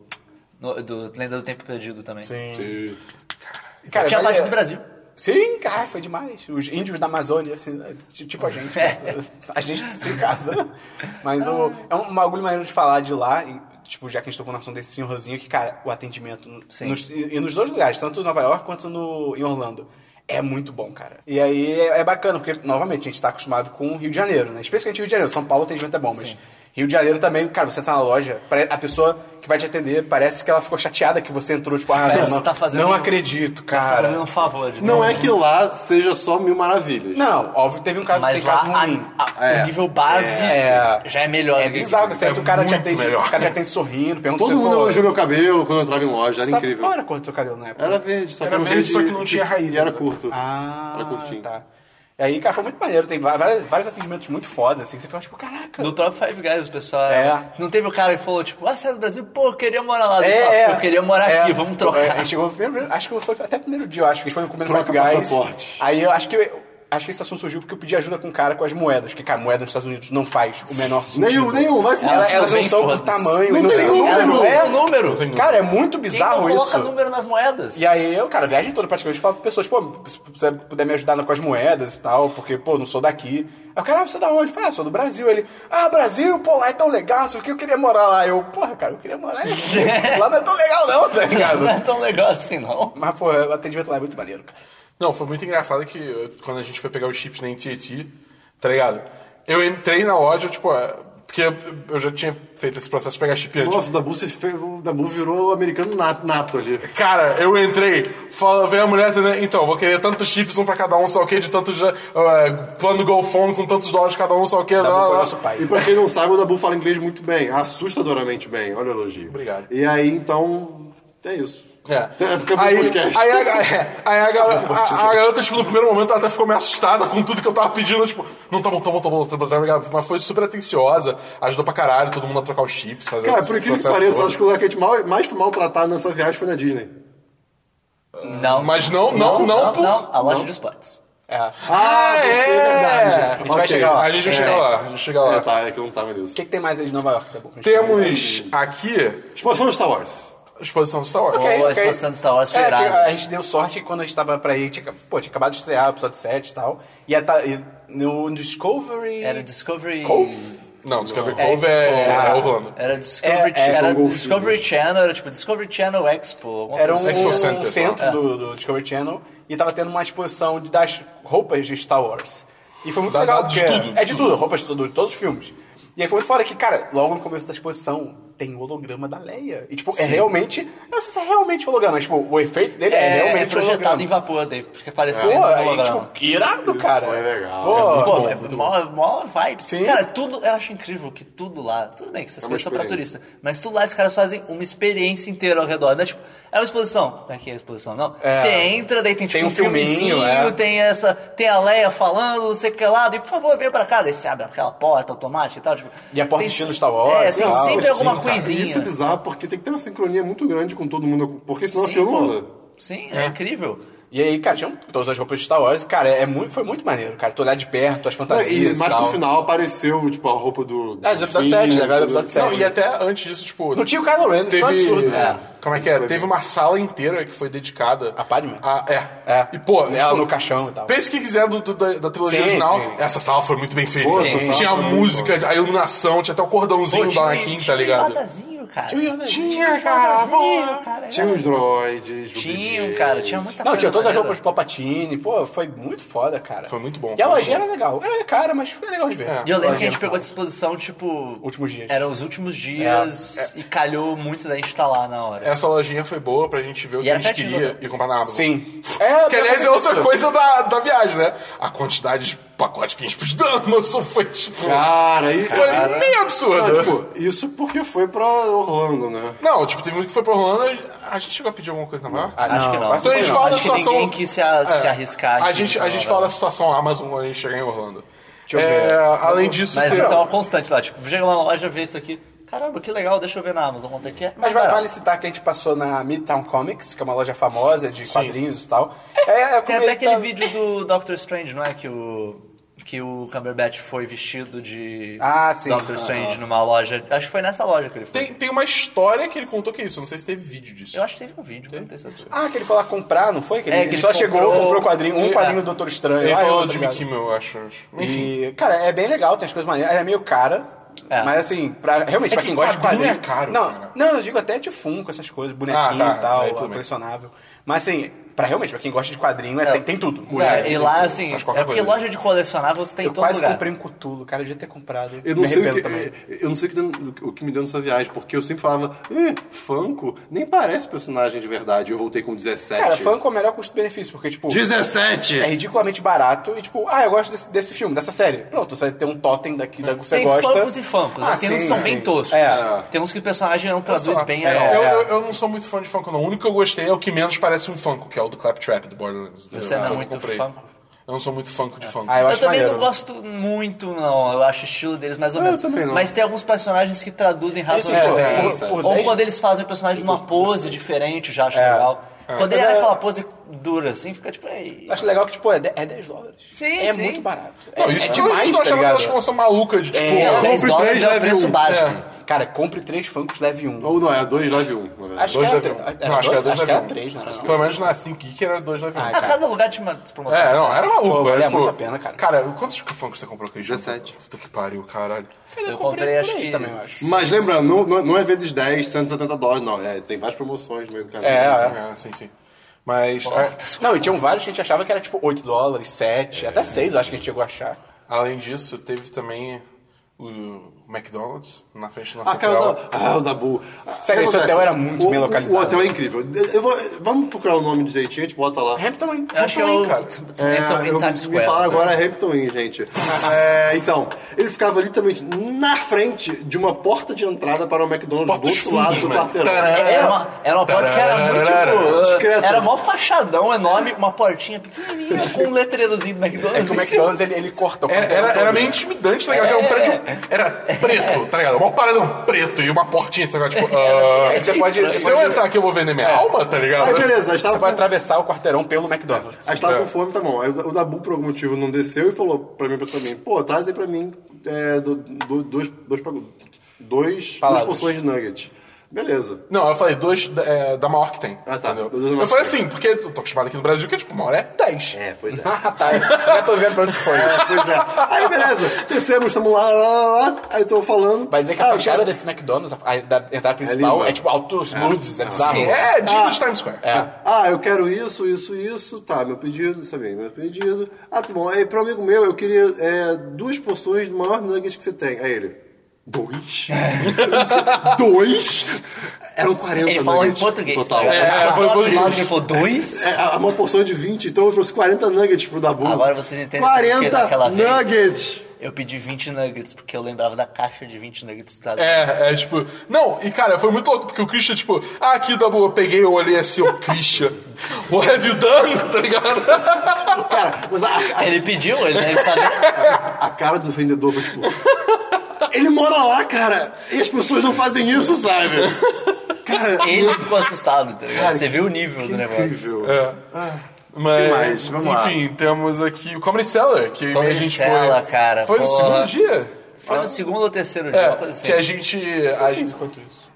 Speaker 1: no- do Lenda do Tempo Perdido também. Sim.
Speaker 2: Sim.
Speaker 3: Cara, é
Speaker 1: Tinha a
Speaker 3: vale-
Speaker 1: parte do Brasil.
Speaker 3: Sim, cara, foi demais. Os índios da Amazônia, assim, t- tipo a gente.
Speaker 1: É.
Speaker 3: a gente se casa. Mas o, é um bagulho maneiro de falar de lá, e, tipo, já que a gente tocou no assunto desse senhorzinho, que, cara, o atendimento no-
Speaker 1: Sim.
Speaker 3: nos- e, e nos dois lugares, tanto em Nova York quanto no, em Orlando. É muito bom, cara. E aí é, é bacana, porque, novamente, a gente tá acostumado com o Rio de Janeiro, né? Especialmente Rio de Janeiro. São Paulo o atendimento é bom, mas Rio de Janeiro também, cara, você tá na loja, pare- a pessoa que vai te atender parece que ela ficou chateada que você entrou, tipo, ah,
Speaker 1: Parece
Speaker 3: não,
Speaker 1: que
Speaker 3: não,
Speaker 1: tá fazendo
Speaker 3: não
Speaker 1: um-
Speaker 3: acredito,
Speaker 1: Você tá
Speaker 3: cara.
Speaker 1: fazendo um favor. de
Speaker 2: Não
Speaker 1: novo.
Speaker 2: é que lá seja só mil maravilhas.
Speaker 3: Não, óbvio, teve um caso,
Speaker 1: Mas
Speaker 3: tem
Speaker 1: lá
Speaker 3: caso
Speaker 1: a-
Speaker 3: ruim.
Speaker 1: a- o nível base
Speaker 3: É.
Speaker 1: já é melhor.
Speaker 3: É
Speaker 1: do que
Speaker 3: bizarro, que você entra, o cara te
Speaker 4: muito
Speaker 3: atende,
Speaker 4: melhor.
Speaker 3: o cara te atende sorrindo, pergunta
Speaker 2: Todo
Speaker 3: se
Speaker 2: mundo
Speaker 3: pô,
Speaker 2: elogiou meu cabelo quando eu entrava em loja, era
Speaker 3: tá-
Speaker 2: incrível.
Speaker 3: Qual era a cor do seu cabelo é na época?
Speaker 2: Era verde, só que
Speaker 4: Era
Speaker 2: um
Speaker 4: verde, só que não tinha raiz,
Speaker 2: E era
Speaker 4: né?
Speaker 2: curto.
Speaker 3: Ah,
Speaker 2: Era curtinho.
Speaker 3: tá. E aí, cara, foi muito maneiro. Tem va- várias- vários atendimentos muito fodas, assim, que você fica tipo, caraca.
Speaker 1: No próprio Five Guys, o pessoal.
Speaker 3: É.
Speaker 1: Não teve o cara que falou, tipo, ah, você é do Brasil? Pô, eu queria morar lá. Ele falou,
Speaker 3: É, é.
Speaker 1: eu queria morar
Speaker 3: É.
Speaker 1: aqui, vamos trocar.
Speaker 3: É, a gente chegou no primeiro, acho que foi até o primeiro dia, eu acho que a gente foi no começo do
Speaker 2: Troca
Speaker 3: Five Guys.
Speaker 2: passaporte.
Speaker 3: Aí eu acho que acho que esse assunto surgiu porque eu pedi ajuda com um cara com as moedas, que cara, moeda nos Estados Unidos não faz o menor sentido.
Speaker 2: Nenhum, nenhum, vai se
Speaker 3: Ela-
Speaker 1: Elas são
Speaker 3: Elas, não
Speaker 1: bem
Speaker 3: são por
Speaker 1: fodas.
Speaker 3: tamanho,
Speaker 2: Não
Speaker 3: não
Speaker 2: tem
Speaker 3: não
Speaker 1: Ela não é o número.
Speaker 4: tem
Speaker 3: Cara, é muito
Speaker 1: Quem não
Speaker 3: bizarro
Speaker 1: coloca
Speaker 3: isso.
Speaker 1: número nas moedas?
Speaker 3: E aí eu, cara, a viagem toda praticamente falo pra pessoas, pô, se você puder me ajudar com as moedas e tal, porque, pô, não sou daqui. Aí o cara, ah, você é da onde? Eu falo, ah, sou do Brasil. Ele, ah, Brasil, pô, lá é tão legal, só que eu queria morar lá. Eu, porra, cara, eu queria morar aqui. lá não é tão legal não, tá
Speaker 1: Não
Speaker 3: ligado?
Speaker 1: é tão legal assim, não.
Speaker 3: Mas, pô, o atendimento lá é muito maneiro, cara.
Speaker 4: Não, foi muito engraçado que eu- quando a gente foi pegar os chips na NTT, tá ligado? Eu entrei na loja, tipo, é, porque eu, eu já tinha feito esse processo de pegar chip antes.
Speaker 2: Nossa, o Dabu, se fe- o Dabu virou americano nato, nato ali.
Speaker 4: Cara, eu entrei, fala, veio a mulher, né? então, vou querer tantos chips, um pra cada um, só o quê, de tantos, eh, eh, plano GoFone com tantos dólares cada um, só o quê, lá,
Speaker 3: Foi
Speaker 4: lá.
Speaker 3: nosso pai.
Speaker 2: E pra quem não sabe, o Dabu fala inglês muito bem, assustadoramente bem, olha o elogio.
Speaker 4: Obrigado.
Speaker 2: E aí, então, é isso.
Speaker 4: É.
Speaker 2: É, fica pro
Speaker 4: aí,
Speaker 2: podcast.
Speaker 4: aí, a, é, aí a, gal- a- a garota, tipo, no primeiro momento, ela até ficou meio assustada com tudo que eu tava pedindo. Tipo, não, tá bom, tá bom, tá bom, tá bom, tá ligado? Mas foi super atenciosa, ajudou pra caralho todo mundo a trocar os chips, fazer
Speaker 2: Cara,
Speaker 4: esse
Speaker 2: por incrível que
Speaker 4: processo
Speaker 2: pareça,
Speaker 4: todo.
Speaker 2: acho que o lugar que a gente mal- mais foi maltratado nessa viagem foi na Disney.
Speaker 1: Não.
Speaker 4: Mas não, não, não, por.
Speaker 1: A loja de esportes.
Speaker 3: É.
Speaker 2: Ah,
Speaker 4: é,
Speaker 2: você é verdade.
Speaker 3: A gente vai
Speaker 2: Ok.
Speaker 3: chegar lá. É.
Speaker 4: A gente vai chegar lá, a gente vai chegar lá.
Speaker 2: É, tá, é que eu não tava nisso.
Speaker 3: O que, que tem mais aí de Nova York? Tá bom,
Speaker 4: Temos aqui
Speaker 2: Expansão de Tipo, Star Wars.
Speaker 4: a exposição do Star Wars.
Speaker 1: Ok. Pô, a expansão de Star Wars foi
Speaker 3: é,
Speaker 1: irada.
Speaker 3: que A gente deu sorte que quando a gente tava pra ir, tinha, pô, tinha acabado de estrear o episódio 7 e tal. E, a, ta- e no Discovery.
Speaker 1: Era Discovery...
Speaker 3: Cove?
Speaker 4: Não, Discovery
Speaker 1: É,
Speaker 4: Cove é,
Speaker 1: Expo.
Speaker 4: é Orlando.
Speaker 1: Era Discovery,
Speaker 3: É, é,
Speaker 1: era
Speaker 2: são golfinhos.
Speaker 1: Discovery Channel, era tipo Discovery Channel Expo. alguma
Speaker 3: Era um,
Speaker 1: coisa assim.
Speaker 4: Expo Center,
Speaker 3: um
Speaker 4: tá?
Speaker 3: centro
Speaker 1: É.
Speaker 3: do, do Discovery Channel e tava tendo uma exposição de- das roupas de Star Wars. E foi muito
Speaker 4: Da-
Speaker 3: legal.
Speaker 4: da- de
Speaker 3: porque-
Speaker 4: tudo, de
Speaker 3: É de
Speaker 4: tudo.
Speaker 3: tudo, roupas de, tudo, de todos os filmes. E aí foi muito foda que, cara, logo no começo da exposição tem o holograma da Leia. E, tipo, é realmente. Eu não sei se é realmente holograma, mas, tipo, o efeito dele é,
Speaker 1: É, é
Speaker 3: realmente
Speaker 1: projetado
Speaker 3: holograma.
Speaker 1: em vapor, daí
Speaker 4: É.
Speaker 1: fica parecendo um
Speaker 3: Pô, aí,
Speaker 1: holograma.
Speaker 3: tipo, irado, cara.
Speaker 2: foi legal.
Speaker 3: Pô,
Speaker 1: Pô,
Speaker 4: bom,
Speaker 1: é
Speaker 4: muito
Speaker 1: mó, mó vibe.
Speaker 3: Sim.
Speaker 1: Cara, tudo, eu acho incrível que tudo lá, tudo bem que essas
Speaker 2: É uma
Speaker 1: coisas são pra
Speaker 2: experiência.
Speaker 1: turista, mas tudo lá os caras fazem uma experiência inteira ao redor, né? Tipo, é uma exposição. Não é que é exposição, não.
Speaker 3: É.
Speaker 1: Você entra, daí tem tipo
Speaker 3: Tem um
Speaker 1: um filmezinho,
Speaker 3: filminho, é.
Speaker 1: tem essa, tem a Leia falando, não sei o que lá, daí, por favor, vem pra cá, daí você abre aquela porta automática e tal, tipo...
Speaker 3: E a porta
Speaker 1: tem-
Speaker 3: estilo Star Wars
Speaker 1: É,
Speaker 3: e
Speaker 1: tem
Speaker 3: tal,
Speaker 1: sempre
Speaker 3: sim,
Speaker 1: alguma
Speaker 3: cara.
Speaker 1: coisinha.
Speaker 2: E isso é bizarro porque tem que ter uma sincronia muito grande com todo mundo, porque senão a
Speaker 1: Sim,
Speaker 2: fila não
Speaker 1: pô.
Speaker 2: anda.
Speaker 1: Sim, é incrível.
Speaker 3: E aí, cara, tinham todas as roupas de Star Wars. e, Cara, é muito, foi muito maneiro, cara. Tu olhar de perto, as
Speaker 2: E
Speaker 3: fantasias e,
Speaker 2: mais pro
Speaker 3: Tá, tal.
Speaker 2: final apareceu, tipo, a roupa do. do
Speaker 3: É, do episódio
Speaker 2: Finn,
Speaker 3: 7, né, galera? Do
Speaker 2: tudo.
Speaker 3: episódio 7.
Speaker 4: Não, e até antes disso, tipo.
Speaker 3: Não tinha o Kylo Ren, isso
Speaker 4: teve,
Speaker 3: foi um absurdo.
Speaker 4: é, Como é que é?
Speaker 2: Isso foi
Speaker 4: Teve
Speaker 2: bem.
Speaker 4: uma sala inteira que foi dedicada.
Speaker 3: A Padme?
Speaker 4: A, é.
Speaker 3: É.
Speaker 4: E, pô,
Speaker 3: Ela no caixão e tal.
Speaker 4: Pense o que quiser do, do- da, da trilogia
Speaker 3: Sim,
Speaker 4: original.
Speaker 3: sim.
Speaker 4: Essa sala foi muito bem feita.
Speaker 2: Pô,
Speaker 4: Sim.
Speaker 2: essa sala
Speaker 4: Tinha a
Speaker 2: foi muito
Speaker 4: música, a iluminação, tinha até o cordãozinho
Speaker 1: Pô,
Speaker 4: da
Speaker 1: tinha um-
Speaker 4: Anakin, tá
Speaker 1: tinha um
Speaker 4: ligado?
Speaker 1: Yodazinho, cara.
Speaker 4: Tinha, cara.
Speaker 1: Yodazinho, cara. é
Speaker 3: um
Speaker 2: Tinha os droids, o
Speaker 1: Tinha,
Speaker 2: BB-8.
Speaker 1: cara, tinha muita
Speaker 3: Não,
Speaker 1: coisa
Speaker 3: tinha todas as
Speaker 1: maneira.
Speaker 3: roupas de Palpatine. Pô, foi muito foda, cara.
Speaker 4: Foi muito bom,
Speaker 3: E a
Speaker 4: foi
Speaker 3: lojinha
Speaker 4: muito
Speaker 3: era legal. Era cara, mas foi legal de ver.
Speaker 4: É.
Speaker 1: E eu lembro que a
Speaker 3: Lojinha
Speaker 1: gente
Speaker 3: era
Speaker 1: pegou essa
Speaker 3: foda.
Speaker 1: exposição, tipo.
Speaker 3: Últimos dias. É.
Speaker 1: Eram os últimos dias e calhou muito da gente estar lá na hora.
Speaker 4: Essa lojinha foi boa pra gente ver o
Speaker 1: E
Speaker 4: que a
Speaker 1: era
Speaker 4: gente
Speaker 1: pertinho,
Speaker 4: queria
Speaker 1: né?
Speaker 4: e comprar na Amazon.
Speaker 3: Sim. É,
Speaker 4: Que, aliás, é outra coisa da, da viagem, né? A quantidade de pacote que a gente pôs da Amazon foi, tipo...
Speaker 2: Cara, isso.
Speaker 4: foi meio absurdo.
Speaker 2: Ah, tipo, isso porque foi pra Orlando, né?
Speaker 4: Não, tipo, teve um que foi pra Orlando, a gente chegou a pedir alguma coisa na maior.
Speaker 3: Ah,
Speaker 1: Acho que não.
Speaker 3: essa
Speaker 4: Então a gente
Speaker 3: foi
Speaker 4: fala da
Speaker 1: Acho que
Speaker 4: situação. É,
Speaker 1: ninguém quis se a- se arriscar
Speaker 4: A
Speaker 1: aqui então, né?
Speaker 4: gente, a
Speaker 1: pra
Speaker 4: gente
Speaker 1: falar.
Speaker 4: fala da situação Amazon quando a gente chegar em Orlando.
Speaker 3: eu
Speaker 4: É,
Speaker 3: ver.
Speaker 4: além disso,
Speaker 1: Mas
Speaker 4: teve-
Speaker 1: isso é uma constante lá. Tipo, chega uma loja, vê isso aqui. Caramba, que legal, deixa eu ver na Amazon quanto é que é.
Speaker 3: Mas vai-
Speaker 1: Cara,
Speaker 3: vale citar que a gente passou na Midtown Comics, que é uma loja famosa de quadrinhos e tal. É, é
Speaker 1: Tem
Speaker 3: como
Speaker 1: até
Speaker 3: ele
Speaker 1: aquele
Speaker 3: tá-
Speaker 1: vídeo do Doctor Strange, não é? Que o. Que o Cumberbatch foi vestido de
Speaker 3: Ah, sim.
Speaker 1: Doctor
Speaker 3: Ah.
Speaker 1: Strange numa loja. Acho que foi nessa loja que ele foi.
Speaker 4: tem, tem uma história que ele contou que é isso. Eu não sei se teve vídeo disso.
Speaker 1: Eu acho que teve um vídeo, não tenho certeza.
Speaker 3: Ah, que ele foi lá comprar, não foi? Que ele,
Speaker 1: É, que
Speaker 3: ele
Speaker 1: ele
Speaker 3: só chegou,
Speaker 1: comprou-
Speaker 3: comprou quadrinho, um
Speaker 4: É.
Speaker 3: quadrinho do Doutor Estranho.
Speaker 4: Ele
Speaker 3: ah,
Speaker 4: falou
Speaker 3: outro,
Speaker 4: de Jimmy
Speaker 3: ligado.
Speaker 4: Kimmel, eu acho. Enfim.
Speaker 3: E, cara, é bem legal, tem as coisas maneiras. Ela é meio cara.
Speaker 1: É.
Speaker 3: Mas assim, pra, realmente,
Speaker 4: É
Speaker 3: pra
Speaker 4: que
Speaker 3: quem gosta de
Speaker 4: quadrinho
Speaker 3: quadrinho.
Speaker 4: é caro,
Speaker 3: não,
Speaker 4: cara.
Speaker 3: não, eu digo até de Funko, essas coisas, bonequinho
Speaker 4: Ah, tá,
Speaker 3: e
Speaker 4: aí
Speaker 3: tal,
Speaker 4: tudo bem.
Speaker 3: colecionável. Mas assim, pra realmente, pra quem gosta de quadrinho, é, tem, tem tudo.
Speaker 1: É,
Speaker 4: tem
Speaker 1: e lá,
Speaker 4: tudo,
Speaker 1: assim,
Speaker 4: faz qualquer
Speaker 1: é porque
Speaker 4: coisa.
Speaker 1: loja de colecionáveis tem em
Speaker 3: Eu
Speaker 1: todo
Speaker 3: quase
Speaker 1: lugar.
Speaker 3: comprei um cutulo, cara, eu devia ter comprado.
Speaker 2: Eu não,
Speaker 3: Me
Speaker 2: sei o
Speaker 3: arrependo
Speaker 2: que, é,
Speaker 3: também.
Speaker 2: eu não sei o que, deu- o que me deu nessa viagem, porque eu sempre falava, "Ih, Funko nem parece personagem de verdade. Eu voltei com 17.
Speaker 3: Cara, Funko é o melhor custo-benefício, porque, tipo,
Speaker 2: 17!
Speaker 3: é ridiculamente barato e, tipo, ah, eu gosto desse, desse filme, dessa série. Pronto, você vai ter um totem daqui da que você
Speaker 1: tem
Speaker 3: gosta.
Speaker 1: funkos e funkos.
Speaker 3: Ah,
Speaker 1: né? tem uns que
Speaker 3: sim,
Speaker 1: são
Speaker 3: sim.
Speaker 1: bem toscos.
Speaker 3: É.
Speaker 1: Tem uns que o personagem não traduz bem a
Speaker 4: É, eu,
Speaker 1: obra.
Speaker 4: eu, eu não sou muito fã de Funko, não. O único que eu gostei é o que menos parece um Funko, que é o do Claptrap do Borderlands.
Speaker 1: Você não é
Speaker 4: Eu
Speaker 1: muito É.
Speaker 4: comprei.
Speaker 1: Funko?
Speaker 4: Eu não sou muito Funko de Funko.
Speaker 3: Ah, eu
Speaker 1: Eu,
Speaker 3: acho
Speaker 1: também
Speaker 3: maneiro.
Speaker 1: não gosto muito, não. Eu acho o estilo deles mais ou
Speaker 2: Eu
Speaker 1: menos.
Speaker 2: também não.
Speaker 1: Mas tem alguns personagens que traduzem razoavelmente
Speaker 3: é,
Speaker 1: bem.
Speaker 3: por- por
Speaker 1: Ou
Speaker 3: 10
Speaker 1: quando eles fazem o personagem numa pose diferente, eu já acho legal. Quando ele
Speaker 3: Mas
Speaker 1: é
Speaker 3: é-
Speaker 1: aquela pose dura, assim, fica tipo... Ei.
Speaker 3: Eu acho legal que, tipo, é de- é 10 dólares.
Speaker 1: Sim,
Speaker 3: É
Speaker 1: sim.
Speaker 3: muito barato.
Speaker 4: Não,
Speaker 3: é,
Speaker 4: isso
Speaker 3: é
Speaker 4: eu demais,
Speaker 3: demais,
Speaker 4: não
Speaker 3: tá
Speaker 4: achava aquela
Speaker 3: ligado? É,
Speaker 4: promoção maluca de tipo.
Speaker 1: Não,
Speaker 4: compre
Speaker 1: 10
Speaker 4: três,
Speaker 1: dólares é o
Speaker 4: leve
Speaker 1: preço
Speaker 4: um.
Speaker 1: base.
Speaker 4: É.
Speaker 3: Cara, compre três Funkos, leve um.
Speaker 2: Ou não, é 2 leve 1. Um, na verdade.
Speaker 3: Acho
Speaker 4: Dois
Speaker 3: que
Speaker 4: leve
Speaker 3: era,
Speaker 4: um.
Speaker 3: era
Speaker 4: Não, acho que era dois
Speaker 3: acho que era
Speaker 4: leve um.
Speaker 3: três,
Speaker 1: né?
Speaker 3: não era?
Speaker 4: Pelo menos na Think Geek era dois leve um.
Speaker 3: Ah,
Speaker 1: A Ah, cada lugar tinha uma despromoção.
Speaker 4: É, não, era maluco.
Speaker 3: Pô,
Speaker 4: era,
Speaker 3: valia
Speaker 4: tipo,
Speaker 3: muito a pena, cara.
Speaker 4: quantos funkos você comprou aqui?
Speaker 2: 17.
Speaker 4: Puta que pariu, caralho.
Speaker 1: Eu comprei, acho que...
Speaker 3: Também, eu acho.
Speaker 2: Mas lembra, não, não não é vezes 10, 170 dólares, não. É, tem várias promoções no meio do caminho.
Speaker 3: É,
Speaker 2: assim.
Speaker 4: É, sim, sim. Mas, é,
Speaker 3: Não, e tinham vários que a gente achava que era tipo 8 dólares, 7, até 6 eu acho que a gente chegou a achar.
Speaker 4: além disso, teve também o McDonald's na frente do nosso
Speaker 2: Ah, cara, o
Speaker 4: hotel.
Speaker 2: da, ah, o Dabu.
Speaker 3: Sério, esse hotel era muito
Speaker 2: o,
Speaker 3: bem localizado.
Speaker 2: O hotel é incrível. Eu vou, vamos procurar o nome direitinho, a gente bota lá.
Speaker 3: Hampton Inn.
Speaker 1: Eu acho que é
Speaker 4: Hampton
Speaker 1: o
Speaker 4: Inn, cara.
Speaker 3: Então,
Speaker 1: Hampton
Speaker 2: É, eu-
Speaker 1: Inn Times
Speaker 2: Me
Speaker 1: Square. né?
Speaker 2: falaram agora é Hampton Inn, gente. É, então, ele ficava literalmente na frente de uma porta de entrada para o McDonald's
Speaker 4: Porta
Speaker 2: do
Speaker 4: dos
Speaker 2: outro lado
Speaker 4: fundos,
Speaker 2: do
Speaker 4: mano.
Speaker 2: quarteirão.
Speaker 4: Tará.
Speaker 1: Era uma, era uma porta que era muito tipo.
Speaker 2: É, Discreto.
Speaker 1: Era mó fachadão enorme, uma portinha pequenininha com um letreirozinho do
Speaker 3: É
Speaker 1: McDonald's.
Speaker 3: que o
Speaker 1: em cima.
Speaker 3: McDonald's ele, ele cortou.
Speaker 4: É, era, era meio intimidante, né? cara? Era um
Speaker 1: É.
Speaker 4: prédio Era preto, tá ligado? Um paredão preto e uma portinha, tá ligado? Tipo, ah,
Speaker 3: Aí você pode-
Speaker 4: Se eu entrar aqui, eu vou vender minha alma, tá ligado?
Speaker 2: Aí beleza, a gente
Speaker 3: Você
Speaker 2: tava,
Speaker 3: vai
Speaker 2: com,
Speaker 3: atravessar o quarteirão pelo McDonald's.
Speaker 2: a gente tava
Speaker 4: É.
Speaker 2: com fome, tá bom. Aí o o Dabu, por algum motivo, não desceu e falou pra mim, pra mim, pô, traz aí pra mim é, do, do, dois, dois, pag- dois, duas
Speaker 3: Palavras.
Speaker 2: porções de nuggets. Beleza.
Speaker 4: Não, eu falei dois da- é, da maior que tem.
Speaker 2: Ah, tá.
Speaker 4: entendeu?
Speaker 2: Dois da maior
Speaker 4: Eu falei
Speaker 2: que tem.
Speaker 4: assim, porque eu tô acostumado aqui no Brasil que é tipo, uma hora é 10.
Speaker 2: É, pois é.
Speaker 3: Ah, tá. Eu já tô vendo pra onde isso foi.
Speaker 2: Pois é. Aí beleza, descemos, estamos lá, lá, lá, lá. aí eu tô falando.
Speaker 3: Vai dizer que a
Speaker 2: Ah,
Speaker 3: fachada
Speaker 2: cara,
Speaker 3: desse McDonald's, a, a- da entrada principal,
Speaker 2: linda.
Speaker 3: é, tipo altos luzes, é bizarro.
Speaker 4: Sim, é digno de Times Square.
Speaker 3: É.
Speaker 2: Ah, eu quero isso, isso, isso. Tá, meu pedido, isso aí, meu pedido. Ah, tá bom. Aí, pra um amigo meu, eu queria é, duas porções do maior nugget que você tem. Aí ele. Dois? dois? Eram 40
Speaker 1: Ele falou em
Speaker 2: nuggets
Speaker 1: português.
Speaker 2: Total.
Speaker 1: tá ligado?
Speaker 4: É,
Speaker 1: Ele
Speaker 4: foi
Speaker 1: falou
Speaker 4: português.
Speaker 1: nós, Ele falou dois?
Speaker 2: É, a- uma porção de 20, então eu trouxe 40 nuggets pro Dabu.
Speaker 1: Agora vocês entendem por que
Speaker 2: 40
Speaker 1: daquela vez-
Speaker 2: nuggets!
Speaker 1: Eu pedi 20 nuggets, porque eu lembrava da caixa de 20 nuggets do Estados Unidos.
Speaker 4: É, é tipo. Não, e cara, foi muito louco, porque o Christian, tipo, ah, aqui da boa, eu peguei, eu olhei assim, o Christian, what have you done? Tá ligado?
Speaker 2: Cara, mas a,
Speaker 1: Ele pediu, ele deve saber.
Speaker 2: a, a cara do vendedor foi tipo. Ele mora lá, cara! E as pessoas não fazem isso, sabe? Cara,
Speaker 1: Ele ficou assustado, tá ligado?
Speaker 2: Cara,
Speaker 1: Você viu o nível
Speaker 2: que
Speaker 1: do negócio.
Speaker 2: incrível.
Speaker 4: É.
Speaker 2: que
Speaker 4: Mas,
Speaker 2: mais? Vamos lá.
Speaker 4: enfim, temos aqui o Comedy Cellar, que
Speaker 1: Comedy
Speaker 4: a gente
Speaker 1: Cellar,
Speaker 4: foi.
Speaker 1: cara,
Speaker 4: foi no
Speaker 1: porra.
Speaker 4: segundo dia?
Speaker 1: Foi no segundo ou terceiro dia,
Speaker 4: É,
Speaker 1: uma coisa assim.
Speaker 4: que a gente. A gente enquanto isso.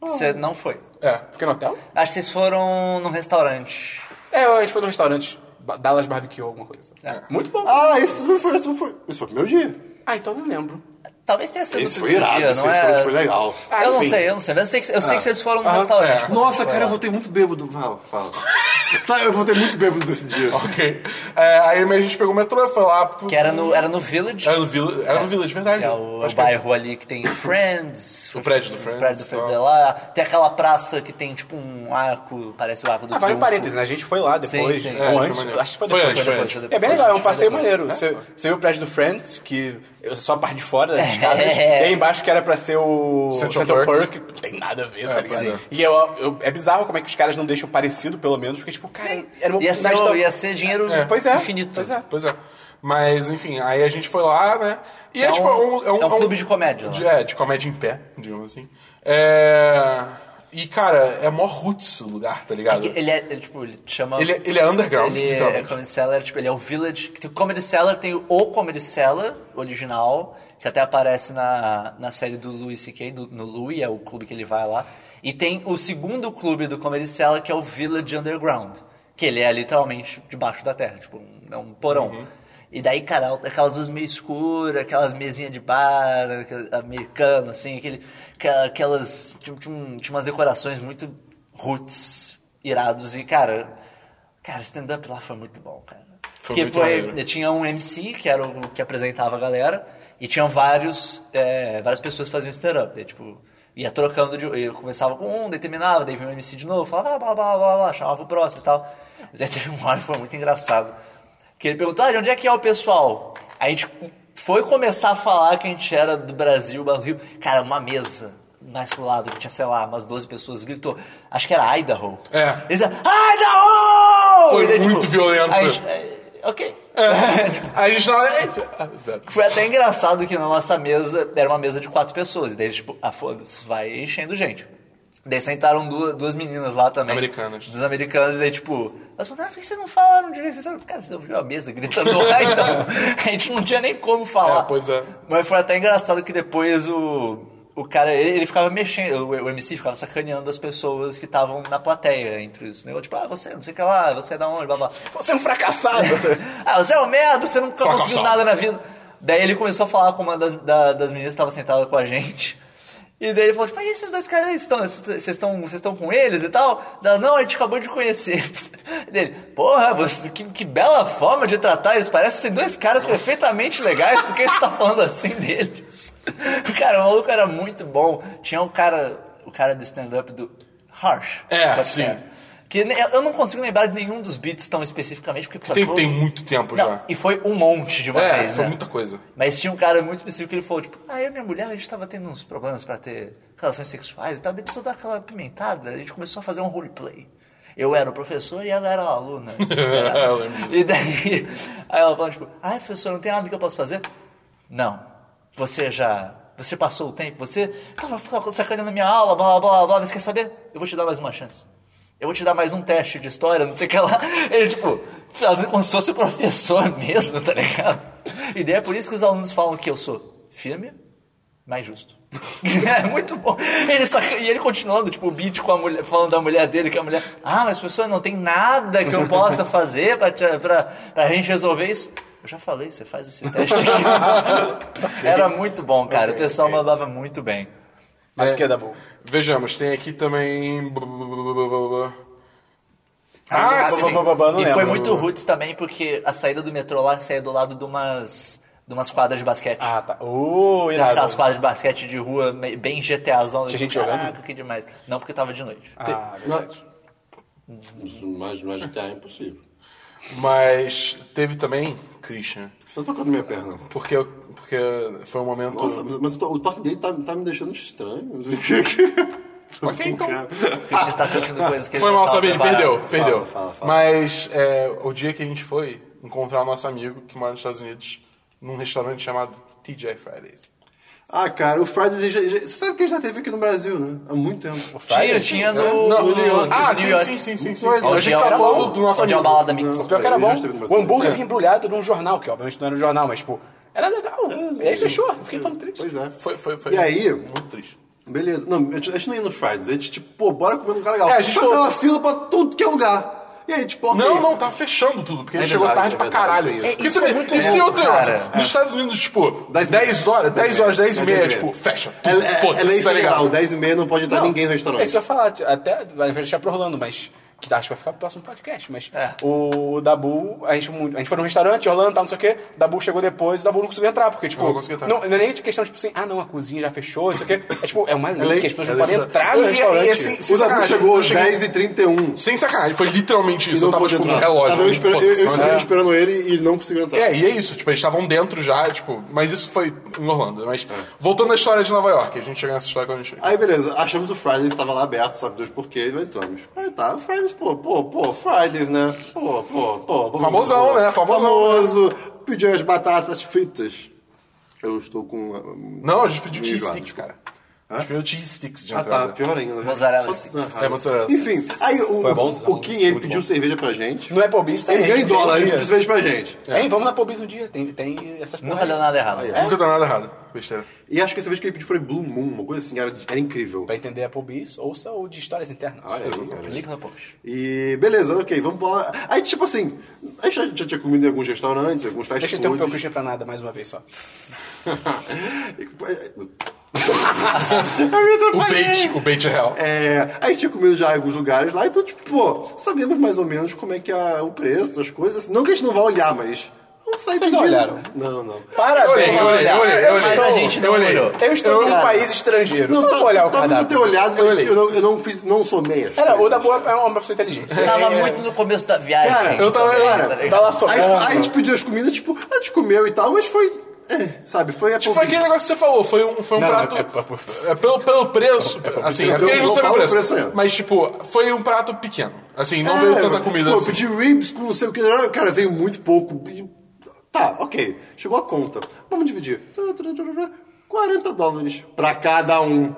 Speaker 1: Você não foi.
Speaker 4: É.
Speaker 3: Fiquei no hotel?
Speaker 1: Acho que vocês foram num restaurante.
Speaker 3: É, a gente foi num restaurante, Ba- Dallas Barbecue, alguma coisa.
Speaker 1: É.
Speaker 3: Muito bom.
Speaker 2: Ah, esse não foi, esse não foi. Esse foi o primeiro dia.
Speaker 3: Ah, então não lembro.
Speaker 1: Talvez tenha sido
Speaker 2: Esse
Speaker 1: no
Speaker 2: foi
Speaker 1: segundo
Speaker 2: irado,
Speaker 1: dia,
Speaker 2: esse
Speaker 1: não
Speaker 2: restaurante
Speaker 1: é?
Speaker 2: foi legal.
Speaker 3: Ah,
Speaker 1: eu não
Speaker 3: enfim.
Speaker 1: sei, eu não sei. Mas eu sei que, eu sei que vocês foram num restaurante.
Speaker 4: é.
Speaker 1: quando
Speaker 2: Nossa,
Speaker 1: vocês
Speaker 2: cara, eu
Speaker 1: foram.
Speaker 2: voltei muito bêbado. Fala, fala. Tá, eu voltei muito bêbado desse dia.
Speaker 4: Ok. É, aí a gente pegou o metrô e foi lá. pro-
Speaker 1: Que era no, era no Village,
Speaker 4: Era no Village, era no É Village verdade.
Speaker 1: que é o,
Speaker 4: Acho que
Speaker 1: bairro ali que tem Friends.
Speaker 4: O prédio do
Speaker 1: O
Speaker 4: Friends,
Speaker 1: prédio do Friends
Speaker 4: tá.
Speaker 1: é lá. Tem aquela praça que tem tipo um arco, parece o arco do
Speaker 3: Ah, vale um
Speaker 1: Triunfo.
Speaker 3: parênteses, né? A gente foi lá depois,
Speaker 1: Sim, sim.
Speaker 3: ou
Speaker 4: É,
Speaker 3: antes,
Speaker 4: foi maneiro.
Speaker 3: acho que foi
Speaker 4: Foi
Speaker 3: depois.
Speaker 4: antes, foi
Speaker 1: antes.
Speaker 3: É bem legal, é um
Speaker 1: Foi
Speaker 3: passeio
Speaker 1: depois,
Speaker 3: maneiro.
Speaker 1: né?
Speaker 3: Você, você viu o prédio do Friends, que é só a parte de fora das
Speaker 1: É.
Speaker 3: escadas, e aí embaixo que era pra ser o
Speaker 4: Central
Speaker 3: Central,
Speaker 4: Park.
Speaker 3: Park. não tem nada a ver, tá
Speaker 4: pois
Speaker 3: ligado?
Speaker 4: é.
Speaker 3: E eu, eu- é bizarro como é que os caras não deixam parecido, pelo menos, porque tipo, cara, era uma
Speaker 1: Ia ser, um,
Speaker 3: oportunidade tão-
Speaker 1: ia ser dinheiro
Speaker 4: É.
Speaker 3: Pois é,
Speaker 1: infinito.
Speaker 3: pois é.
Speaker 4: Pois é. Mas, enfim, aí a gente foi lá, né? E é,
Speaker 1: um-
Speaker 4: tipo. um-
Speaker 1: é um clube de comédia,
Speaker 4: de-
Speaker 1: né?
Speaker 4: é, de comédia em pé, digamos assim. É. E, cara, é mó roots o lugar, tá ligado?
Speaker 1: Ele é, ele, tipo, ele chama...
Speaker 4: Ele, ele é underground,
Speaker 1: Ele é
Speaker 4: literalmente.
Speaker 1: Comedy Cellar, tipo, ele é o Village. que tem- Comedy Cellar tem o Comedy Cellar original, que até aparece na, na série do Louis C.K., do- no Louis, é o clube que ele vai lá. E tem o segundo clube do Comedy Cellar, que é o Village Underground, que ele é literalmente debaixo da terra, tipo, um- é um porão. E daí, cara, aquelas luzes meio escuras, aquelas mesinhas de bar aquela- americano, assim, aquele, aquela- aquelas. Tinha, tinha- tinha umas decorações muito roots, irados, e, cara, Cara, o stand-up lá foi muito bom, cara.
Speaker 4: Foi
Speaker 1: Porque
Speaker 4: muito maneiro.
Speaker 1: foi, tinha um MC, que era o que apresentava a galera, e tinham vários, é, várias pessoas que faziam stand-up. Daí, tipo, ia trocando, de, eu começava com um, daí terminava, daí vinha o MC de novo, falava, ah, blá, blá, blá, blá, chamava o próximo e tal. Daí teve uma hora que foi muito engraçado, que ele perguntou, ah, de onde é que é o pessoal? A gente foi começar a falar que a gente era do Brasil, mas do Rio. Cara, uma mesa, mais pro lado, que tinha, sei lá, umas 12 pessoas, gritou, acho que era Idaho.
Speaker 4: É.
Speaker 1: Eles disseram, Idaho!
Speaker 4: Foi
Speaker 1: E daí, tipo,
Speaker 4: muito violento.
Speaker 1: a gente- é, ok.
Speaker 4: Aí a gente tá
Speaker 1: Foi até engraçado que na nossa mesa era uma mesa de quatro pessoas. E daí, tipo, ah, foda-se, vai enchendo gente. Daí sentaram duas, duas meninas lá também.
Speaker 4: Americanas.
Speaker 1: Dos americanos, e daí, tipo, elas falaram, ah, por que vocês não falaram direito? Vocês falaram, cara, você ouviu a mesa gritando lá, então. A gente não tinha nem como falar.
Speaker 4: É, pois é.
Speaker 1: Mas foi até engraçado que depois o. O cara, ele, ele ficava mexendo, o, o MC ficava sacaneando as pessoas que estavam na plateia entre os negócios. Tipo, ah, você, não sei o que lá, você é da onde, blá blá.
Speaker 3: Você é um fracassado.
Speaker 1: Ah, você é um merda, você nunca
Speaker 4: Fracassado.
Speaker 1: conseguiu nada na vida. Daí ele começou a falar com uma das, da- das meninas que estava sentada com a gente. E daí ele falou, tipo, "Ah, e esses dois caras aí estão, vocês estão, vocês estão com eles e tal? Ela, não, a gente acabou de conhecer. E dele, porra, você, que, que bela forma de tratar eles, parecem ser dois caras perfeitamente legais, por que você tá falando assim deles? Cara, o maluco era muito bom. Tinha um cara, o cara do stand-up do Harsh.
Speaker 4: É,
Speaker 1: Pode
Speaker 4: sim.
Speaker 1: ser. Que ne- eu não consigo lembrar de nenhum dos beats tão especificamente, porque
Speaker 4: tem,
Speaker 1: pô,
Speaker 4: tem muito tempo
Speaker 1: Tá não,
Speaker 4: já.
Speaker 1: E foi um monte de uma
Speaker 4: É,
Speaker 1: vez,
Speaker 4: foi
Speaker 1: né?
Speaker 4: muita coisa.
Speaker 1: Mas tinha um cara muito específico que ele falou, tipo, ah, eu e minha mulher, a gente tava tendo uns problemas pra ter relações sexuais e tal, daí precisou dar aquela pimentada, a gente começou a fazer um roleplay. Eu era o professor e ela era a aluna. desesperada.
Speaker 4: Eu lembro disso.
Speaker 1: e daí, aí ela falou, tipo, ah, professor, não tem nada que eu possa fazer? Não. Você já. Você passou o tempo, você tava ficando sacaneando minha aula, blá blá blá blá, mas quer saber? Eu vou te dar mais uma chance. Eu vou te dar mais um teste de história, não sei o que lá. Ele, tipo, fazendo como se fosse o professor mesmo, tá ligado? E daí é por isso que os alunos falam que eu sou firme, mais justo. é muito bom. Ele saca- E ele continuando, tipo, o beat com a mulher, falando da mulher dele, que a mulher. Ah, mas professor, não tem nada que eu possa fazer pra, te- pra, pra gente resolver isso. Eu já falei, você faz esse teste aqui. Era muito bom, cara. o pessoal mandava muito bem.
Speaker 3: Mas o que é da boa?
Speaker 4: Vejamos, tem aqui também.
Speaker 1: Ah,
Speaker 4: Ah,
Speaker 1: sim.
Speaker 4: sim!
Speaker 3: não
Speaker 1: E
Speaker 3: lembro.
Speaker 1: foi muito roots também, porque a saída do metrô lá saía do lado de umas, de umas quadras de basquete.
Speaker 3: Ah, tá. Uh, irado.
Speaker 1: Aquelas quadras de basquete de rua, me- bem GTAzão.
Speaker 3: Tinha gente
Speaker 1: Caraca,
Speaker 3: jogando?
Speaker 1: que demais. Não, porque tava de noite.
Speaker 3: Ah,
Speaker 2: Isso, Mas, mas GTA é impossível.
Speaker 4: Mas teve também, Christian,
Speaker 2: Você tá tocando minha perna.
Speaker 4: porque, eu- porque foi um momento.
Speaker 2: Nossa, mas, mas o to- o toque dele tá, tá me deixando estranho.
Speaker 4: ok, então.
Speaker 1: O Christian está tá sentindo coisas que ele
Speaker 4: Foi
Speaker 1: não
Speaker 4: mal,
Speaker 1: tava
Speaker 4: Sabine,
Speaker 1: preparado.
Speaker 4: perdeu, perdeu.
Speaker 2: fala, fala.
Speaker 4: Mas é, o dia que a gente foi encontrar o nosso amigo que mora nos Estados Unidos num restaurante chamado TJ Fridays.
Speaker 2: ah, cara, o Fridays. Já, já, você sabe que ele já teve aqui no Brasil, né? Há muito tempo.
Speaker 1: Tinha, tinha no,
Speaker 4: Não,
Speaker 1: no New York.
Speaker 4: Ah,
Speaker 1: New
Speaker 4: sim,
Speaker 1: York.
Speaker 4: sim, sim, sim, sim.
Speaker 2: Onde
Speaker 4: Eu achei que você
Speaker 1: é
Speaker 4: tava
Speaker 1: o-
Speaker 4: falando do nosso
Speaker 1: onde é o
Speaker 4: amigo.
Speaker 1: Balada Mix.
Speaker 3: O pior que era
Speaker 2: Ele
Speaker 3: bom.
Speaker 2: já esteve no
Speaker 3: O
Speaker 2: Brasil.
Speaker 3: hambúrguer
Speaker 4: É.
Speaker 3: vinha embrulhado num jornal, que obviamente não era um jornal, mas, tipo, era legal. E aí fechou. Eu Fiquei tão triste.
Speaker 2: Pois é.
Speaker 4: Foi, foi, foi.
Speaker 2: E aí?
Speaker 4: Muito triste.
Speaker 2: Beleza. Não, a gente a gente não ia no Fridays. A gente, tipo, pô, bora comer num lugar legal.
Speaker 4: É, a gente
Speaker 2: Só
Speaker 4: foi-
Speaker 2: que tava fila pra tudo que é lugar. E aí, tipo, ok.
Speaker 4: Não, não, tá fechando tudo, porque
Speaker 2: É
Speaker 4: ele chegou tarde
Speaker 2: verdade, é
Speaker 4: pra
Speaker 2: verdade,
Speaker 4: caralho.
Speaker 2: é isso.
Speaker 4: Porque
Speaker 1: Isso é
Speaker 4: também-
Speaker 1: muito
Speaker 4: isso tem
Speaker 1: louco,
Speaker 4: outro negócio.
Speaker 1: cara.
Speaker 4: Nos Estados Unidos, tipo, 10,
Speaker 2: Dez e meia.
Speaker 4: horas, 10 horas, 10 e
Speaker 2: É, dez
Speaker 4: meia,
Speaker 2: e meia.
Speaker 4: tipo, fecha.
Speaker 2: É, é, é
Speaker 4: Foda-se,
Speaker 2: lei
Speaker 4: tá
Speaker 2: federal,
Speaker 4: ligado?
Speaker 2: 10 e meia não pode entrar
Speaker 3: Não,
Speaker 2: ninguém no
Speaker 3: É isso
Speaker 2: restaurante.
Speaker 3: que eu ia falar. t- Até vai deixar pro Orlando, mas. Que acho que vai ficar pro próximo podcast, mas
Speaker 1: É.
Speaker 3: o Dabu, a gente, mu- a gente foi num restaurante, Orlando, tal, não sei o quê, o Dabu chegou depois, o Dabu não conseguiu entrar, porque, tipo,
Speaker 4: Não conseguiu entrar.
Speaker 3: não, não é nem questão, tipo assim, ah, não, a cozinha já fechou, não sei o quê, é tipo, é uma lei,
Speaker 2: lei-
Speaker 3: que as pessoas
Speaker 2: é
Speaker 3: não
Speaker 2: lei
Speaker 3: podem
Speaker 4: federal.
Speaker 3: entrar no
Speaker 4: E- e- e
Speaker 3: restaurante.
Speaker 4: assim,
Speaker 2: O Dabu
Speaker 4: sacanagem,
Speaker 2: chegou
Speaker 4: eu cheguei-
Speaker 2: 10 e 31
Speaker 4: Sem sacanagem, foi literalmente isso. Eu tava, tipo, no relógio.
Speaker 2: Tava eu, esper- eu, eu,
Speaker 4: foda-se, não
Speaker 2: segui
Speaker 4: era-
Speaker 2: esperando ele e ele não conseguiu entrar.
Speaker 4: É, e é isso, tipo, eles estavam dentro já, tipo, mas isso foi em Orlando. Mas voltando à história de Nova York, a gente chega nessa história quando a gente chega.
Speaker 2: Aí beleza, achamos o Fridays, tava lá aberto, sabe Deus por quê, e entramos. Aí tá, o Fridays, pô, pô, pô, Fridays, né? Pô, pô, pô. pô
Speaker 4: Famosão,
Speaker 2: pô.
Speaker 4: né? Famosão,
Speaker 2: Famoso. Pediu as batatas fritas. Eu estou com. uma-
Speaker 4: Não, a gente pediu
Speaker 2: Me
Speaker 4: cheese
Speaker 2: enjoado.
Speaker 4: sticks, cara. A gente pediu cheese sticks de
Speaker 2: Ah tá,
Speaker 4: entrada.
Speaker 2: pior ainda. né?
Speaker 1: Mozzarella
Speaker 2: Só-
Speaker 1: sticks.
Speaker 4: É, mozzarella
Speaker 2: Enfim,
Speaker 4: sticks.
Speaker 2: aí o,
Speaker 3: Foi
Speaker 2: o,
Speaker 3: bonzão,
Speaker 2: o Kim, ele
Speaker 3: muito
Speaker 2: pediu
Speaker 3: bom.
Speaker 2: cerveja pra gente.
Speaker 3: No Applebea's tem.
Speaker 2: ele ganha em
Speaker 3: gente, tem
Speaker 2: dólar,
Speaker 3: um
Speaker 2: ele
Speaker 3: dia.
Speaker 2: pediu cerveja pra gente.
Speaker 3: Hein, vamos no Applebee's um dia, tem, tem essas
Speaker 1: Nunca deu nada errado.
Speaker 4: Nunca deu nada errado. Besteira.
Speaker 2: E acho que a cerveja que ele pediu foi Blue Moon, uma coisa assim, era, era incrível.
Speaker 3: Pra entender Applebee's, ouça o de histórias internas.
Speaker 2: Olha, exatamente.
Speaker 1: Link no post.
Speaker 2: E beleza, ok, vamos falar. Aí, tipo assim, a gente já, já tinha comido em alguns restaurantes, alguns fast
Speaker 3: Deixa eu interromper o
Speaker 2: foods.
Speaker 3: Christian pra nada mais uma vez só.
Speaker 4: O bait, o bait é real.
Speaker 2: É, aí tinha comido já em alguns lugares lá, então, tipo, pô, sabemos mais ou menos como é que é o preço das coisas. Não que a gente não vá olhar, mas. Vamos sair
Speaker 3: Vocês não
Speaker 2: pedindo.
Speaker 3: olharam?
Speaker 2: Não, não.
Speaker 3: Parabéns!
Speaker 4: Eu olhei, eu olhei, eu olhei, eu
Speaker 3: Eu
Speaker 4: olhei.
Speaker 1: Mas a gente não
Speaker 4: eu olhei.
Speaker 1: olhou.
Speaker 3: Eu estou
Speaker 1: Eu-
Speaker 3: num um país estrangeiro. Não,
Speaker 2: Não, tá
Speaker 3: vou olhar o
Speaker 2: talvez eu tenha
Speaker 3: cardápio.
Speaker 2: olhado,
Speaker 4: Eu
Speaker 2: mas eu,
Speaker 4: olhei.
Speaker 2: não, eu não fiz, não somei as
Speaker 3: Cara, o
Speaker 2: coisas.
Speaker 3: da boa é uma pessoa inteligente.
Speaker 1: Tava
Speaker 3: É,
Speaker 1: muito no começo da viagem.
Speaker 2: Cara,
Speaker 4: eu tava-
Speaker 1: também,
Speaker 4: cara,
Speaker 1: tá ligado?
Speaker 3: Tá lá
Speaker 2: Aí, tipo,
Speaker 3: sofrendo.
Speaker 2: aí a gente pediu as comidas, tipo, a gente comeu e tal, mas foi. é, sabe, foi a
Speaker 4: Tipo, Foi aquele negócio que você falou, foi um, foi um
Speaker 3: Não,
Speaker 4: prato.
Speaker 3: é- é-
Speaker 4: É, pelo, pelo preço, assim, é porque eles não
Speaker 2: Eu
Speaker 4: sabem o
Speaker 2: falo o
Speaker 4: preço.
Speaker 2: preço ainda.
Speaker 4: mas, tipo, foi um prato pequeno. Assim, não veio tanta comida
Speaker 2: tipo,
Speaker 4: assim.
Speaker 2: Eu pedi ribs com não sei o que. Cara, veio muito pouco. E- Tá, ok. Chegou a conta. Vamos dividir. 40 dólares pra cada um.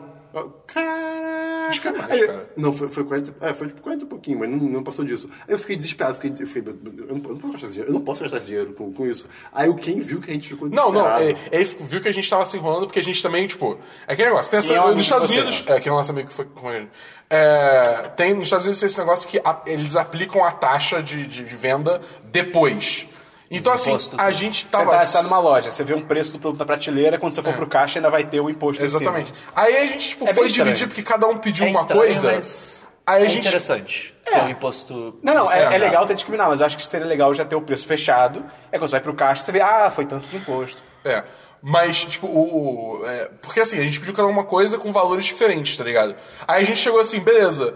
Speaker 4: Acho que é
Speaker 2: Caraca.
Speaker 4: mais,
Speaker 2: Aí-
Speaker 4: cara.
Speaker 2: Não, foi, foi 40. É, foi tipo 40 e pouquinho, mas não, não passou disso. Aí eu fiquei desesperado, fiquei des- eu fiquei, eu, não, eu não posso gastar esse dinheiro, eu não posso gastar esse dinheiro com, com isso. Aí o Ken viu que a gente ficou
Speaker 4: Não, é,
Speaker 2: desesperado.
Speaker 4: não, ele, ele ficou- viu que a gente tava se enrolando porque a gente também, tipo. É aquele negócio. Tem essa,
Speaker 3: Quem é o amigo
Speaker 4: nos Estados
Speaker 3: de você,
Speaker 4: Unidos. É, que é o nosso amigo que foi com ele. É, tem, nos Estados Unidos tem esse negócio que a- eles aplicam a taxa de, de- de venda depois. Então, assim,
Speaker 1: impostos,
Speaker 4: a
Speaker 1: né?
Speaker 4: gente
Speaker 3: Você
Speaker 4: tava.
Speaker 3: tá, você tá numa loja, você vê um preço do produto na prateleira, quando você for pro caixa ainda vai ter o imposto em cima.
Speaker 4: É. Exatamente. Aí a gente, tipo,
Speaker 3: É
Speaker 4: foi
Speaker 3: bem estranho.
Speaker 4: dividir porque cada um pediu
Speaker 1: É
Speaker 4: uma
Speaker 1: estranho,
Speaker 4: coisa.
Speaker 1: mas
Speaker 4: Aí a
Speaker 1: é
Speaker 4: gente.
Speaker 1: interessante. Ter um imposto...
Speaker 3: Não, não,
Speaker 4: Externo.
Speaker 3: é, é legal ter discriminado, mas eu acho que seria legal já ter o preço fechado. É quando você vai pro caixa, você vê, ah, foi tanto de imposto.
Speaker 4: É. Mas, tipo, o. o- é, porque assim, a gente pediu cada uma coisa com valores diferentes, tá ligado? Aí a gente chegou assim, beleza.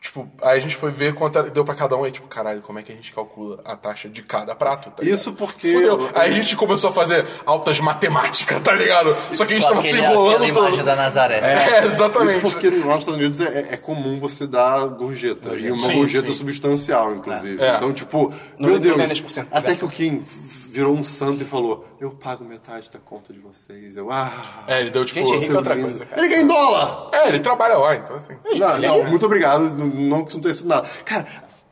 Speaker 4: Tipo, aí a gente foi ver quanto era- deu pra cada um. Aí, tipo, caralho, como é que a gente calcula a taxa de cada prato? tá ligado?
Speaker 2: Isso porque-
Speaker 4: Fudeu. Aí a gente começou a fazer altas matemáticas, tá ligado? Só que a gente
Speaker 1: Com
Speaker 4: tava se
Speaker 1: aquele,
Speaker 4: enrolando
Speaker 1: é aquela imagem
Speaker 4: todo.
Speaker 1: da Nazaré.
Speaker 4: É,
Speaker 2: Isso
Speaker 4: exatamente.
Speaker 2: porque lá nos Estados Unidos é, é comum você dar gorjeta. E uma
Speaker 4: Sim,
Speaker 2: gorjeta
Speaker 4: sim.
Speaker 2: substancial, inclusive.
Speaker 4: É.
Speaker 2: Então, tipo,
Speaker 3: Não
Speaker 2: meu
Speaker 3: tem
Speaker 2: Deus.
Speaker 3: 10% de
Speaker 2: Até que
Speaker 3: diversão.
Speaker 2: o Kim virou um santo e falou: Eu pago metade da conta de vocês. Eu, ah.
Speaker 4: É, ele deu, tipo...
Speaker 3: Gente, rico é
Speaker 4: seu-
Speaker 3: outra
Speaker 2: lindo."
Speaker 3: coisa, cara.
Speaker 2: Ele ganha em dólar!
Speaker 4: É, ele trabalha lá, então assim.
Speaker 2: Não, não, muito obrigado. Não, não, não tenha sido nada. Cara.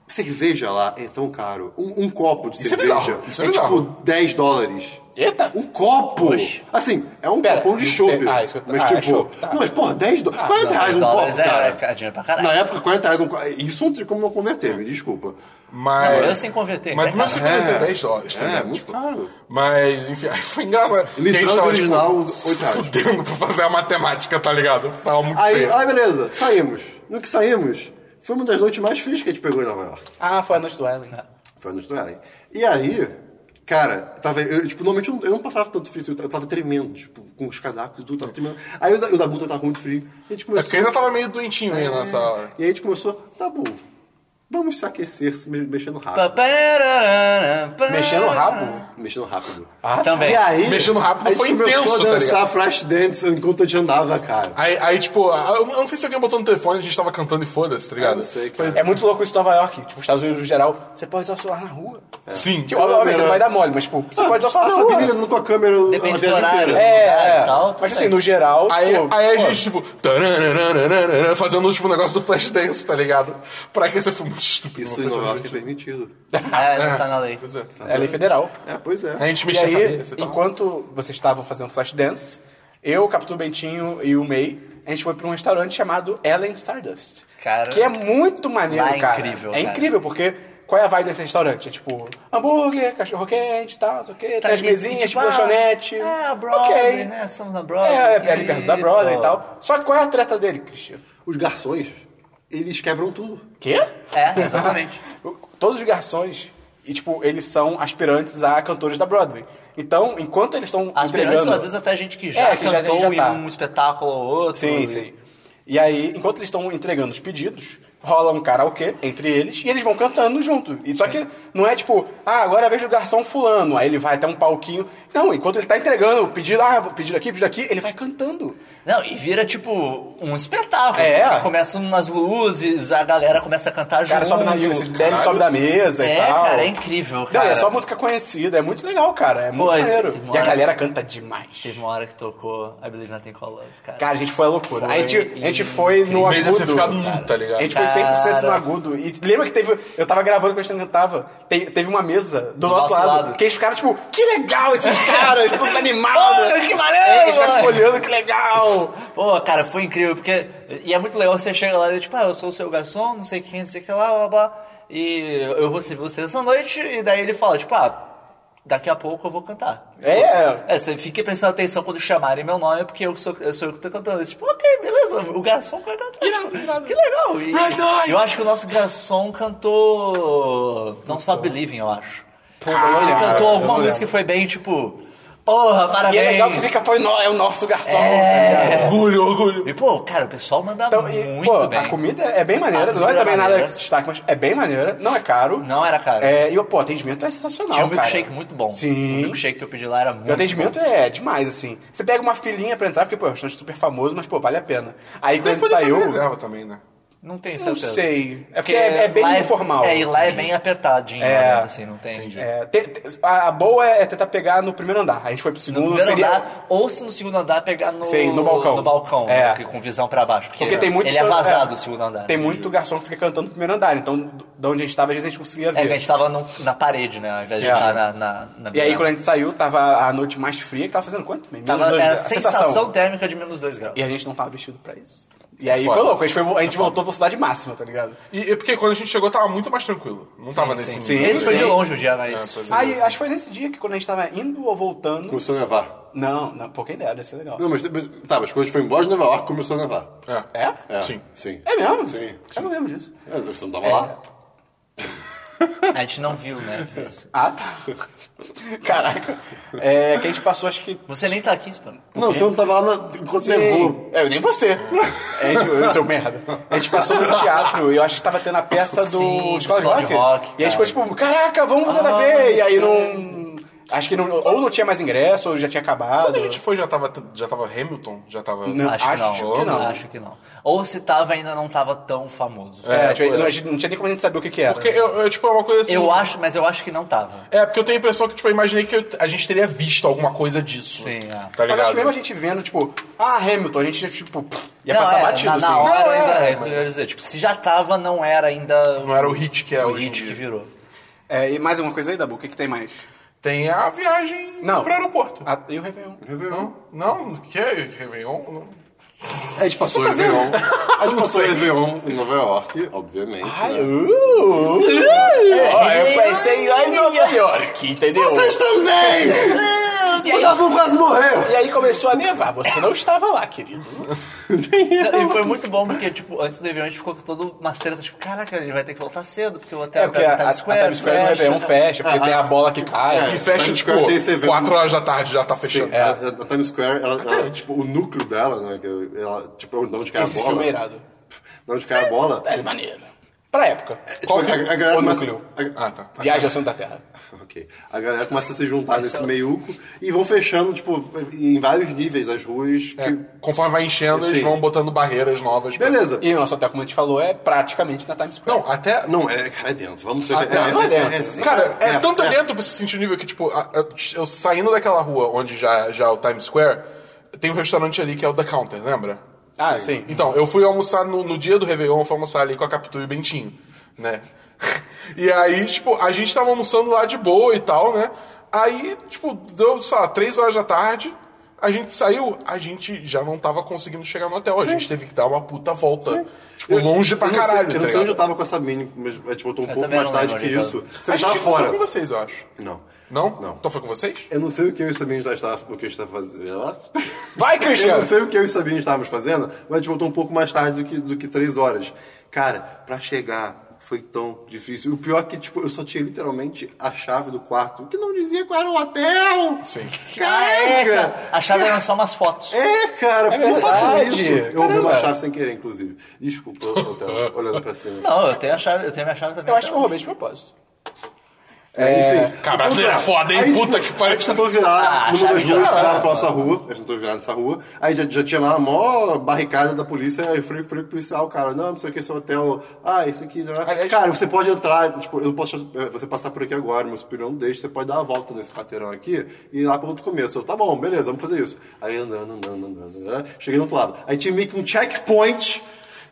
Speaker 2: Cerveja lá é tão caro. Um, um copo de
Speaker 4: Isso é
Speaker 2: cerveja
Speaker 4: bizarro, isso é
Speaker 2: tipo
Speaker 4: bizarro. É,
Speaker 2: 10 dólares.
Speaker 3: Eita!
Speaker 2: Um copo!
Speaker 1: Oxe.
Speaker 2: Assim, é um
Speaker 3: Pera,
Speaker 2: copão de
Speaker 3: isso
Speaker 2: chope.
Speaker 3: é- ah, isso que eu tô-
Speaker 2: mas
Speaker 3: ah, é
Speaker 2: tipo.
Speaker 3: chope, tá.
Speaker 2: Não, mas porra, 10 dólares. 40 reais um
Speaker 1: 10
Speaker 2: copo.
Speaker 1: dólares é-
Speaker 2: cara.
Speaker 1: é dinheiro pra caralho.
Speaker 2: Na época, 40 reais um copo. Isso não tem como não converter, me desculpa.
Speaker 4: Mas...
Speaker 1: Não, eu sem converter,
Speaker 4: é. Mas
Speaker 1: né,
Speaker 4: não
Speaker 1: cara?
Speaker 4: se
Speaker 2: É.
Speaker 4: converter 10 dólares, tá
Speaker 2: É,
Speaker 4: ligado?
Speaker 2: muito
Speaker 4: Tipo,
Speaker 2: caro.
Speaker 4: Mas, enfim, aí foi engraçado. Porque a gente
Speaker 2: Litrão de
Speaker 4: tava,
Speaker 2: original, oito
Speaker 4: tipo,
Speaker 2: reais.
Speaker 4: fudendo pra fazer a matemática, tá ligado? Tava muito
Speaker 2: Aí,
Speaker 4: feio.
Speaker 2: aí, beleza, saímos. No que saímos, foi uma das noites mais frias que a gente pegou em Nova York.
Speaker 3: Ah, foi a noite do Ellen.
Speaker 2: Foi a noite do Ellen. E aí, cara, tava, eu, tipo, normalmente eu não, eu não passava tanto frio, assim, eu tava tremendo, tipo, com os casacos e tudo, tava tremendo. Aí o da- o Dabu tava com muito frio. E a gente
Speaker 4: É
Speaker 2: começou.
Speaker 4: porque eu ainda tava meio doentinho ainda nessa hora.
Speaker 2: E aí a gente começou, tá bom, vamos se aquecer se me- mexendo
Speaker 1: Pá,
Speaker 2: rápido.
Speaker 1: pá, rá, rá, pá.
Speaker 3: Mexendo o rabo?
Speaker 2: Mexendo rápido.
Speaker 3: Ah,
Speaker 1: Também.
Speaker 2: E aí,
Speaker 4: Mexendo rápido
Speaker 2: a gente
Speaker 4: foi
Speaker 2: começou
Speaker 4: intenso,
Speaker 2: a
Speaker 4: tá
Speaker 2: dançar
Speaker 4: ligado?
Speaker 2: flash dance enquanto a gente andava, cara.
Speaker 4: Aí, aí, tipo, eu não sei se alguém botou no telefone, a gente tava cantando e foda-se, tá ligado?
Speaker 2: Eu não sei, cara.
Speaker 3: É muito louco isso em Nova York. Tipo, os Estados Unidos no geral, você pode usar o celular na rua.
Speaker 4: Sim,
Speaker 3: Tipo, obviamente você não vai dar mole, mas tipo,
Speaker 4: Ah,
Speaker 3: você pode usar o celular na
Speaker 2: Essa
Speaker 3: rua.
Speaker 2: menina andando com a câmera a
Speaker 1: Depende do
Speaker 2: viagem
Speaker 1: horário.
Speaker 2: inteira.
Speaker 3: É,
Speaker 1: lugar
Speaker 3: é.
Speaker 1: e tal, tudo
Speaker 3: mas assim,
Speaker 1: bem.
Speaker 3: no geral,
Speaker 4: Aí,
Speaker 3: pô,
Speaker 4: aí a
Speaker 3: pô,
Speaker 4: gente, tipo, tarananananana, fazendo tipo, um negócio do Flashdance, tá ligado? Pra que você foi muito estúpido.
Speaker 2: Isso
Speaker 4: não foi
Speaker 2: em
Speaker 4: tão
Speaker 2: Nova York é
Speaker 4: divertido.
Speaker 2: permitido.
Speaker 1: É, não tá na lei.
Speaker 4: Quer dizer,
Speaker 3: É lei federal.
Speaker 2: É, pois
Speaker 4: A
Speaker 2: é.
Speaker 4: gente
Speaker 3: E
Speaker 4: mexia a
Speaker 3: aí,
Speaker 4: cabeça e tal.
Speaker 3: enquanto vocês estavam fazendo flash dance, eu, o Capitu Bentinho e o May, a gente foi pra um restaurante chamado Ellen Stardust.
Speaker 1: Cara.
Speaker 3: Que é muito maneiro,
Speaker 1: Lá é
Speaker 3: cara.
Speaker 1: incrível,
Speaker 3: É
Speaker 1: cara.
Speaker 3: incrível, porque qual é a vibe desse restaurante? É tipo hambúrguer, cachorro quente e tal, não sei o quê.
Speaker 1: Tá
Speaker 3: tem as
Speaker 1: ali,
Speaker 3: mesinhas,
Speaker 1: tipo,
Speaker 3: tipo, lanchonete.
Speaker 1: Ah, a Broadway,
Speaker 3: ok.
Speaker 1: né? Estamos na
Speaker 3: É,
Speaker 1: Broadway.
Speaker 3: é, ali perto da Broadway e
Speaker 1: isso.
Speaker 3: tal. Só que qual é a treta dele, Cristian?
Speaker 2: Os garçons, eles quebram tudo.
Speaker 3: Quê?
Speaker 1: É, exatamente.
Speaker 3: Todos os garçons, e tipo, eles são aspirantes a cantores da Broadway. Então, enquanto eles estão
Speaker 1: Aspirantes,
Speaker 3: entregando-
Speaker 1: às vezes, até gente que já
Speaker 3: É, que já-
Speaker 1: cantou
Speaker 3: já tá.
Speaker 1: em um espetáculo ou outro.
Speaker 3: Sim,
Speaker 1: E-
Speaker 3: sim. E aí, enquanto eles estão entregando os pedidos, rola um karaokê entre eles e eles vão cantando junto. E só que não é tipo, ah, agora é a vez do garçom fulano. Aí ele vai até um palquinho. Não, enquanto ele tá entregando o pedido, ah, pedido aqui, pedido aqui, ele vai cantando.
Speaker 1: Não, e vira tipo um espetáculo.
Speaker 3: É.
Speaker 1: Começam umas luzes, a galera começa a cantar
Speaker 3: O cara
Speaker 1: junto.
Speaker 3: sobe na mesa, ele sobe da mesa e
Speaker 1: É,
Speaker 3: tal.
Speaker 1: cara, é incrível, cara.
Speaker 3: Não, é só música conhecida, é muito legal, cara. É muito
Speaker 1: Pô,
Speaker 3: maneiro.
Speaker 1: teve uma
Speaker 3: E a
Speaker 1: hora-
Speaker 3: galera canta demais.
Speaker 1: Teve uma hora que tocou I Believe Nothing Call Love, cara.
Speaker 3: Cara, a gente foi à loucura. a, gente, a gente foi no
Speaker 4: Meio deve ter
Speaker 3: agudo.
Speaker 4: ficado nu, tá ligado?
Speaker 3: A gente foi 100% no
Speaker 1: Cara.
Speaker 3: agudo. E lembra que teve. Eu tava gravando quando a gente cantava. te- teve uma mesa do, nosso,
Speaker 1: nosso
Speaker 3: lado,
Speaker 1: lado.
Speaker 3: Que eles ficaram tipo, que legal esses caras, todos animados.
Speaker 1: Porra, que maneiro,
Speaker 3: É, Eles ficaram tipo,
Speaker 1: mano.
Speaker 3: olhando, que legal.
Speaker 1: Pô, cara, foi incrível, porque. E é muito legal, você chega lá e tipo, ah, eu sou o seu garçom, não sei quem, não sei o que lá, blá blá. E eu vou servir você essa noite, e daí ele fala, tipo, ah, daqui a pouco eu vou cantar.
Speaker 3: É.
Speaker 1: É, você fica prestando atenção quando chamarem meu nome, porque eu sou, eu sou eu que tô cantando. Eu, tipo, ok, beleza, o garçom vai cantar. tipo, que legal! E-
Speaker 4: Right on!
Speaker 1: eu acho que o nosso garçom cantou. Não Stop Believing, eu acho.
Speaker 3: Cara,
Speaker 1: ele
Speaker 3: eu
Speaker 1: cantou
Speaker 3: não
Speaker 1: alguma
Speaker 3: lembro.
Speaker 1: música que foi bem, tipo, porra,
Speaker 3: E
Speaker 1: parabéns!
Speaker 3: é legal que você fica, foi no- é o nosso garçom. tá ligado?
Speaker 4: Orgulho, orgulho.
Speaker 1: E, pô, cara, o pessoal manda
Speaker 3: Então, e,
Speaker 1: muito
Speaker 3: pô,
Speaker 1: bem.
Speaker 3: a comida é bem maneira,
Speaker 1: A
Speaker 3: não é
Speaker 1: comida
Speaker 3: também
Speaker 1: é
Speaker 3: nada
Speaker 1: maneira.
Speaker 3: que se destaque, mas é bem maneira, não é caro.
Speaker 1: Não era caro.
Speaker 3: É, e, pô, o atendimento é sensacional,
Speaker 1: Tinha um
Speaker 3: cara.
Speaker 1: milkshake muito bom. O
Speaker 3: Sim.
Speaker 1: milkshake que eu pedi lá era muito
Speaker 3: E o atendimento é demais, assim. Você pega uma filinha pra entrar, porque, pô, é um restaurante super famoso, mas, pô, vale a pena. Aí
Speaker 4: Deve
Speaker 3: quando
Speaker 4: poder fazer
Speaker 3: saiu.
Speaker 4: reserva também, né?
Speaker 1: bom. Não tenho
Speaker 3: Não
Speaker 1: certeza.
Speaker 3: sei. É porque é, é bem
Speaker 1: lá
Speaker 3: informal.
Speaker 1: É, e lá é bem apertadinho,
Speaker 3: É.
Speaker 1: né, assim, não tem...
Speaker 4: Entendi.
Speaker 3: É, te- te- a, a boa é tentar pegar no primeiro andar. A gente foi pro segundo,
Speaker 1: primeiro
Speaker 3: seria.
Speaker 1: andar, ou se no segundo andar pegar no,
Speaker 3: Sim, no balcão.
Speaker 1: no balcão, né?
Speaker 3: É.
Speaker 1: porque com visão pra baixo. Porque,
Speaker 3: Porque tem muito
Speaker 1: ele é vazado o segundo andar.
Speaker 3: Tem
Speaker 1: né?
Speaker 3: muito garçom que fica cantando no primeiro andar. Então, do- de onde a gente tava, às vezes a gente conseguia ver.
Speaker 1: É que a gente tava no- na parede, né? Ao invés de
Speaker 3: É.
Speaker 1: estar na, na, na
Speaker 3: E aí,
Speaker 1: na-
Speaker 3: quando a gente saiu, tava a noite mais fria, que tava fazendo quanto? Menos
Speaker 1: tava,
Speaker 3: dois
Speaker 1: era
Speaker 3: graus.
Speaker 1: sensação, térmica de menos 2 graus.
Speaker 3: E a gente não tava vestido pra isso. E
Speaker 1: É
Speaker 3: aí
Speaker 4: Foda.
Speaker 3: foi louco, a gente, foi, a gente voltou à velocidade máxima, tá ligado?
Speaker 4: E, e porque quando a gente chegou tava muito mais tranquilo. Não tava nesse
Speaker 3: sim.
Speaker 4: nível.
Speaker 1: Esse foi de
Speaker 3: Sim.
Speaker 1: longe o dia, mas...
Speaker 4: pois é.
Speaker 3: Aí, acho que foi nesse dia que quando a gente tava indo ou voltando.
Speaker 2: Começou a nevar.
Speaker 3: Não, não, pouca ideia, deve ser legal.
Speaker 2: Não, mas, mas- tá, mas quando a gente foi embora de Nova York, começou a nevar.
Speaker 4: É.
Speaker 3: É?
Speaker 2: É,
Speaker 4: Sim.
Speaker 2: Sim.
Speaker 3: É mesmo?
Speaker 2: Sim.
Speaker 3: Eu não lembro disso.
Speaker 2: É, Você não tava lá?
Speaker 1: A gente não viu, né? Feliz?
Speaker 3: Ah, tá. Caraca. É que a gente passou, acho que.
Speaker 1: Você nem tá aqui, Spam.
Speaker 2: Não, você não tava lá na... enquanto levou.
Speaker 3: É, nem você. A gente, É, eu, seu merda. A gente passou no teatro e eu acho que tava tendo a peça do
Speaker 1: Sim, do
Speaker 3: Escola de
Speaker 1: Escola
Speaker 3: Rock.
Speaker 1: de Rock,
Speaker 3: e a gente
Speaker 1: cara.
Speaker 3: ficou tipo, caraca, vamos botar na
Speaker 1: Ah,
Speaker 3: ver. E aí
Speaker 1: sim.
Speaker 3: não. Acho que não, ou não tinha mais ingresso, ou já tinha acabado.
Speaker 4: Quando É, a gente foi, já tava, já tava Hamilton? Já tava.
Speaker 3: Não,
Speaker 1: Acho, que não.
Speaker 3: que não.
Speaker 1: Acho que não. Ou se tava, ainda não tava tão famoso.
Speaker 3: É,
Speaker 4: É,
Speaker 3: tipo,
Speaker 4: pô,
Speaker 3: não, a gente não tinha nem como a gente saber o que, que era.
Speaker 4: Porque eu, eu, tipo, é uma coisa assim.
Speaker 1: Eu acho, mas eu acho que não tava.
Speaker 4: É, porque eu tenho a impressão que, tipo, eu imaginei que eu- a gente teria visto alguma coisa disso.
Speaker 1: Sim, é.
Speaker 4: Tá ligado?
Speaker 3: Mas acho que mesmo a gente vendo, tipo, ah, Hamilton, a gente, tipo, pff, ia
Speaker 1: não,
Speaker 3: passar
Speaker 1: é,
Speaker 3: batido,
Speaker 1: na,
Speaker 3: assim.
Speaker 1: na hora
Speaker 4: Não,
Speaker 1: ainda,
Speaker 4: é,
Speaker 1: é, eu ia dizer, tipo, se já tava, não era ainda
Speaker 4: Não era o hit que é
Speaker 1: o
Speaker 4: hoje em
Speaker 1: hit que
Speaker 4: dia.
Speaker 1: virou.
Speaker 3: É, e mais alguma coisa aí, Dabu? O que, que tem mais?
Speaker 4: Tem a viagem
Speaker 3: Não.
Speaker 4: pro aeroporto.
Speaker 3: Ah, e o Réveillon.
Speaker 4: Réveillon? Não, que é Réveillon? Não.
Speaker 2: A gente passou o Réveillon.
Speaker 3: um-
Speaker 2: A gente passou o Réveillon em Nova York, obviamente. né?
Speaker 3: Uh, eu pensei lá em Nova York, entendeu?
Speaker 2: Vocês também! O Dabu quase morreu!
Speaker 3: E aí começou a nevar, você não estava lá, querido.
Speaker 1: E foi muito bom, porque, tipo, antes do Réveillon a gente ficou com todo umas tretas, tipo, caraca, ele vai ter que voltar cedo, porque o hotel
Speaker 3: É, porque
Speaker 1: perto
Speaker 3: a,
Speaker 1: da
Speaker 3: a, a Times Square é no Réveillon fecha, porque
Speaker 2: Ah,
Speaker 3: tem a
Speaker 2: ah,
Speaker 3: bola que cai.
Speaker 4: E
Speaker 2: É,
Speaker 4: fecha,
Speaker 2: Times
Speaker 4: tipo,
Speaker 2: Square tem esse evento.
Speaker 4: 4 horas da tarde já tá fechando.
Speaker 3: É.
Speaker 2: A, a Times Square, ela, ela, tipo, o núcleo dela, né? que Ela, tipo, de onde cai
Speaker 3: Esse
Speaker 2: a bola.
Speaker 3: filme é irado.
Speaker 2: De onde cai a bola.
Speaker 3: É maneiro. Pra época.
Speaker 2: tipo,
Speaker 3: Qual filme?
Speaker 2: a, a galera
Speaker 3: O
Speaker 2: começa-
Speaker 3: núcleo.
Speaker 2: a-
Speaker 4: Ah, tá.
Speaker 3: Viagem ao centro da Terra.
Speaker 2: Ok. A galera começa a se juntar nesse meiuco e vão fechando, tipo, em vários níveis as ruas.
Speaker 4: É,
Speaker 2: que-
Speaker 4: conforme vai enchendo, eles
Speaker 2: Sim.
Speaker 4: vão botando barreiras novas. pra-
Speaker 2: Beleza.
Speaker 3: E o nosso hotel, como a gente falou, é praticamente na Times Square.
Speaker 4: Não, até.
Speaker 2: Não, é, cara, é dentro. Vamos ser.
Speaker 4: Ah, não,
Speaker 3: não é dentro.
Speaker 2: sim.
Speaker 4: Cara, é, tanto
Speaker 2: é.
Speaker 4: dentro pra você sentir o nível que, tipo, a- a- eu saindo daquela rua onde já, já é o Times Square, tem um restaurante ali que é o The Counter, lembra?
Speaker 3: Ah, sim.
Speaker 4: Então, eu fui almoçar no, no dia do Réveillon, eu fui almoçar ali com a Capitu e o Bentinho, né? E aí, tipo, a gente tava almoçando lá de boa e tal, né? Aí, tipo, deu, sei lá, três horas da tarde, a gente saiu, a gente já não tava conseguindo chegar no hotel, a gente teve que dar uma puta volta. Tipo, longe pra
Speaker 2: eu não sei-
Speaker 4: caralho,
Speaker 2: Eu não
Speaker 4: tá
Speaker 2: sei onde eu
Speaker 4: ligado?
Speaker 2: tava com essa mini, mas a gente voltou um pouco
Speaker 1: também
Speaker 2: mais
Speaker 1: não
Speaker 2: tarde
Speaker 1: lembro onde
Speaker 2: que
Speaker 1: eu
Speaker 2: isso. Você
Speaker 4: A
Speaker 2: não
Speaker 4: gente
Speaker 2: tava
Speaker 4: fora. com
Speaker 2: fora.
Speaker 4: vocês, eu acho.
Speaker 2: Não.
Speaker 4: Não?
Speaker 2: Não.
Speaker 4: Então foi com vocês?
Speaker 2: Eu não sei o que eu e o Sabino já estava, o que a gente estava fazendo.
Speaker 3: Vai,
Speaker 2: Eu
Speaker 3: Cristiano!
Speaker 2: não sei o que eu e o Sabino estávamos fazendo, mas a gente voltou um pouco mais tarde do que, do que três horas. Cara, pra chegar foi tão difícil. O pior é que, tipo, eu só tinha literalmente a chave do quarto, que não dizia qual era o hotel.
Speaker 4: Sim.
Speaker 1: É, cara,
Speaker 2: Caraca!
Speaker 1: a chave eram só umas fotos.
Speaker 2: É, cara,
Speaker 3: verdade.
Speaker 2: por favor, isso. Eu roubei uma
Speaker 3: Caramba.
Speaker 2: chave sem querer, inclusive. Desculpa, hotel, olhando pra cima.
Speaker 1: Não, eu tenho a chave, eu tenho minha chave também.
Speaker 3: Eu acho que
Speaker 1: então.
Speaker 3: eu roubei de propósito.
Speaker 2: É, enfim.
Speaker 4: Cara, brasileiro é foda, hein?
Speaker 2: Aí,
Speaker 4: Puta que pariu.
Speaker 2: A gente tentou virar
Speaker 1: Ah,
Speaker 2: numa
Speaker 1: chave
Speaker 2: das
Speaker 1: de
Speaker 2: ruas
Speaker 4: né?
Speaker 2: que
Speaker 1: ouro.
Speaker 2: dava pra nossa rua. A gente tentou virar nessa rua. Aí já, já tinha lá a maior barricada da polícia. Aí eu falei, falei pro policial, cara, não, não sei o que, esse hotel. Ah, isso aqui. não é.
Speaker 4: Aliás-
Speaker 2: cara, você pode entrar, tipo, eu não posso eh, você passar por aqui agora, meu superior não deixa. Você pode dar uma volta nesse quarteirão aqui e ir lá pro outro começo. Eu, tá bom, beleza, vamos fazer isso. Aí andando, andando, andando, andando. Cheguei no outro lado. Aí tinha meio que um checkpoint.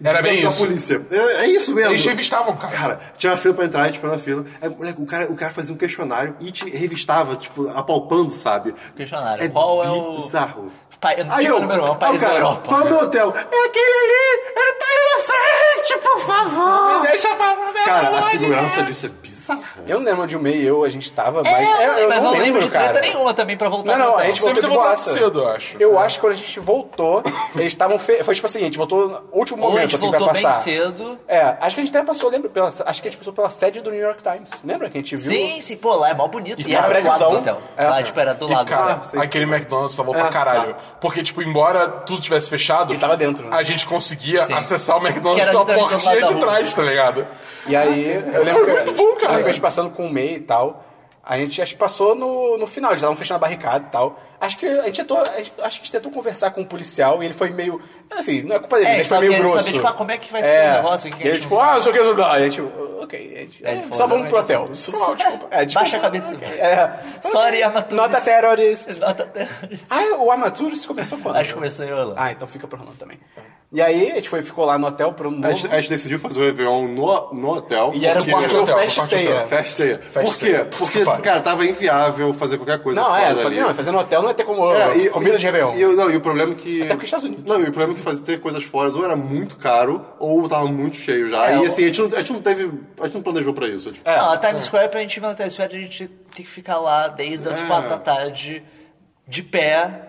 Speaker 2: de-
Speaker 4: Era bem
Speaker 2: da
Speaker 4: isso.
Speaker 2: polícia. É, é isso mesmo.
Speaker 4: Eles revistavam, cara.
Speaker 2: Cara, tinha uma fila pra entrar, a gente parou na fila. Aí, moleque, o cara, o cara fazia um questionário e te revistava, tipo, apalpando, sabe?
Speaker 1: Questionário. Qual é o-
Speaker 2: Bizarro.
Speaker 1: Pa-
Speaker 2: Aí
Speaker 1: tipo
Speaker 2: eu,
Speaker 1: número um, é o
Speaker 2: aí
Speaker 1: país
Speaker 2: o cara,
Speaker 1: da Europa.
Speaker 2: Qual é o meu hotel? É aquele ali! Ele tá ali na frente, por favor! Me deixa pra Cara, a segurança disso é bizarra.
Speaker 3: Eu não lembro de um meio eu, a gente tava, mas.
Speaker 1: É,
Speaker 3: eu, eu
Speaker 1: mas
Speaker 3: não, lembro,
Speaker 1: de
Speaker 3: cara.
Speaker 1: treta nenhuma também pra voltar
Speaker 3: Não, não,
Speaker 1: pro
Speaker 3: a
Speaker 1: hotel.
Speaker 3: gente
Speaker 4: Você
Speaker 3: voltou
Speaker 4: deve
Speaker 3: de
Speaker 4: ter voltado
Speaker 3: boaça.
Speaker 4: cedo, eu acho.
Speaker 3: Eu acho que quando a gente voltou, eles estavam. Fe... Foi tipo assim, a gente voltou no último
Speaker 1: Ou a
Speaker 3: momento,
Speaker 1: gente
Speaker 3: assim, pra
Speaker 1: voltou bem
Speaker 3: passar.
Speaker 1: cedo.
Speaker 3: É, acho que a gente até passou, lembra? Pela, acho que a gente passou pela sede do New York Times. Lembra que a gente viu?
Speaker 1: Sim, sim, pô, lá é mó bonito. E,
Speaker 3: tem um
Speaker 1: era do lado do
Speaker 3: prédiozão.
Speaker 1: hotel.
Speaker 3: É.
Speaker 1: Lá, tipo, era do lado
Speaker 4: E,
Speaker 1: do hotel.
Speaker 4: cara, aquele McDonald's salvou pra caralho. Porque, tipo, embora tudo tivesse fechado,
Speaker 3: Ele tava dentro, né?
Speaker 4: a gente conseguia
Speaker 1: Sim.
Speaker 4: acessar o
Speaker 1: Que
Speaker 4: McDonald's
Speaker 1: era
Speaker 4: pela
Speaker 1: literalmente do
Speaker 4: portinha
Speaker 1: lado
Speaker 4: de
Speaker 1: da rua.
Speaker 4: trás, tá ligado?
Speaker 3: E aí, eu lembro que.
Speaker 4: muito bom, cara.
Speaker 3: Eu lembro que a gente passando com o MEI e tal. A gente acho que passou no, no final, eles estavam fechando a barricada e tal. Acho que a gente tentou. a gente- acho que a gente tentou conversar com o policial e ele foi meio. Assim, não é culpa dele,
Speaker 1: É,
Speaker 3: ele
Speaker 1: ele
Speaker 3: foi
Speaker 1: tava
Speaker 3: meio
Speaker 1: querendo
Speaker 3: grosso.
Speaker 1: saber, tipo, ah, como é que vai ser o negócio aqui que a
Speaker 3: E ele,
Speaker 1: gente
Speaker 3: tipo,
Speaker 1: não
Speaker 3: ah, não sei o que, não sei o que. lá. E a gente, ok, a gente,
Speaker 1: É, ele falou,
Speaker 3: só vamos pro
Speaker 1: realmente,
Speaker 3: hotel.
Speaker 1: assim,
Speaker 3: Só- só- desculpa. É, desculpa.
Speaker 1: Baixa a cabeça.
Speaker 3: É.
Speaker 1: Sorry, Armaturis.
Speaker 3: Nota terrorista.
Speaker 1: Nota terrorista.
Speaker 3: Ah, o Armatura isso começou quando?
Speaker 1: Acho que começou em Orlando.
Speaker 3: Ah, então fica pro Orlando também. E aí, a gente foi, ficou lá no hotel por um
Speaker 2: A
Speaker 3: novo...
Speaker 2: gente, a gente decidiu fazer o Réveillon no, no hotel.
Speaker 3: E era
Speaker 2: porque-
Speaker 3: quase
Speaker 4: hotel,
Speaker 3: o fast
Speaker 4: quarto
Speaker 3: ceia.
Speaker 4: hotel.
Speaker 2: Festa. Por quê?
Speaker 4: ceia.
Speaker 2: Porque,
Speaker 4: Faz.
Speaker 2: cara, tava inviável fazer qualquer coisa
Speaker 3: Não,
Speaker 2: fora
Speaker 3: é,
Speaker 2: dali.
Speaker 3: fazer, não, fazer no hotel não é ter como
Speaker 2: É, e-
Speaker 3: comida
Speaker 2: e-
Speaker 3: de Réveillon.
Speaker 2: E, eu- não, e o problema é que.
Speaker 3: Até porque Estados Unidos.
Speaker 2: Não, e o problema é que fazer ter coisas fora ou era muito caro ou tava muito cheio
Speaker 1: É,
Speaker 2: já. e
Speaker 1: eu-
Speaker 2: assim, a gente, não, a gente não teve. A gente não planejou pra isso. Tipo,
Speaker 3: É.
Speaker 1: Não, a Times Square, pra gente ir na Times Square, a gente tem que ficar lá desde
Speaker 3: É.
Speaker 1: as quatro da tarde, de pé,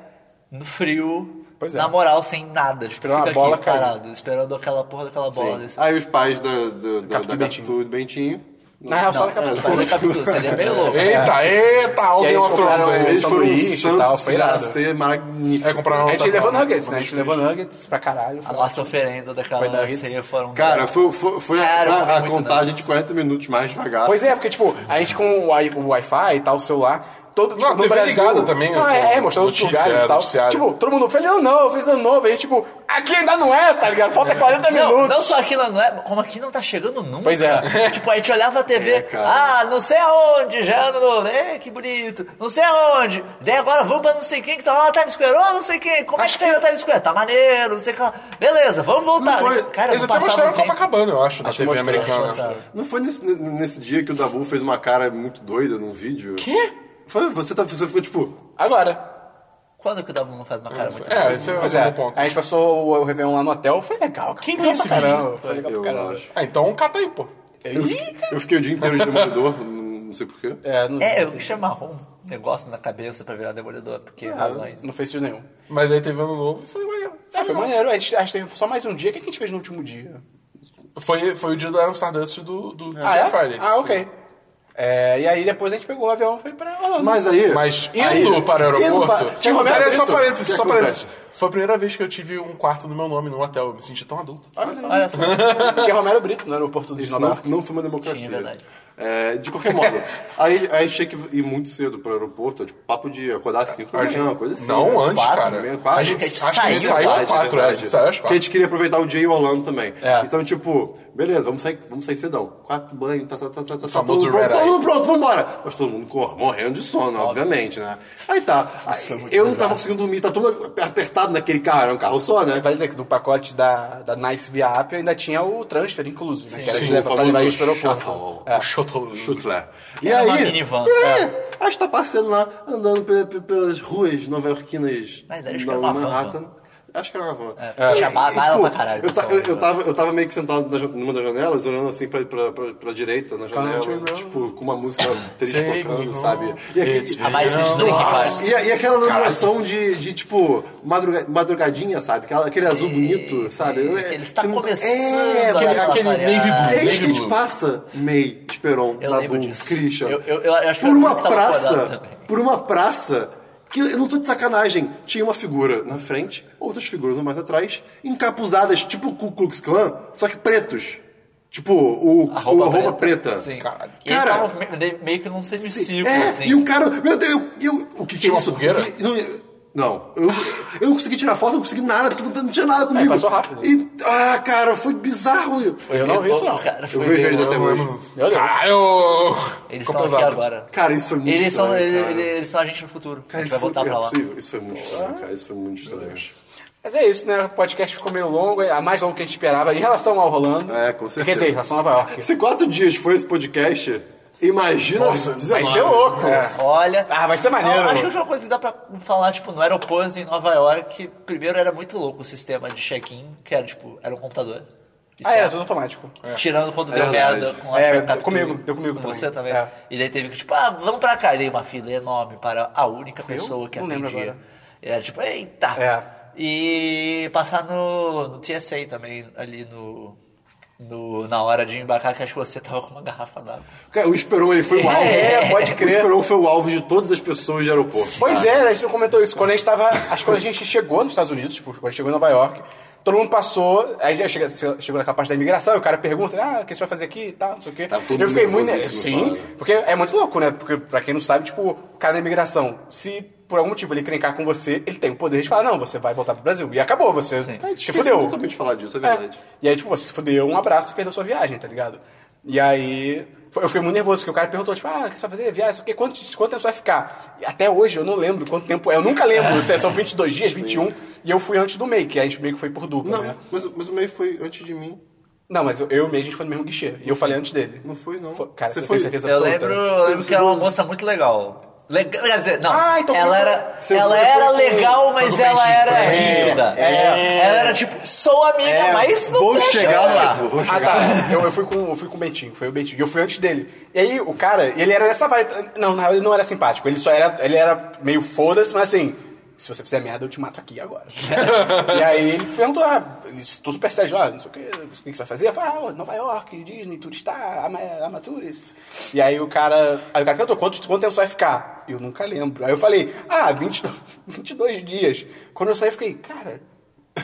Speaker 1: no frio,
Speaker 3: Pois é.
Speaker 1: na moral, sem nada. Tipo,
Speaker 3: Esperando
Speaker 1: fica
Speaker 3: a bola
Speaker 1: aqui
Speaker 3: cair.
Speaker 1: parado, esperando aquela porra daquela bola. Desse...
Speaker 2: Aí os pais da, da, da,
Speaker 3: Capitão
Speaker 2: da
Speaker 3: Bentinho.
Speaker 2: Capitu e do Bentinho
Speaker 3: Na real, só na
Speaker 1: Não,
Speaker 3: capital.
Speaker 1: mas é Capitu, seria meio louco. né?
Speaker 4: Eita, eita,
Speaker 3: E aí
Speaker 4: alguém
Speaker 3: eles
Speaker 4: of Thrones
Speaker 3: compraram-
Speaker 4: aí.
Speaker 2: Eles foram um
Speaker 3: sanduíche e tal,
Speaker 2: Santos,
Speaker 3: foi
Speaker 2: foi irado.
Speaker 3: irado.
Speaker 2: ser magnífico.
Speaker 4: É, compraram
Speaker 3: A gente
Speaker 4: outra-
Speaker 3: levou
Speaker 4: uma-
Speaker 3: nuggets,
Speaker 4: uma
Speaker 3: né? A gente
Speaker 4: nuggets.
Speaker 3: levou nuggets pra caralho.
Speaker 1: A nossa oferenda daquela
Speaker 3: Foi da Hits.
Speaker 1: ceia foram...
Speaker 2: Cara, foi, foi, foi a-
Speaker 1: Cara, eu
Speaker 2: a,
Speaker 1: comi
Speaker 2: a
Speaker 1: muito
Speaker 2: contagem
Speaker 1: Nantes.
Speaker 2: de 40 minutos mais devagar.
Speaker 3: Pois é, porque, tipo, a gente com o Wi- o Wi-Fi e tal, o celular, todo tipo,
Speaker 4: Não,
Speaker 3: no
Speaker 4: TV
Speaker 3: Brasil...
Speaker 4: ligada também,
Speaker 3: Ah,
Speaker 4: né,
Speaker 3: é,
Speaker 4: com
Speaker 3: é, mostrando outros
Speaker 4: notícia,
Speaker 3: lugares e tal.
Speaker 4: noticiário.
Speaker 3: Tipo, todo mundo, feliz ano novo, feliz ano novo. A gente, tipo, aqui ainda não é, tá ligado? Falta 40
Speaker 1: Não,
Speaker 3: minutos.
Speaker 1: não só aqui não é, como aqui não tá chegando nunca.
Speaker 3: Pois é.
Speaker 1: Tipo, a gente olhava a TV,
Speaker 2: cara.
Speaker 1: ah, não sei aonde, já no é, que bonito, não sei aonde. Daí agora vamos pra não sei quem que tá lá na Times Square, oh, não sei quem, como é que, tem na Times Square? Tá maneiro, não sei o que lá. Beleza, vamos voltar.
Speaker 2: foi-
Speaker 1: cara,
Speaker 4: Eles
Speaker 1: não passava
Speaker 4: até mostraram
Speaker 1: o tempo.
Speaker 4: Copacabana, eu acho, na
Speaker 3: Acho que
Speaker 4: TV
Speaker 3: mostraram,
Speaker 1: acho que
Speaker 4: americana.
Speaker 1: mostraram.
Speaker 2: Não foi nesse, nesse dia que o Dabu fez uma cara muito doida num vídeo? Quê? Foi, você, tá, você ficou tipo...
Speaker 3: Agora.
Speaker 1: Quando que o Dabu não faz uma cara muito
Speaker 4: É, esse é
Speaker 3: Pois
Speaker 4: esse é um
Speaker 3: é,
Speaker 4: bom ponto.
Speaker 3: a gente passou o, o Réveillon lá no hotel, foi legal. Quem
Speaker 4: tem esse vídeo?
Speaker 3: Foi legal
Speaker 2: Eu
Speaker 3: pra caramba.
Speaker 2: acho.
Speaker 4: Ah, então cata aí, pô.
Speaker 2: Eu, fiquei- eu fiquei o dia inteiro de demolidor, não sei porquê.
Speaker 3: É, não,
Speaker 1: É, eu chamo marrom um negócio na cabeça pra virar demolidor, porque razões.
Speaker 3: não fez isso nenhum.
Speaker 4: Mas aí teve ano novo e foi maneiro.
Speaker 3: É, foi maneiro. A gente, a gente teve só mais um dia. O que a gente fez no último dia?
Speaker 4: Foi, foi o dia do Iron Stardust e do, do
Speaker 3: Ah,
Speaker 4: Jack
Speaker 3: é?
Speaker 4: Fridays.
Speaker 3: Ah, ok. É, e aí depois a gente pegou o avião e foi pra Orlando.
Speaker 2: Mas aí...
Speaker 4: Mas indo
Speaker 2: aí-
Speaker 4: para o
Speaker 2: indo
Speaker 4: aeroporto.
Speaker 2: para-
Speaker 4: Tinha
Speaker 2: Quer
Speaker 4: Pera,
Speaker 2: contar,
Speaker 4: só
Speaker 2: Vitor?
Speaker 4: parênteses,
Speaker 2: Quer
Speaker 4: só
Speaker 2: contar?
Speaker 4: parênteses. Foi a primeira vez que eu tive um quarto no meu nome num hotel. Eu me senti tão adulto. Tá
Speaker 3: Olha só.
Speaker 1: Olha só,
Speaker 3: Tinha Romero Brito né? no aeroporto de
Speaker 2: Isso não,
Speaker 3: Nova
Speaker 2: não foi uma democracia.
Speaker 1: Sim, é verdade.
Speaker 2: É, de qualquer modo, aí, aí tinha que ir muito cedo pro aeroporto, tipo, papo de acordar às 5 da manhã, uma coisa assim.
Speaker 4: Não,
Speaker 2: né?
Speaker 4: antes,
Speaker 1: Quatro,
Speaker 4: cara.
Speaker 2: meio, quatro.
Speaker 4: A gente,
Speaker 1: A gente
Speaker 4: acho que a gente
Speaker 1: saiu
Speaker 4: saiu
Speaker 2: Verdade,
Speaker 4: às quatro, é. A
Speaker 2: verdade.
Speaker 4: gente saiu às
Speaker 2: Porque a
Speaker 4: quatro.
Speaker 2: gente queria aproveitar o dia em Orlando também.
Speaker 3: É.
Speaker 2: Então, tipo, beleza, vamos sair, vamos sair cedão. Quatro banho, tá, tá, tá, tá, tá. Todo
Speaker 4: famoso
Speaker 2: mundo pronto,
Speaker 4: red eye.
Speaker 2: todo mundo pronto, vambora. Mas todo mundo cor- morrendo de sono, obviamente, né? Aí tá. Aí, eu não tava conseguindo dormir, tava todo apertado naquele carro, era um carro só, né?
Speaker 3: Vale dizer que do pacote da, da Nice via App ainda tinha o transfer incluso, né? que era
Speaker 2: Sim,
Speaker 3: de
Speaker 2: o
Speaker 3: levar pra
Speaker 2: famoso
Speaker 3: levar isso pro aeroporto.
Speaker 2: shuttle.
Speaker 3: É.
Speaker 4: Shuttle.
Speaker 2: Chutler. E
Speaker 1: Era
Speaker 2: aí,
Speaker 1: uma minivan.
Speaker 2: É, a gente tá passeando lá, andando pe- pe- pelas ruas nova-iorquinas
Speaker 1: Na verdade, acho
Speaker 2: da
Speaker 1: que era uma van,
Speaker 2: Manhattan. Acho que era uma van. tipo,
Speaker 1: É, tinha ba- bala pra caralho,
Speaker 2: Eu, ta-
Speaker 1: pessoal.
Speaker 2: eu- eu tava, eu tava meio que sentado na ja- numa das janelas, olhando assim pra, pra, pra, pra direita, na janela,
Speaker 3: Country road.
Speaker 2: tipo, com uma música triste
Speaker 4: Take me
Speaker 2: tocando,
Speaker 4: home.
Speaker 2: sabe? E, aqui-
Speaker 4: It's
Speaker 1: a mais
Speaker 4: been
Speaker 1: de
Speaker 4: a
Speaker 1: drink,
Speaker 4: while.
Speaker 1: pai.
Speaker 2: e, e aquela numeração de, de, tipo, madruga- madrugadinha, sabe? Aquela- aquele azul bonito, sabe? Eu- é-
Speaker 1: Ele está
Speaker 2: tem-
Speaker 1: começando
Speaker 2: É,
Speaker 4: aquele-
Speaker 1: a
Speaker 4: aquele
Speaker 1: avaliar.
Speaker 4: navy blue.
Speaker 2: e aí a
Speaker 4: Navy
Speaker 2: gente
Speaker 4: Blue.
Speaker 2: passa May, Esperon,
Speaker 1: Ah, Eu
Speaker 2: Dabu,
Speaker 1: lembro disso.
Speaker 2: Christian.
Speaker 1: Eu- eu- eu acho que
Speaker 2: por
Speaker 1: eu
Speaker 2: uma
Speaker 1: que tava acordado
Speaker 2: praça.
Speaker 1: também.
Speaker 2: Por uma praça que eu não tô de sacanagem. Tinha uma figura na frente, outras figuras mais atrás, encapuzadas, tipo o Ku Klux Klan, só que pretos. Tipo, o,
Speaker 1: A
Speaker 2: o roupa preta.
Speaker 1: Sim.
Speaker 4: Caralho.
Speaker 1: E eles
Speaker 2: Cara-
Speaker 1: estavam me- de- meio que num semicírculo,
Speaker 2: É,
Speaker 1: assim.
Speaker 2: e um cara. Meu Deus, eu, eu- o que, que
Speaker 4: Tinha
Speaker 2: é
Speaker 4: uma
Speaker 2: isso?
Speaker 4: fogueira?
Speaker 2: Eu- Não, eu- não, eu, eu não consegui tirar foto, não consegui nada, porque não tinha nada comigo.
Speaker 3: passou rápido.
Speaker 2: E- ah, cara, foi bizarro.
Speaker 3: Eu não vi isso, não.
Speaker 1: Cara,
Speaker 2: Eu
Speaker 1: foi-
Speaker 2: vejo eles até
Speaker 4: Eu
Speaker 2: hoje.
Speaker 4: amo.
Speaker 3: Meu Deus.
Speaker 4: Caralho!
Speaker 1: Eles
Speaker 4: Ficou
Speaker 1: estão aqui
Speaker 4: pesado.
Speaker 1: agora.
Speaker 2: Cara, isso foi muito
Speaker 1: Eles são,
Speaker 2: estranho,
Speaker 1: eles,
Speaker 2: cara.
Speaker 1: eles- eles são a gente no futuro. a
Speaker 2: Cara,
Speaker 1: gente
Speaker 2: isso
Speaker 1: vai
Speaker 2: foi,
Speaker 1: voltar
Speaker 2: é
Speaker 1: pra lá.
Speaker 2: possível. Isso foi muito estranho, cara. Isso foi muito estranho.
Speaker 3: Mas é isso, né? O podcast ficou meio longo, é a mais longo que a gente esperava em relação ao Rolando.
Speaker 2: É, com certeza.
Speaker 3: Quer dizer, em relação a Nova York.
Speaker 2: Se Assim, quatro dias foi esse podcast, imagina.
Speaker 4: Nossa,
Speaker 3: Vai
Speaker 2: 19.
Speaker 3: ser louco.
Speaker 4: É.
Speaker 1: Olha.
Speaker 3: Ah, vai ser maneiro.
Speaker 1: Ah, Acho que a última coisa que dá pra falar, tipo, no aeroporto em Nova York, que primeiro era muito louco o sistema de check-in, que era, tipo, era um computador. Isso é
Speaker 3: Ah,
Speaker 2: é,
Speaker 3: era
Speaker 1: era.
Speaker 3: tudo automático.
Speaker 1: Tirando quando deu
Speaker 2: verdade.
Speaker 1: merda com a
Speaker 3: É,
Speaker 1: Shark
Speaker 3: deu
Speaker 1: Capture,
Speaker 3: comigo, deu comigo
Speaker 1: com
Speaker 3: também.
Speaker 1: você também.
Speaker 3: É.
Speaker 1: E daí teve que, tipo, ah, vamos pra cá. E daí uma fila enorme para a única pessoa que
Speaker 3: Não lembro
Speaker 1: atendia.
Speaker 3: agora.
Speaker 1: E era tipo, eita!
Speaker 3: É.
Speaker 1: E passar no, no TSA também, ali no, no- na hora de embarcar, que acho que você tava com uma garrafa d'água.
Speaker 2: Cara, o Esperon ele foi o
Speaker 1: É,
Speaker 2: alvo.
Speaker 3: é, pode
Speaker 2: O
Speaker 3: crer.
Speaker 2: Esperon foi o alvo de todas as pessoas de aeroporto.
Speaker 3: Pois é, né, a gente não comentou isso. Quando a gente tava. Acho que quando a gente chegou nos Estados Unidos, tipo, quando a gente chegou em Nova York, todo mundo passou. Aí já chega- chegou, naquela parte da imigração, e o cara pergunta, ah, o que você vai fazer aqui e tal, não sei o quê.
Speaker 2: Tava Tá todo
Speaker 3: eu fiquei
Speaker 2: mundo
Speaker 3: muito. nervoso.
Speaker 2: nervosíssimo,
Speaker 3: Sim,
Speaker 2: sabe?
Speaker 3: porque é muito louco, né? Porque, pra quem não sabe, tipo, o cara da imigração, se por algum motivo ele encrencar com você, ele tem o poder de falar, não, você vai voltar pro Brasil. E acabou, você se
Speaker 2: Esqueci
Speaker 3: fudeu.
Speaker 2: totalmente de falar disso, é
Speaker 3: É.
Speaker 2: verdade.
Speaker 3: E aí, tipo, você se fudeu, um abraço e perdeu sua viagem, tá ligado? E aí, foi- eu fiquei muito nervoso, porque o cara perguntou, tipo, ah, o que você vai fazer? Viagem, isso aqui, quanto, quanto tempo você vai ficar? E até hoje eu não lembro quanto tempo é, eu nunca lembro, se é, são 22 dias, 21, e eu fui antes do MEI, que a gente meio que foi por dupla,
Speaker 2: Não,
Speaker 3: né?
Speaker 2: mas, mas o meio foi antes de mim.
Speaker 3: Não, mas eu, eu e o MEI, a gente foi no mesmo guichê, e eu falei antes dele.
Speaker 2: Não foi, não.
Speaker 3: Foi- cara,
Speaker 2: Você
Speaker 3: eu
Speaker 2: foi-
Speaker 3: tenho certeza
Speaker 1: Eu
Speaker 3: absoluta. né?
Speaker 1: lembro, eu lembro
Speaker 2: você
Speaker 1: que era uma
Speaker 2: não-
Speaker 1: moça muito legal. Legal, quer dizer, não.
Speaker 3: Ah, então
Speaker 1: ela
Speaker 3: foi-
Speaker 1: era,
Speaker 2: você
Speaker 1: ela
Speaker 2: foi-
Speaker 1: era
Speaker 2: foi-
Speaker 1: legal,
Speaker 4: foi
Speaker 1: mas
Speaker 4: do
Speaker 1: ela
Speaker 4: Benji,
Speaker 1: era
Speaker 4: foi do Benji.
Speaker 1: rígida.
Speaker 3: É.
Speaker 1: Ela era tipo, sou amiga, mas não
Speaker 2: É, vou
Speaker 1: deixa.
Speaker 2: chegar lá. Vou
Speaker 3: Ah,
Speaker 2: chegar
Speaker 3: tá.
Speaker 2: lá.
Speaker 3: Eu, eu fui com, eu fui com o Bentinho, foi o Bentinho. E eu fui antes dele. E aí, o cara, ele era dessa vibe. Não, na real, ele não era simpático. Ele só era. Ele era meio foda-se, mas assim. se você fizer merda, eu te mato aqui agora. e aí ele perguntou, ah, tu super sério, ah, não sei o que, o que que você vai fazer? Eu falei, ah, Nova York, Disney, turistar, ama- amaturist. E aí o cara, aí o cara perguntou, quanto, quanto tempo você vai ficar? Eu nunca lembro. Aí eu falei, ah, 20, 22 dias. Quando eu saí, eu fiquei, cara...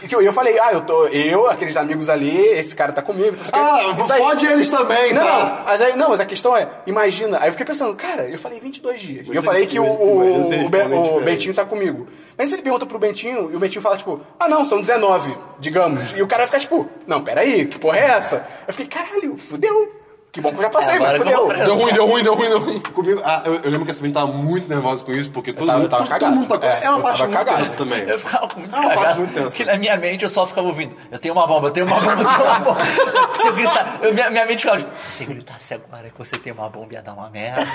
Speaker 3: E tipo, eu falei, ah, eu tô, eu, aqueles amigos ali, esse cara tá comigo. não sei o quê.
Speaker 2: Ah,
Speaker 3: Isso aí-
Speaker 2: pode eles também,
Speaker 3: não,
Speaker 2: tá?
Speaker 3: não, mas aí, não, mas a questão é, imagina. Aí eu fiquei pensando, cara, eu falei 22 dias.
Speaker 2: Mas
Speaker 3: e eu falei
Speaker 2: eles-
Speaker 3: que o,
Speaker 2: mas-
Speaker 3: o,
Speaker 2: mas eles
Speaker 3: o Be-
Speaker 2: respondem
Speaker 3: o
Speaker 2: diferente.
Speaker 3: Bentinho tá comigo. Mas ele pergunta pro Bentinho, e o Bentinho fala, tipo, ah não, são 19, digamos. E o cara fica, tipo, não, peraí, que porra é essa? Eu fiquei, caralho, fudeu. Que bom que eu já passei,
Speaker 1: É,
Speaker 3: mas
Speaker 1: agora que eu vou preso.
Speaker 3: fudeu.
Speaker 4: Deu ruim, deu ruim, deu ruim, deu ruim.
Speaker 2: Comigo, ah, eu, eu lembro que essa menina tava muito nervosa com isso, porque todo,
Speaker 3: tava-
Speaker 2: mundo,
Speaker 3: tava
Speaker 2: todo,
Speaker 3: cagado.
Speaker 2: mundo tá.
Speaker 3: É,
Speaker 2: É, uma
Speaker 3: eu
Speaker 2: parte
Speaker 3: tava
Speaker 2: muito
Speaker 3: cagado.
Speaker 2: tensa também.
Speaker 1: Eu ficava muito
Speaker 2: É uma parte
Speaker 1: cagado,
Speaker 2: muito tensa.
Speaker 1: Porque na minha mente eu só ficava ouvindo. Eu tenho uma bomba, eu tenho uma bomba, eu tenho uma bomba. se eu gritar, eu- minha, minha mente ficava tipo, se você gritasse agora que você tem uma bomba ia dar uma merda.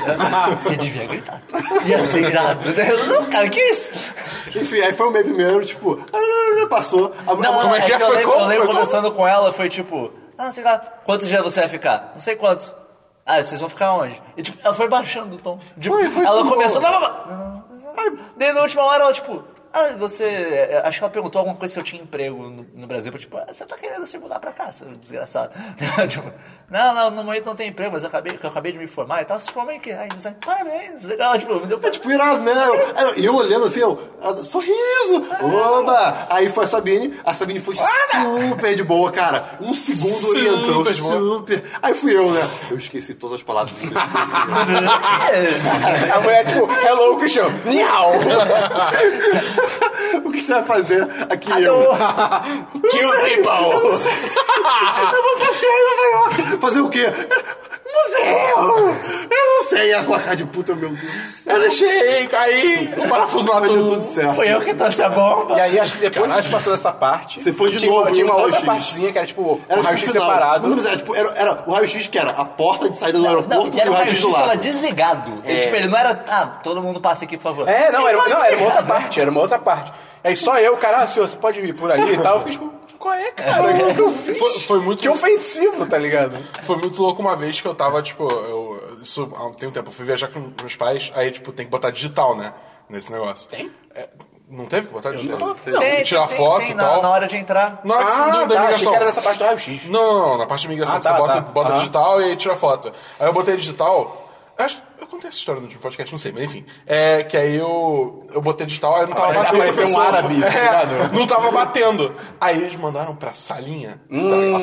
Speaker 1: Você devia gritar. Ia ser irado. né? Eu, não, cara, que isso?
Speaker 2: Enfim, aí foi o meio primeiro, tipo, ah, não, não, não, passou. A,
Speaker 1: Não,
Speaker 2: a,
Speaker 4: como é que é?
Speaker 1: eu
Speaker 4: Foi
Speaker 1: lembro,
Speaker 4: como?
Speaker 1: eu lembro
Speaker 4: Foi como?
Speaker 1: conversando com ela, foi tipo, ah, sei lá, quantos dias você vai ficar? Não sei quantos. Ah, vocês vão ficar onde? E tipo, ela foi baixando o tom. Tipo,
Speaker 2: Foi, foi
Speaker 1: ela
Speaker 2: tudo
Speaker 1: começou.
Speaker 2: bom.
Speaker 1: Blá, blá, blá. Daí na última hora ela, tipo, ah, você. é, Acho que ela perguntou alguma coisa se eu tinha emprego no, no Brasil. Tipo, ah, você tá querendo se mudar pra cá, seu desgraçado. tipo, não, não, no momento não tem emprego, mas eu acabei, eu acabei de me formar e tal. Se formei aqui. Aí design, parabéns. Legal, tipo, me deu
Speaker 2: É tipo, irado, né? Eu- E eu olhando assim, eu, ah, sorriso! Oba! Aí foi a Sabine, a Sabine foi super de boa, cara. Um segundo
Speaker 4: Super
Speaker 2: orientou,
Speaker 4: de boa.
Speaker 2: super. Aí fui eu, né? Eu esqueci todas as palavras em inglês.
Speaker 3: A mulher, tipo, hello, Christian, niau.
Speaker 2: o que você vai fazer aqui? Eu,
Speaker 1: Alô?
Speaker 3: Kill people.
Speaker 2: eu vou passear em Nova York. Fazer o quê? Museu! Eu não sei. E a tua cara de puta, meu Deus do céu.
Speaker 3: Eu deixei cair.
Speaker 4: O parafuso não
Speaker 2: Mas deu tudo
Speaker 4: atua.
Speaker 2: certo.
Speaker 1: Foi eu que trouxe a bomba.
Speaker 3: E aí, acho que depois que a gente passou dessa parte...
Speaker 2: Você foi de
Speaker 3: tinha,
Speaker 2: novo,
Speaker 3: Tinha
Speaker 2: eu
Speaker 3: uma
Speaker 2: no
Speaker 3: outra
Speaker 2: raio-x.
Speaker 3: partezinha que era, tipo, um raio-x
Speaker 2: final.
Speaker 3: separado.
Speaker 2: Não, mas era, tipo, era, era o raio-x que era a porta de saída do
Speaker 1: Não,
Speaker 2: aeroporto
Speaker 1: e era
Speaker 2: e
Speaker 1: um
Speaker 2: o raio-x
Speaker 1: raio-x
Speaker 2: do
Speaker 1: que tava
Speaker 2: lado.
Speaker 1: desligado. Ele, tipo, ele não era. Ah, todo mundo passa aqui, por favor.
Speaker 3: É, não, era,
Speaker 1: Ele
Speaker 3: não, era uma outra
Speaker 1: ligado.
Speaker 3: parte, era uma outra parte. Aí só eu, cara, ah, senhor, você pode vir por ali e tal. Eu fiquei tipo, qual é, cara? O que eu fiz?
Speaker 4: Foi- foi muito-
Speaker 3: Que ofensivo, tá ligado?
Speaker 4: Foi muito louco uma vez que eu tava, tipo, eu. Isso há um- tem um tempo. Eu fui viajar com meus pais, aí, tipo, tem que botar digital, né? Nesse negócio. Tem? não teve que botar digital?
Speaker 3: Não,
Speaker 4: Não,
Speaker 1: Tem,
Speaker 4: tirar
Speaker 1: tem,
Speaker 4: foto
Speaker 1: tem,
Speaker 4: e
Speaker 1: na-
Speaker 4: tal.
Speaker 1: Na hora de entrar.
Speaker 4: Na hora que-
Speaker 3: Ah,
Speaker 4: não, da
Speaker 3: tá, achei
Speaker 4: imigração.
Speaker 3: que era nessa parte do raio-x.
Speaker 4: Não, não, não, na parte de imigração
Speaker 3: Ah,
Speaker 4: você
Speaker 3: tá,
Speaker 4: bota,
Speaker 3: tá.
Speaker 4: bota
Speaker 3: Ah.
Speaker 4: digital e aí tira foto. Aí eu botei digital. Acho, eu contei essa história no último podcast, não sei, mas enfim. É que aí eu, eu botei digital, aí eu não tava
Speaker 3: Apareceu-
Speaker 4: batendo.
Speaker 3: apareceu um
Speaker 4: pessoal.
Speaker 3: árabe, tá ligado?
Speaker 4: Não tava batendo. Aí eles mandaram pra salinha.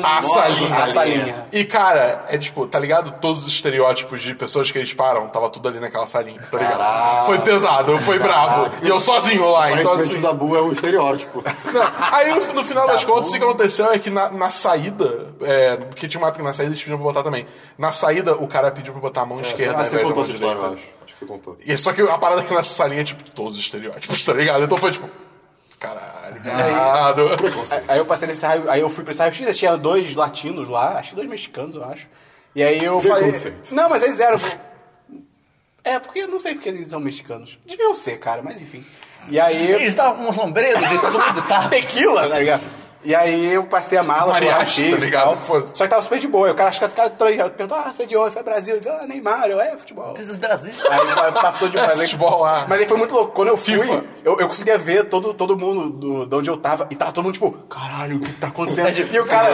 Speaker 4: Tá a salinha.
Speaker 3: Hum, a salinha.
Speaker 4: E cara, é tipo, tá ligado? Todos os estereótipos de pessoas que eles param, tava tudo ali naquela salinha, tá ligado? Foi pesado, foi bravo. E eu sozinho lá, então
Speaker 2: Aparentemente
Speaker 4: assim.
Speaker 2: o Dabu é um estereótipo.
Speaker 4: Não, Aí no, no final
Speaker 2: Tá
Speaker 4: das contas, o que aconteceu é que na, na saída, é, porque tinha uma época que na saída eles pediam pra botar também. Na saída, o cara pediu pra botar a mão esquerda
Speaker 2: ah,
Speaker 4: ao
Speaker 2: você
Speaker 4: invés da
Speaker 2: contou
Speaker 4: mão
Speaker 2: essa história, eu
Speaker 4: direita.
Speaker 2: acho. Acho que você contou.
Speaker 4: E só que a parada aqui nessa salinha é tipo todos os estereótipos, tá ligado? Então foi tipo. Caralho, errado.
Speaker 3: Aí- Aí eu passei nesse raio, aí eu fui pra esse raio-x, aí tinha dois latinos lá, acho que dois mexicanos, eu acho. E aí eu falei.
Speaker 2: Preconceito.
Speaker 3: Não, mas eles eram. É, porque eu não sei porque eles são mexicanos. Deviam ser, cara, mas enfim. E aí.
Speaker 1: Eles estavam com sombreiros e todo mundo tá.
Speaker 3: tequila, tá ligado? E aí eu passei a mala pro
Speaker 4: Mariachi,
Speaker 3: raio-x
Speaker 4: tá
Speaker 3: e
Speaker 4: ligado?
Speaker 3: tal.
Speaker 4: Foi.
Speaker 3: Só que tava super de boa. E O cara, acho que o cara também perguntou, ah, você é de onde? Foi Brasil. Ele falou, ah, Neymar, eu é futebol.
Speaker 1: Esses Brasil.
Speaker 3: Aí pa- passou de
Speaker 4: É,
Speaker 3: mas aí-
Speaker 4: futebol lá.
Speaker 3: Mas aí foi muito louco. Quando eu fui,
Speaker 4: FIFA.
Speaker 3: eu, eu conseguia ver todo, todo mundo do, de onde eu tava. E tava todo mundo tipo, caralho, o que tá acontecendo? E o cara,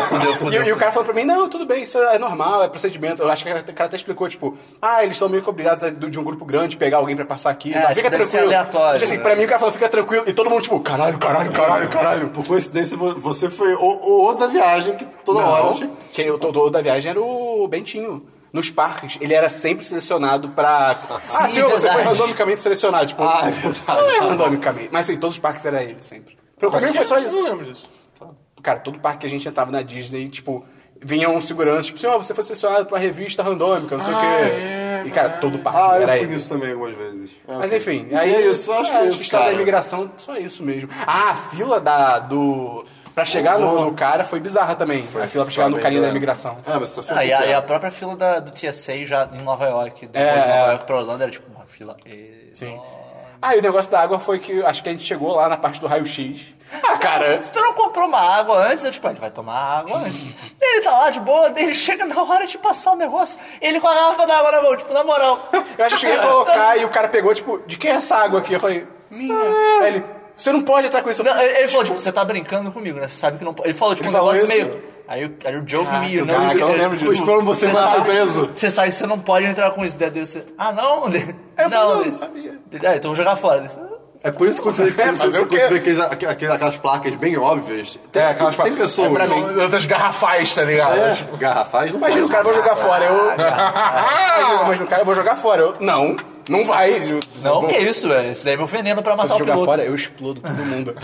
Speaker 3: e, o- e o cara falou pra mim, não, tudo bem, isso é normal, é procedimento. Eu acho que o cara até explicou, tipo, ah, eles estão meio que obrigados a- de um grupo grande pegar alguém pra passar aqui. tá?
Speaker 1: tipo,
Speaker 3: fica
Speaker 1: deve ser
Speaker 3: tranquilo.
Speaker 1: aleatório,
Speaker 3: Tipo assim,
Speaker 1: né?
Speaker 3: pra mim o cara falou, fica tranquilo. E todo mundo tipo, caralho, caralho, caralho, caralho.
Speaker 2: Por coincidência, vo- você foi o, o, o da viagem que toda hora eu tinha...
Speaker 3: Não, quem eu tô do da viagem era o Bentinho. Nos parques, ele era sempre selecionado pra. ah, senhor, você foi
Speaker 1: verdade.
Speaker 3: randomicamente selecionado. Tipo,
Speaker 2: Ah, é verdade.
Speaker 3: Não é randomicamente. Mas assim, todos os parques era ele sempre. Pra- Comigo foi só
Speaker 4: Eu
Speaker 3: isso.
Speaker 4: não lembro disso.
Speaker 3: Cara, todo parque que a gente entrava na Disney, tipo, vinha um segurança, tipo, senhor, você foi selecionado pra uma revista randômica, não sei o quê. e, cara, todo parque
Speaker 2: Ah, eu
Speaker 3: era
Speaker 2: fui
Speaker 3: ele.
Speaker 2: nisso também algumas vezes. Ah,
Speaker 3: Mas
Speaker 2: ok.
Speaker 3: enfim,
Speaker 2: Enfim,
Speaker 3: aí
Speaker 2: é isso, acho que é isso,
Speaker 3: história
Speaker 2: cara.
Speaker 3: da imigração, só isso mesmo. Ah, a fila da, do... Pra chegar no, no cara foi bizarra também. a fila pra chegar no
Speaker 4: bem
Speaker 3: carinha da
Speaker 4: bizarra.
Speaker 3: imigração.
Speaker 2: Ah, mas essa foi
Speaker 1: Ah, e, a, e a
Speaker 2: super-
Speaker 1: própria fila da, do TSA já em Nova York, depois
Speaker 3: É,
Speaker 1: de Nova
Speaker 3: é.
Speaker 1: York pra Orlando, era tipo uma fila. enorme.
Speaker 3: Sim. Ah, e o negócio da água foi que acho que a gente chegou lá na parte do raio-x. Ah, cara,
Speaker 1: Você Então, não comprou uma água antes, eu tipo, ah, ele vai tomar água antes. Daí ele tá lá de boa, daí ele chega na hora de passar o negócio, ele com a garrafa d'água na mão, tipo, na moral.
Speaker 3: eu acho que eu cheguei a colocar e o cara pegou, tipo, de quem é essa água aqui? Eu falei, minha. Aí ele, Você não pode entrar com isso.
Speaker 1: Não, ele, ele falou, tipo, você tá brincando comigo, né? Você sabe que não pode. Ele falou, tipo,
Speaker 3: Ele
Speaker 1: um
Speaker 3: falou
Speaker 1: negócio
Speaker 3: isso?
Speaker 1: meio. Aí eu, aí eu joke me, não
Speaker 3: caraca, eu não lembro disso.
Speaker 2: Eles foram você
Speaker 1: né? sabe-
Speaker 2: matar preso.
Speaker 1: Você sabe que você não pode entrar com isso. Daí você, ah, não?
Speaker 3: eu falei, não, não
Speaker 1: ele-
Speaker 3: sabia.
Speaker 1: ele, ah, então eu vou jogar fora. Ele,
Speaker 2: É por isso que quando você,
Speaker 3: É,
Speaker 2: quando
Speaker 3: fazer
Speaker 2: você,
Speaker 3: o quê?
Speaker 2: quando você vê aqueles- aqu- aquelas, placas bem óbvias, tem,
Speaker 4: É, aquelas
Speaker 3: tipo,
Speaker 2: tem pessoas.
Speaker 4: É pra mim. Outras garrafais, tá ligado?
Speaker 2: É, tipo, garrafais não
Speaker 3: Imagina, o
Speaker 2: pode.
Speaker 3: cara, eu vou jogar fora. Eu...
Speaker 4: Ah!
Speaker 3: Imagina, o cara, eu vou jogar fora. Eu... Não, não vai. Eu-
Speaker 1: não,
Speaker 3: vou-
Speaker 1: que isso, velho. Isso daí é meu veneno pra
Speaker 3: Se
Speaker 1: matar
Speaker 3: eu
Speaker 1: o
Speaker 3: jogar
Speaker 1: piloto.
Speaker 3: fora, eu explodo todo mundo.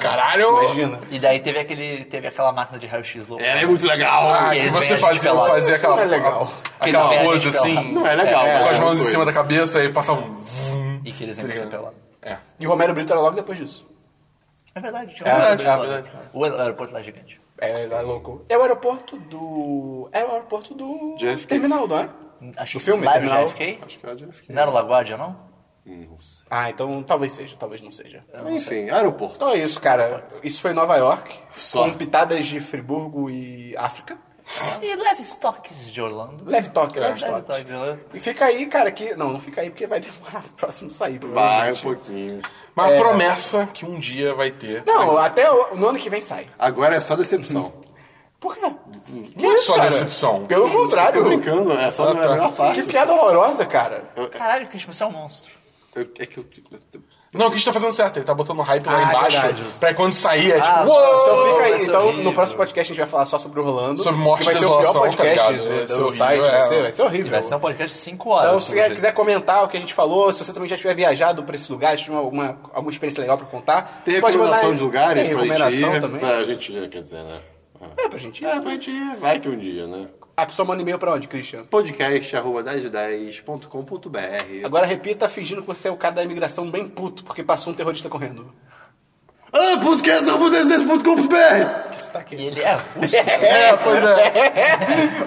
Speaker 4: Caralho!
Speaker 3: Imagina.
Speaker 1: E daí teve, aquele, teve aquela máquina de raio-x louco.
Speaker 3: É, né?
Speaker 2: Era É muito legal.
Speaker 4: Ah,
Speaker 1: eles vêm
Speaker 4: que você
Speaker 1: a gente
Speaker 4: fazia,
Speaker 1: pelado.
Speaker 4: fazia aquela.
Speaker 3: Isso não é legal.
Speaker 1: Eles vêm a
Speaker 4: Aquela
Speaker 1: gente
Speaker 4: pose assim.
Speaker 1: pelado.
Speaker 2: Não é legal, mas
Speaker 3: né?
Speaker 4: Com as mãos
Speaker 2: é uma
Speaker 4: em cima
Speaker 2: coisa.
Speaker 4: da cabeça e passa um. vum.
Speaker 1: E que eles iam ser pelado.
Speaker 4: É.
Speaker 3: E o Romero Brito era logo depois disso.
Speaker 1: É verdade, tinha
Speaker 3: É
Speaker 1: um
Speaker 3: verdade,
Speaker 1: aeroporto
Speaker 3: é
Speaker 1: lá. O aer- aeroporto lá é gigante.
Speaker 3: É, é louco. É o aeroporto do. É o aeroporto do.
Speaker 2: JFK.
Speaker 3: Terminal, não é?
Speaker 1: Acho
Speaker 3: Do
Speaker 1: que
Speaker 3: filme, é.
Speaker 1: lá era o
Speaker 3: terminal.
Speaker 1: JFK?
Speaker 2: Acho que é era JFK.
Speaker 1: Não era o LaGuardia, não?
Speaker 3: Ah, então talvez seja, talvez não seja.
Speaker 2: Enfim, aeroporto.
Speaker 3: Então é isso, cara. Isso foi em Nova York,
Speaker 1: Só.
Speaker 3: com pitadas de Friburgo e África.
Speaker 1: E leve estoques de Orlando.
Speaker 3: Leve toque, leve
Speaker 1: Leve
Speaker 3: toque.
Speaker 1: estoques de Orlando.
Speaker 3: E fica aí, cara, que. Não, não fica aí porque vai demorar pro próximo sair.
Speaker 2: Vai um
Speaker 3: provavelmente.
Speaker 2: pouquinho.
Speaker 4: Mas promessa que um dia vai ter.
Speaker 3: Não, até o, no ano que vem sai.
Speaker 2: Agora é só
Speaker 3: Uhum.
Speaker 2: decepção.
Speaker 3: Por quê? Que
Speaker 4: Não é
Speaker 3: isso,
Speaker 4: só
Speaker 3: cara?
Speaker 4: decepção.
Speaker 3: Pelo
Speaker 2: Tô
Speaker 3: contrário,
Speaker 2: brincando, é só
Speaker 4: Ah,
Speaker 2: não é
Speaker 4: tá.
Speaker 2: a melhor parte.
Speaker 3: que piada horrorosa, cara.
Speaker 1: Caralho, Christian, você é um monstro.
Speaker 2: Eu- É que eu. eu- eu-
Speaker 4: Não, o que a gente tá fazendo certo, ele tá botando hype lá
Speaker 3: Ah,
Speaker 4: embaixo.
Speaker 3: verdade.
Speaker 4: Pra quando sair, é tipo,
Speaker 1: Ah,
Speaker 4: uou!
Speaker 3: Então fica
Speaker 1: vai
Speaker 3: aí.
Speaker 1: ser
Speaker 3: Então,
Speaker 1: horrível.
Speaker 3: no próximo podcast a gente vai falar só sobre Orlando.
Speaker 4: Sobre morte
Speaker 3: que vai
Speaker 4: e
Speaker 3: ser o pior
Speaker 4: desolação,
Speaker 3: podcast
Speaker 4: tá ligado?
Speaker 3: do,
Speaker 4: Vai ser
Speaker 3: do
Speaker 4: horrível,
Speaker 3: site.
Speaker 4: é.
Speaker 3: Vai, ser, vai ser horrível.
Speaker 1: Vai ser um podcast de 5 horas.
Speaker 3: Então, se
Speaker 4: né?
Speaker 1: pelo
Speaker 3: você
Speaker 1: jeito.
Speaker 3: quiser comentar o que a gente falou, se você também já tiver viajado pra esse lugar, se tiver alguma, alguma experiência legal pra contar,
Speaker 2: Tem
Speaker 3: pode mandar
Speaker 2: recomendação
Speaker 3: aí.
Speaker 2: de lugares
Speaker 3: Tem
Speaker 2: pra gente
Speaker 3: recomendação
Speaker 2: ir.
Speaker 3: também.
Speaker 2: Pra gente ir, quer dizer, né? Ah.
Speaker 3: É, pra gente ir.
Speaker 2: É, pra gente ir, vai que um dia, né?
Speaker 3: A pessoa manda e-mail pra onde, Christian?
Speaker 2: Podcast arroba 1010.com.br.
Speaker 3: Agora repita fingindo que você é o cara da imigração bem puto, porque passou um terrorista correndo.
Speaker 2: Ah, podcast arroba 1010.com.br.
Speaker 3: Que isso tá
Speaker 1: E
Speaker 3: aqui.
Speaker 1: ele é russo.
Speaker 3: É, pois é.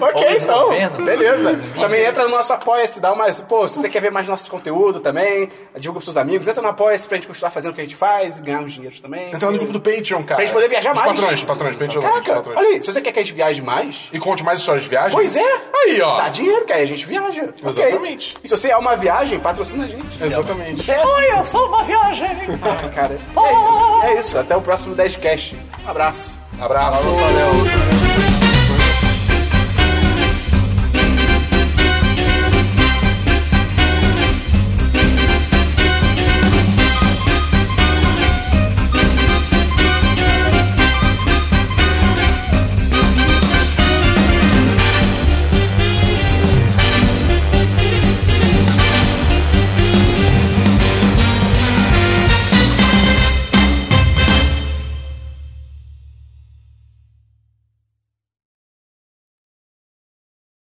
Speaker 1: Ou
Speaker 3: ok, então.
Speaker 1: esloveno.
Speaker 3: Beleza. Também entra no nosso Apoia-se, dá uma. Pô, se você quer ver mais nosso conteúdo também, divulga pros seus amigos, entra no Apoia-se pra gente continuar fazendo o que a gente faz e ganhar uns dinheiros também.
Speaker 4: Entrar no grupo Então é do Patreon, cara.
Speaker 3: Pra gente poder viajar
Speaker 4: Os
Speaker 3: mais.
Speaker 4: Patrões, patrões, Patreon.
Speaker 3: Caraca,
Speaker 4: patrões.
Speaker 3: olha aí, se você quer que a gente viaje mais.
Speaker 4: E conte mais histórias de viagem.
Speaker 3: Pois é!
Speaker 4: Aí, ó.
Speaker 3: Dá dinheiro, cara, e a gente viaja. Ok.
Speaker 4: Exatamente.
Speaker 3: E se você é uma viagem, patrocina a gente.
Speaker 4: Exatamente.
Speaker 3: É,
Speaker 1: Oi, eu sou uma viagem.
Speaker 3: Ah, cara. E é- e é isso, até o próximo 10cast. Um abraço.
Speaker 4: Abraço.
Speaker 3: Valeu.